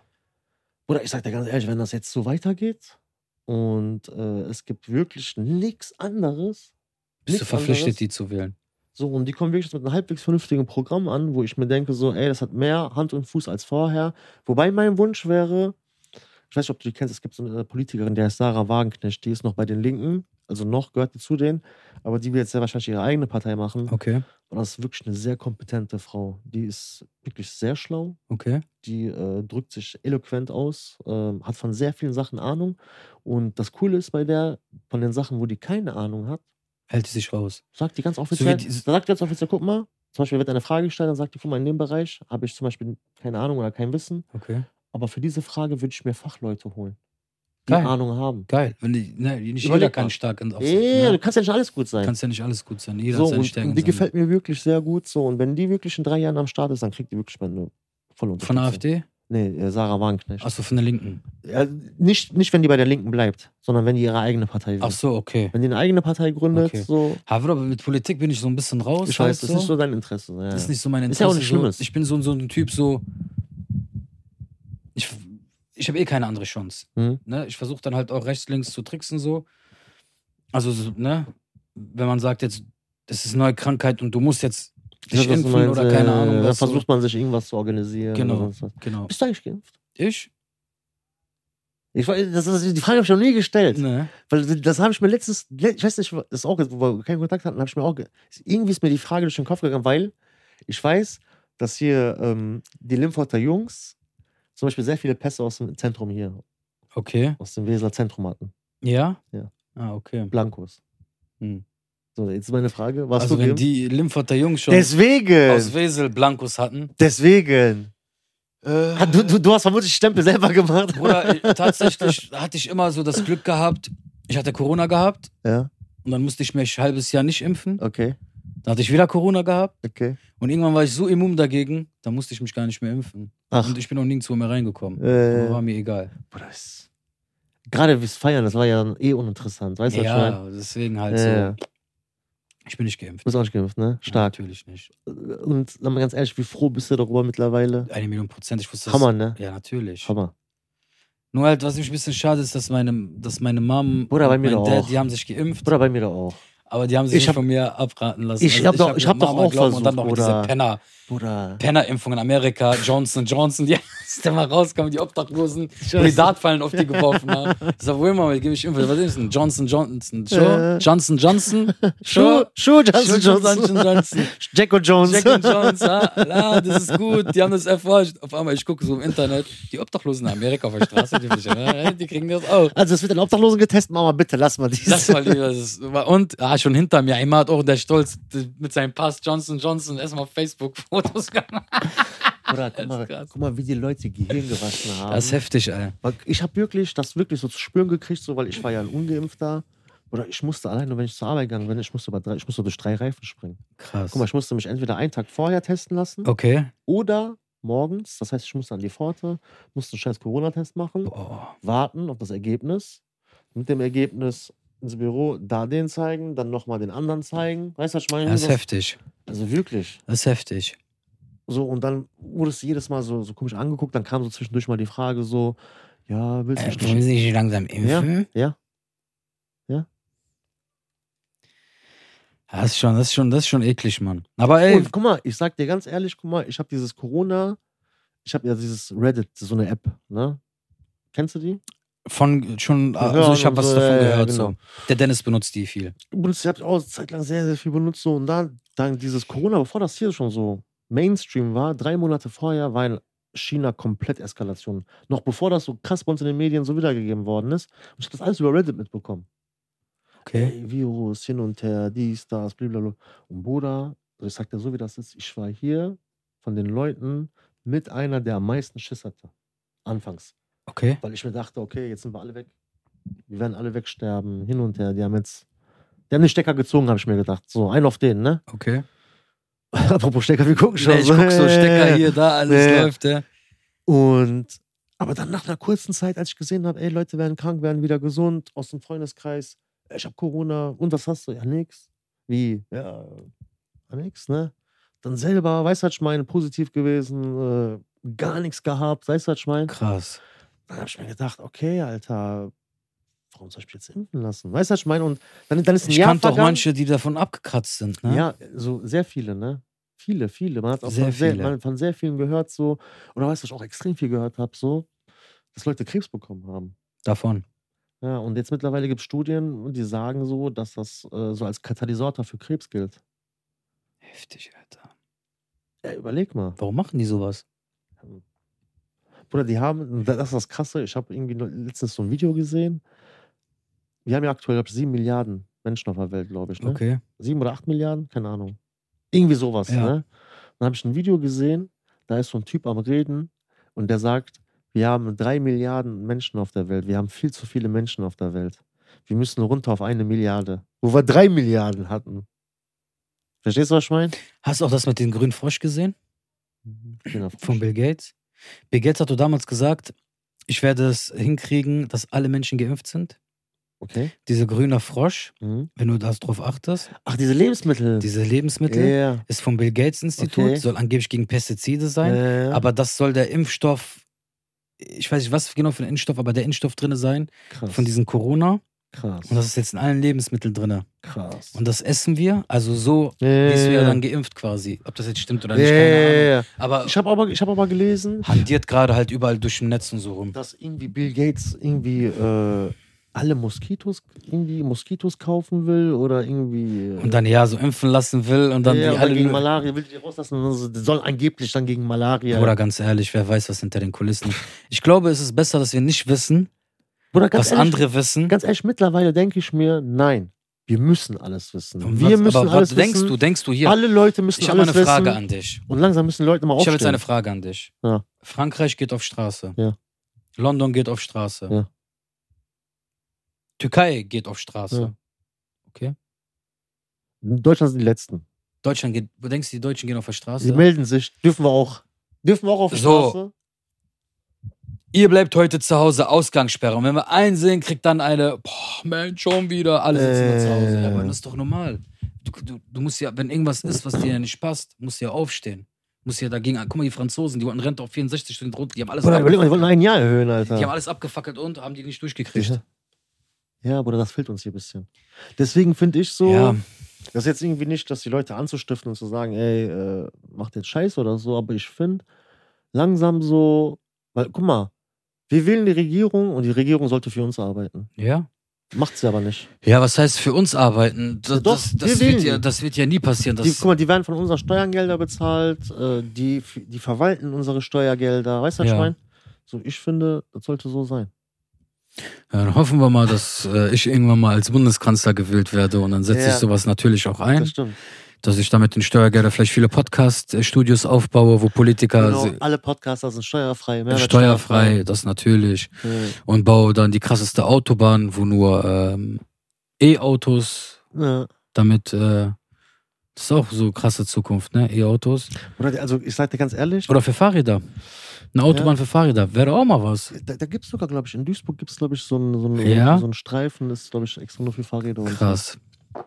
[SPEAKER 2] Oder ich sag dir ganz ehrlich, wenn das jetzt so weitergeht und äh, es gibt wirklich nichts anderes.
[SPEAKER 1] Bist du
[SPEAKER 2] nichts
[SPEAKER 1] verpflichtet,
[SPEAKER 2] anderes,
[SPEAKER 1] die zu wählen?
[SPEAKER 2] So, und die kommen wirklich mit einem halbwegs vernünftigen Programm an, wo ich mir denke, so, ey, das hat mehr Hand und Fuß als vorher. Wobei mein Wunsch wäre, ich weiß nicht, ob du die kennst, es gibt so eine äh, Politikerin, der heißt Sarah Wagenknecht, die ist noch bei den Linken, also noch gehört die zu denen, aber die will jetzt sehr wahrscheinlich ihre eigene Partei machen.
[SPEAKER 1] Okay,
[SPEAKER 2] Und das ist wirklich eine sehr kompetente Frau. Die ist wirklich sehr schlau,
[SPEAKER 1] okay.
[SPEAKER 2] die äh, drückt sich eloquent aus, ähm, hat von sehr vielen Sachen Ahnung. Und das Coole ist bei der, von den Sachen, wo die keine Ahnung hat,
[SPEAKER 1] Hält sie sich raus.
[SPEAKER 2] sagt die ganz offiziell,
[SPEAKER 1] die-
[SPEAKER 2] sagt die ganz offiziell, guck mal, zum Beispiel wird eine Frage gestellt, dann sagt die, guck mal, in dem Bereich habe ich zum Beispiel keine Ahnung oder kein Wissen,
[SPEAKER 1] Okay.
[SPEAKER 2] aber für diese Frage würde ich mir Fachleute holen, die
[SPEAKER 1] Geil.
[SPEAKER 2] Ahnung haben.
[SPEAKER 1] Geil. Wenn die, ne, nicht jeder
[SPEAKER 2] Überleg
[SPEAKER 1] kann
[SPEAKER 2] mal.
[SPEAKER 1] stark in- auf
[SPEAKER 2] Ey,
[SPEAKER 1] ne?
[SPEAKER 2] du kannst ja nicht alles gut sein.
[SPEAKER 1] Kannst ja nicht alles gut sein. ne? Jeder
[SPEAKER 2] so,
[SPEAKER 1] hat seine
[SPEAKER 2] und,
[SPEAKER 1] Stärken.
[SPEAKER 2] und die
[SPEAKER 1] seine-
[SPEAKER 2] gefällt mir wirklich sehr gut so. Und wenn die wirklich in drei Jahren am Start ist, dann kriegt die wirklich meine volle
[SPEAKER 1] Von
[SPEAKER 2] Unterstützung.
[SPEAKER 1] der AfD?
[SPEAKER 2] Nee, äh, Sarah Wagenknecht.
[SPEAKER 1] Achso, von der Linken.
[SPEAKER 2] Ja, nicht, nicht, wenn die bei der Linken bleibt, sondern wenn die ihre eigene Partei will.
[SPEAKER 1] Achso, okay.
[SPEAKER 2] Wenn die eine eigene Partei gründet,
[SPEAKER 1] Okay.
[SPEAKER 2] so.
[SPEAKER 1] Aber mit Politik bin ich so ein bisschen raus.
[SPEAKER 2] Ich weiß,
[SPEAKER 1] weißt
[SPEAKER 2] das
[SPEAKER 1] du?
[SPEAKER 2] ist nicht so dein Interesse. Ja.
[SPEAKER 1] Das ist nicht so mein
[SPEAKER 2] Ist
[SPEAKER 1] Interesse.
[SPEAKER 2] ja auch nichts
[SPEAKER 1] so,
[SPEAKER 2] Schlimmes.
[SPEAKER 1] Ich bin so, so ein Typ, so. Ich, ich habe eh keine andere Chance.
[SPEAKER 2] Hm?
[SPEAKER 1] Ne? Ich versuche dann halt auch rechts, links zu tricksen, so. Also, so, ne? Wenn man sagt, jetzt, das ist eine neue Krankheit und du musst jetzt
[SPEAKER 2] Ich
[SPEAKER 1] dich
[SPEAKER 2] weiß, was du
[SPEAKER 1] impfen
[SPEAKER 2] meinst,
[SPEAKER 1] oder keine
[SPEAKER 2] äh,
[SPEAKER 1] Ahnung.
[SPEAKER 2] Dann
[SPEAKER 1] was so-
[SPEAKER 2] versucht man sich irgendwas zu organisieren.
[SPEAKER 1] Genau.
[SPEAKER 2] oder sonst was.
[SPEAKER 1] Genau.
[SPEAKER 2] Bist du eigentlich geimpft?
[SPEAKER 1] Ich?
[SPEAKER 2] Ich weiß, das ist, die Frage habe ich noch nie gestellt.
[SPEAKER 1] Ne.
[SPEAKER 2] Weil das habe ich mir letztens, le- ich weiß nicht, das ist auch, jetzt, wo wir keinen Kontakt hatten, habe ich mir auch, ge- irgendwie ist mir die Frage durch den Kopf gegangen, weil ich weiß, dass hier ähm, die Limforter Jungs zum Beispiel sehr viele Pässe aus dem Zentrum hier,
[SPEAKER 1] Okay.
[SPEAKER 2] aus dem Weseler Zentrum hatten.
[SPEAKER 1] Ja?
[SPEAKER 2] Ja.
[SPEAKER 1] Ah, okay.
[SPEAKER 2] Blankos.
[SPEAKER 1] Hm.
[SPEAKER 2] So, jetzt ist meine Frage, warst
[SPEAKER 1] Also,
[SPEAKER 2] du
[SPEAKER 1] wenn
[SPEAKER 2] geimpft?
[SPEAKER 1] die Limforter Jungs schon aus
[SPEAKER 2] Deswegen,
[SPEAKER 1] Wesel Blankos hatten.
[SPEAKER 2] deswegen.
[SPEAKER 1] Äh,
[SPEAKER 2] Ah, Du, du, du hast vermutlich Stempel selber gemacht.
[SPEAKER 1] Bruder, äh, tatsächlich hatte ich immer so das Glück gehabt, ich hatte Corona gehabt
[SPEAKER 2] Ja,
[SPEAKER 1] und dann musste ich mich ein halbes Jahr nicht impfen.
[SPEAKER 2] okay,
[SPEAKER 1] Dann hatte ich wieder Corona gehabt
[SPEAKER 2] okay.
[SPEAKER 1] und irgendwann war ich so immun dagegen, da musste ich mich gar nicht mehr impfen.
[SPEAKER 2] Ach,
[SPEAKER 1] Und ich bin auch nirgendwo mehr reingekommen.
[SPEAKER 2] äh,
[SPEAKER 1] Aber war mir egal.
[SPEAKER 2] Bruder, das- gerade wie es feiern, das war ja eh uninteressant, weißt du, was ich meine?
[SPEAKER 1] Ja, deswegen halt
[SPEAKER 2] Ja, ja.
[SPEAKER 1] so. Ich bin nicht geimpft.
[SPEAKER 2] Du bist auch nicht geimpft, ne? Stark.
[SPEAKER 1] Natürlich nicht.
[SPEAKER 2] Und sag mal ganz ehrlich, wie froh bist du darüber mittlerweile?
[SPEAKER 1] Eine Million Prozent. Ich wusste
[SPEAKER 2] Hammer, ne?
[SPEAKER 1] das. Ja, natürlich.
[SPEAKER 2] Hammer.
[SPEAKER 1] Nur halt, was mich ein bisschen schade ist, dass meine, dass meine Mom
[SPEAKER 2] Bruder, bei
[SPEAKER 1] und
[SPEAKER 2] mir
[SPEAKER 1] mein
[SPEAKER 2] doch
[SPEAKER 1] Dad,
[SPEAKER 2] auch.
[SPEAKER 1] die haben sich geimpft.
[SPEAKER 2] Oder bei mir doch auch.
[SPEAKER 1] Aber die haben sich
[SPEAKER 2] Ich
[SPEAKER 1] nicht
[SPEAKER 2] hab-
[SPEAKER 1] von mir abraten lassen. Also
[SPEAKER 2] Ich hab doch-
[SPEAKER 1] hab
[SPEAKER 2] ich hab
[SPEAKER 1] mir
[SPEAKER 2] doch
[SPEAKER 1] Mama
[SPEAKER 2] auch
[SPEAKER 1] glauben Und dann noch
[SPEAKER 2] versucht,
[SPEAKER 1] diese
[SPEAKER 2] oder?
[SPEAKER 1] Penner,
[SPEAKER 2] Bruder.
[SPEAKER 1] Penner-Impfung in Amerika, Johnson Johnson, die erst mal rauskamen, die Obdachlosen, wo die Dartfallen auf die geworfen haben. Ich sag, wohin mal, gebe ich Impfung. Was ist denn? Johnson Johnson,
[SPEAKER 2] Äh.
[SPEAKER 1] sure. Johnson Johnson,
[SPEAKER 2] Schuh,
[SPEAKER 1] sure.
[SPEAKER 2] Schuh, Johnson
[SPEAKER 1] Johnson
[SPEAKER 2] Johnson.
[SPEAKER 1] Johnson, Johnson.
[SPEAKER 2] Jacko Jones.
[SPEAKER 1] Jack and Jones, ha? Ah, La, das ist gut, die haben das erforscht. Auf einmal, ich gucke so im Internet, die Obdachlosen in Amerika auf der Straße, die, Fische, die kriegen das auch.
[SPEAKER 2] Also es wird an Obdachlosen getestet, Mama, bitte lass mal dies.
[SPEAKER 1] Das war lieber. Das ist, und ah, schon hinter mir. Einmal hat auch der Stolz mit seinem Pass Johnson Johnson erstmal auf Facebook Fotos gemacht.
[SPEAKER 2] Bruder, guck mal,
[SPEAKER 1] krass.
[SPEAKER 2] guck mal, wie die Leute Gehirn gewaschen haben.
[SPEAKER 1] Das ist heftig, ey.
[SPEAKER 2] Weil ich habe wirklich das wirklich so zu spüren gekriegt, so, weil ich war ja ein Ungeimpfter. Oder ich musste alleine, wenn ich zur Arbeit gegangen bin, ich musste, über drei, ich musste durch drei Reifen springen.
[SPEAKER 1] Krass.
[SPEAKER 2] Guck mal, ich musste mich entweder einen Tag vorher testen lassen
[SPEAKER 1] Okay.
[SPEAKER 2] oder morgens, das heißt, ich musste an die Pforte, musste einen scheiß Corona-Test machen,
[SPEAKER 1] Boah.
[SPEAKER 2] warten auf das Ergebnis, mit dem Ergebnis ins Büro, da den zeigen, dann nochmal den anderen zeigen. Weißt du, was ich meine?
[SPEAKER 1] Das ist
[SPEAKER 2] Das-
[SPEAKER 1] heftig.
[SPEAKER 2] also wirklich.
[SPEAKER 1] Das ist heftig.
[SPEAKER 2] So, und dann wurdest du jedes Mal so, so komisch angeguckt, dann kam so zwischendurch mal die Frage so, ja, willst du
[SPEAKER 1] Äh,
[SPEAKER 2] mich
[SPEAKER 1] wollen
[SPEAKER 2] nicht?
[SPEAKER 1] Sie sich langsam impfen?
[SPEAKER 2] Ja. Ja.
[SPEAKER 1] Ja, Das ist schon, das ist schon, das ist schon eklig, Mann. Aber ey,
[SPEAKER 2] Und guck mal, ich sag dir ganz ehrlich, guck mal, ich habe dieses Corona, ich habe ja dieses Reddit, so eine App, ne? Kennst du die?
[SPEAKER 1] von schon,
[SPEAKER 2] Wir
[SPEAKER 1] also ich
[SPEAKER 2] hören
[SPEAKER 1] habe was
[SPEAKER 2] und so,
[SPEAKER 1] davon
[SPEAKER 2] ja, ja,
[SPEAKER 1] gehört.
[SPEAKER 2] genau.
[SPEAKER 1] So. Der Dennis benutzt die viel.
[SPEAKER 2] benutzt, ich habe auch eine Zeit lang sehr, sehr viel benutzt. So. Und dann, dann dieses Corona, bevor das hier schon so Mainstream war, drei Monate vorher war in China komplett Eskalation. Noch bevor das so krass bei uns in den Medien so wiedergegeben worden ist. Und ich habe das alles über Reddit mitbekommen.
[SPEAKER 1] Okay.
[SPEAKER 2] Ey, Virus, hin und her, dies, das, blablabla. Und Bruder, ich sag dir so, wie das ist, ich war hier von den Leuten mit einer, der am meisten Schiss hatte. Anfangs.
[SPEAKER 1] Okay.
[SPEAKER 2] Weil ich mir dachte, okay, jetzt sind wir alle weg. Wir werden alle wegsterben, hin und her. Die haben jetzt. Die haben den Stecker gezogen, habe ich mir gedacht. So, ein auf den, ne?
[SPEAKER 1] Okay.
[SPEAKER 2] Apropos Stecker, wir gucken schon.
[SPEAKER 1] Nee, ich guck so
[SPEAKER 2] Äh.
[SPEAKER 1] Stecker hier, da, alles
[SPEAKER 2] Nee.
[SPEAKER 1] läuft, ja.
[SPEAKER 2] Und. Aber dann nach einer kurzen Zeit, als ich gesehen habe, ey, Leute werden krank, werden wieder gesund, aus dem Freundeskreis. Ey, Ich habe Corona. Und was hast du? Ja, nix. Wie? Ja, ja, nix, ne? Dann selber, weißt du, was ich meine, positiv gewesen, äh, gar nichts gehabt, weißt du, was ich meine?
[SPEAKER 1] Krass.
[SPEAKER 2] Dann habe ich mir gedacht, okay, Alter, warum soll ich mich jetzt impfen lassen? Weißt du, was ich meine? Und dann, dann ist ein
[SPEAKER 1] Ich
[SPEAKER 2] Jahr
[SPEAKER 1] kannte auch
[SPEAKER 2] vergangen.
[SPEAKER 1] manche, die davon abgekratzt sind. Ne?
[SPEAKER 2] Ja, so sehr viele, ne? Viele, viele. Man hat auch
[SPEAKER 1] Sehr
[SPEAKER 2] von, sehr,
[SPEAKER 1] viele.
[SPEAKER 2] man, von sehr vielen gehört, so. Oder weißt du, was ich auch extrem viel gehört habe, so, dass Leute Krebs bekommen haben.
[SPEAKER 1] Davon.
[SPEAKER 2] Ja, und jetzt mittlerweile gibt es Studien, die sagen so, dass das äh, so als Katalysator für Krebs gilt.
[SPEAKER 1] Heftig, Alter.
[SPEAKER 2] Ja, überleg mal.
[SPEAKER 1] Warum machen die sowas?
[SPEAKER 2] Bruder, die haben, das ist das Krasse, ich habe irgendwie nur letztens so ein Video gesehen. Wir haben ja aktuell, glaube ich, sieben Milliarden Menschen auf der Welt, glaube ich. Ne?
[SPEAKER 1] Okay.
[SPEAKER 2] Sieben oder acht Milliarden, keine Ahnung. Irgendwie sowas.
[SPEAKER 1] Ja.
[SPEAKER 2] Ne? Dann habe ich ein Video gesehen, da ist so ein Typ am Reden und der sagt, wir haben drei Milliarden Menschen auf der Welt. Wir haben viel zu viele Menschen auf der Welt. Wir müssen runter auf eine Milliarde, wo wir drei Milliarden hatten. Verstehst du, was ich meine?
[SPEAKER 1] Hast du auch das mit dem grünen Frosch gesehen?
[SPEAKER 2] Genau.
[SPEAKER 1] Mhm. Von Bill Gates? Bill Gates hat doch damals gesagt, ich werde es hinkriegen, dass alle Menschen geimpft sind.
[SPEAKER 2] Okay.
[SPEAKER 1] Dieser grüne Frosch,
[SPEAKER 2] Mhm.
[SPEAKER 1] wenn du das drauf achtest,
[SPEAKER 2] Ach, diese Lebensmittel.
[SPEAKER 1] diese Lebensmittel,
[SPEAKER 2] Ja.
[SPEAKER 1] ist vom Bill Gates Institut,
[SPEAKER 2] Okay.
[SPEAKER 1] soll angeblich gegen Pestizide sein.
[SPEAKER 2] Ja,
[SPEAKER 1] Aber das soll der Impfstoff, ich weiß nicht, was genau für ein Impfstoff, aber der Impfstoff drin sein
[SPEAKER 2] krass,
[SPEAKER 1] von diesem Corona.
[SPEAKER 2] krass,
[SPEAKER 1] Und das ist jetzt in allen Lebensmitteln drin.
[SPEAKER 2] krass.
[SPEAKER 1] Und das essen wir, also so
[SPEAKER 2] ja,
[SPEAKER 1] bist du ja
[SPEAKER 2] ja.
[SPEAKER 1] dann geimpft quasi. Ob das jetzt stimmt oder
[SPEAKER 2] ja,
[SPEAKER 1] nicht,
[SPEAKER 2] ja,
[SPEAKER 1] keine
[SPEAKER 2] ja.
[SPEAKER 1] Ahnung. Aber
[SPEAKER 2] Ich habe aber, ich hab aber gelesen,
[SPEAKER 1] handiert gerade halt überall durch im Netz und so rum.
[SPEAKER 2] dass irgendwie Bill Gates irgendwie äh, alle Moskitos irgendwie Moskitos kaufen will oder irgendwie äh,
[SPEAKER 1] Und dann ja, so impfen lassen will und dann
[SPEAKER 2] ja,
[SPEAKER 1] die
[SPEAKER 2] oder
[SPEAKER 1] alle.
[SPEAKER 2] gegen
[SPEAKER 1] nur-
[SPEAKER 2] Malaria will die rauslassen und so, die sollen angeblich dann gegen Malaria.
[SPEAKER 1] Bruder, ganz ehrlich, wer weiß, was hinter den Kulissen. Ich glaube, es ist besser, dass wir nicht wissen,
[SPEAKER 2] Bruder,
[SPEAKER 1] was andere wissen.
[SPEAKER 2] ganz ehrlich, mittlerweile denke ich mir, nein, wir müssen alles wissen.
[SPEAKER 1] Und
[SPEAKER 2] wir
[SPEAKER 1] was-
[SPEAKER 2] müssen
[SPEAKER 1] aber
[SPEAKER 2] alles
[SPEAKER 1] was denkst
[SPEAKER 2] wissen.
[SPEAKER 1] du, denkst du hier?
[SPEAKER 2] Alle Leute müssen
[SPEAKER 1] Ich habe
[SPEAKER 2] alles
[SPEAKER 1] eine Frage
[SPEAKER 2] wissen.
[SPEAKER 1] an dich.
[SPEAKER 2] Und langsam müssen die Leute mal
[SPEAKER 1] Ich habe
[SPEAKER 2] aufstehen.
[SPEAKER 1] jetzt eine Frage an dich.
[SPEAKER 2] Ja.
[SPEAKER 1] Frankreich geht auf Straße.
[SPEAKER 2] Ja.
[SPEAKER 1] London geht auf Straße.
[SPEAKER 2] Ja.
[SPEAKER 1] Türkei geht auf Straße.
[SPEAKER 2] Ja.
[SPEAKER 1] Okay.
[SPEAKER 2] In Deutschland sind die Letzten.
[SPEAKER 1] Deutschland geht. Du denkst, die Deutschen gehen auf der Straße?
[SPEAKER 2] Sie melden sich. Dürfen wir auch. Dürfen wir auch auf die
[SPEAKER 1] So. Also
[SPEAKER 2] Straße?
[SPEAKER 1] Ihr bleibt heute zu Hause, Ausgangssperre. Und wenn wir einen sehen, kriegt dann eine, boah, Mensch, schon wieder, alle sitzen nur zu Hause. Ja,
[SPEAKER 2] Äh.
[SPEAKER 1] aber das ist doch normal. Du, du, du musst ja, wenn irgendwas ist, was dir ja nicht passt, musst du ja aufstehen. Musst ja dagegen, guck mal, die Franzosen, die wollten Rente auf 64 Stunden runter, die haben alles,
[SPEAKER 2] Bruder,
[SPEAKER 1] ab-
[SPEAKER 2] überleg mal, die wollten ein Jahr erhöhen, Alter.
[SPEAKER 1] die haben alles abgefackelt und haben die nicht durchgekriegt.
[SPEAKER 2] Ja. Ja, Bruder, das fehlt uns hier ein bisschen. Deswegen finde ich so,
[SPEAKER 1] Ja.
[SPEAKER 2] das ist jetzt irgendwie nicht, dass die Leute anzustiften und zu sagen, ey, äh, macht jetzt Scheiß oder so, aber ich finde langsam so, weil, guck mal, wir wählen die Regierung und die Regierung sollte für uns arbeiten.
[SPEAKER 1] Ja.
[SPEAKER 2] Macht sie aber nicht.
[SPEAKER 1] Ja, was heißt für uns arbeiten? Das,
[SPEAKER 2] Ja, doch,
[SPEAKER 1] das,
[SPEAKER 2] wir
[SPEAKER 1] das,
[SPEAKER 2] wählen
[SPEAKER 1] wird, ja,
[SPEAKER 2] die.
[SPEAKER 1] das wird ja nie passieren.
[SPEAKER 2] Die,
[SPEAKER 1] Dass,
[SPEAKER 2] guck mal, die werden von unseren Steuergelder bezahlt, äh, die, f- die verwalten unsere Steuergelder, weißt du, was
[SPEAKER 1] Ja.
[SPEAKER 2] ich meine? So, ich finde, das sollte so sein.
[SPEAKER 1] ja, dann hoffen wir mal, dass äh, ich irgendwann mal als Bundeskanzler gewählt werde und dann setze
[SPEAKER 2] Ja.
[SPEAKER 1] ich sowas natürlich auch ein,
[SPEAKER 2] Das stimmt.
[SPEAKER 1] dass ich damit den Steuergelder vielleicht viele Podcast-Studios aufbaue, wo Politiker
[SPEAKER 2] Genau,
[SPEAKER 1] se-
[SPEAKER 2] alle Podcaster sind steuerfrei,
[SPEAKER 1] steuerfrei, das natürlich,
[SPEAKER 2] Äh,
[SPEAKER 1] und baue dann die krasseste Autobahn, wo nur ähm, E-Autos,
[SPEAKER 2] ja.
[SPEAKER 1] damit, äh, das ist auch so krasse Zukunft, ne? E-Autos.
[SPEAKER 2] Oder die- also ich sag dir ganz ehrlich,
[SPEAKER 1] Oder für Fahrräder. Eine Autobahn für Fahrräder, wäre auch mal was.
[SPEAKER 2] da, da gibt es sogar, glaube ich, in Duisburg gibt es, glaube ich, so einen, so, einen,
[SPEAKER 1] Ja?
[SPEAKER 2] so einen Streifen, das ist, glaube ich, extra nur für Fahrräder. und so.
[SPEAKER 1] Krass.
[SPEAKER 2] Das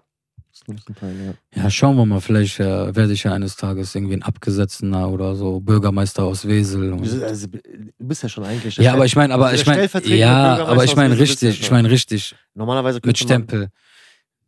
[SPEAKER 2] ist, glaub ich, ein Teil, ja.
[SPEAKER 1] Ja, schauen wir mal. Vielleicht äh, werde ich ja eines Tages irgendwie ein Abgesetzter oder so Bürgermeister aus Wesel.
[SPEAKER 2] Du bist-
[SPEAKER 1] Und
[SPEAKER 2] also, du bist ja schon eigentlich. der
[SPEAKER 1] ja, aber
[SPEAKER 2] Chef.
[SPEAKER 1] ich meine, aber
[SPEAKER 2] Also
[SPEAKER 1] ich
[SPEAKER 2] der
[SPEAKER 1] meine,
[SPEAKER 2] stellvertretende
[SPEAKER 1] ja,
[SPEAKER 2] Bürgermeister
[SPEAKER 1] aber ich
[SPEAKER 2] aus
[SPEAKER 1] meine
[SPEAKER 2] Wesel bist
[SPEAKER 1] richtig,
[SPEAKER 2] du
[SPEAKER 1] ich meine richtig
[SPEAKER 2] Normalerweise
[SPEAKER 1] mit
[SPEAKER 2] könnte man-
[SPEAKER 1] Stempel.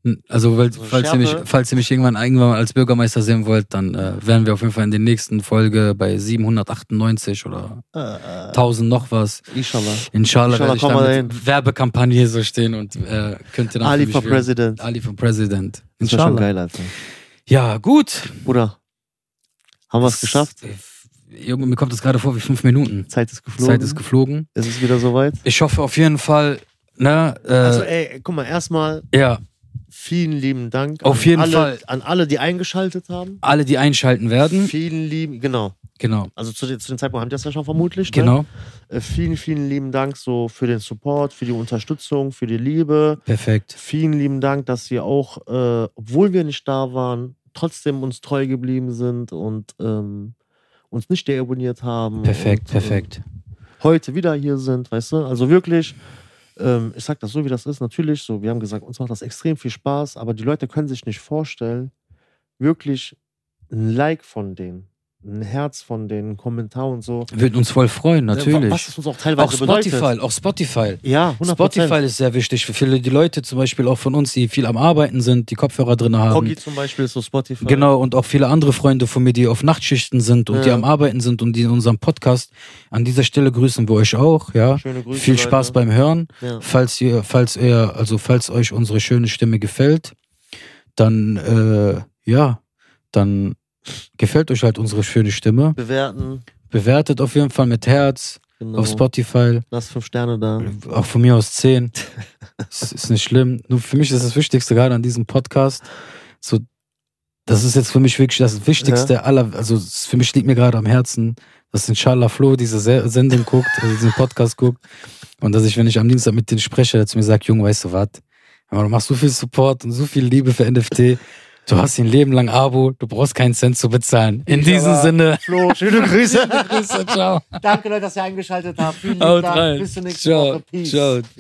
[SPEAKER 1] N- Also, weil,
[SPEAKER 2] So
[SPEAKER 1] falls, ihr mich,
[SPEAKER 2] Schärfe.
[SPEAKER 1] falls ihr mich irgendwann irgendwann mal als Bürgermeister sehen wollt, dann äh, werden wir auf jeden Fall in der nächsten Folge bei 798 oder
[SPEAKER 2] Äh, äh,
[SPEAKER 1] 1000 noch was.
[SPEAKER 2] Inshallah.
[SPEAKER 1] Inshallah, werde
[SPEAKER 2] Inshallah,
[SPEAKER 1] ich
[SPEAKER 2] komm
[SPEAKER 1] dann
[SPEAKER 2] mal
[SPEAKER 1] mit Werbekampagne hier so stehen und äh, könnt ihr dann
[SPEAKER 2] Ali
[SPEAKER 1] für mich
[SPEAKER 2] for
[SPEAKER 1] wählen.
[SPEAKER 2] President.
[SPEAKER 1] Ali for President.
[SPEAKER 2] Das war schon
[SPEAKER 1] Inshallah.
[SPEAKER 2] geil, Alter.
[SPEAKER 1] Ja, gut.
[SPEAKER 2] Bruder, haben wir es geschafft?
[SPEAKER 1] Junge, mir kommt das gerade vor wie fünf Minuten.
[SPEAKER 2] Zeit ist geflogen.
[SPEAKER 1] Zeit ist geflogen.
[SPEAKER 2] es ist wieder soweit.
[SPEAKER 1] Ich hoffe auf jeden Fall, ne, äh,
[SPEAKER 2] Also, ey, guck mal, erstmal
[SPEAKER 1] ja,
[SPEAKER 2] vielen lieben Dank
[SPEAKER 1] Auf
[SPEAKER 2] an,
[SPEAKER 1] jeden
[SPEAKER 2] alle,
[SPEAKER 1] Fall.
[SPEAKER 2] an alle, die eingeschaltet haben.
[SPEAKER 1] alle, die einschalten werden.
[SPEAKER 2] Vielen lieben, genau.
[SPEAKER 1] Genau,
[SPEAKER 2] Also zu, den- zu dem Zeitpunkt haben die das ja schon vermutlich. Ne?
[SPEAKER 1] genau.
[SPEAKER 2] Äh, Vielen, vielen lieben Dank so für den Support, für die Unterstützung, für die Liebe.
[SPEAKER 1] Perfekt.
[SPEAKER 2] Vielen lieben Dank, dass ihr auch, äh, obwohl wir nicht da waren, trotzdem uns treu geblieben sind und ähm, uns nicht deabonniert haben.
[SPEAKER 1] Perfekt,
[SPEAKER 2] und,
[SPEAKER 1] perfekt.
[SPEAKER 2] Äh, heute wieder hier sind, weißt du? Also wirklich, ähm, ich sag das so, wie das ist, natürlich so. Wir haben gesagt, uns macht das extrem viel Spaß, aber die Leute können sich nicht vorstellen, wirklich ein Like von denen. ein Herz von den Kommentaren und so.
[SPEAKER 1] Würden uns voll freuen, natürlich.
[SPEAKER 2] Was es uns auch teilweise
[SPEAKER 1] auch Spotify,
[SPEAKER 2] bedeutet.
[SPEAKER 1] auch Spotify.
[SPEAKER 2] Ja, 100%.
[SPEAKER 1] Spotify ist sehr wichtig für viele die Leute, zum Beispiel auch von uns, die viel am Arbeiten sind, die Kopfhörer drin haben.
[SPEAKER 2] Hoggy zum Beispiel ist so Spotify.
[SPEAKER 1] Genau, und auch viele andere Freunde von mir, die auf Nachtschichten sind und
[SPEAKER 2] Ja.
[SPEAKER 1] die am Arbeiten sind und die in unserem Podcast. An dieser Stelle grüßen wir euch auch, ja.
[SPEAKER 2] Schöne Grüße.
[SPEAKER 1] Viel Spaß
[SPEAKER 2] Leute.
[SPEAKER 1] beim Hören.
[SPEAKER 2] Ja.
[SPEAKER 1] Falls ihr, falls ihr, also falls euch unsere schöne Stimme gefällt, dann äh, ja, dann gefällt euch halt unsere schöne Stimme.
[SPEAKER 2] Bewerten.
[SPEAKER 1] Bewertet auf jeden Fall mit Herz
[SPEAKER 2] Genau.
[SPEAKER 1] auf Spotify.
[SPEAKER 2] Lass fünf Sterne da.
[SPEAKER 1] Auch von mir aus 10. Es ist nicht schlimm. Nur für mich ist das Wichtigste gerade an diesem Podcast. So, das ist jetzt für mich wirklich das Wichtigste aller, also es ist- für mich liegt mir gerade am Herzen, dass inshallah Flo diese Se- Sendung guckt, also diesen Podcast guckt. Und dass ich, wenn ich am Dienstag mit denen spreche, der zu mir sagt, Junge, weißt du was? Aber du machst so viel Support und so viel Liebe für NFT. Du hast ein Leben lang Abo, du brauchst keinen Cent zu bezahlen. In diesem
[SPEAKER 2] aber-
[SPEAKER 1] Sinne,
[SPEAKER 2] Flo, schöne Grüße.
[SPEAKER 1] Grüße, ciao.
[SPEAKER 2] Danke, Leute, dass ihr eingeschaltet habt. Vielen lieben
[SPEAKER 1] Haut
[SPEAKER 2] Dank.
[SPEAKER 1] rein.
[SPEAKER 2] Bis zur nächsten
[SPEAKER 1] Ciao.
[SPEAKER 2] Woche. Peace.
[SPEAKER 1] Ciao.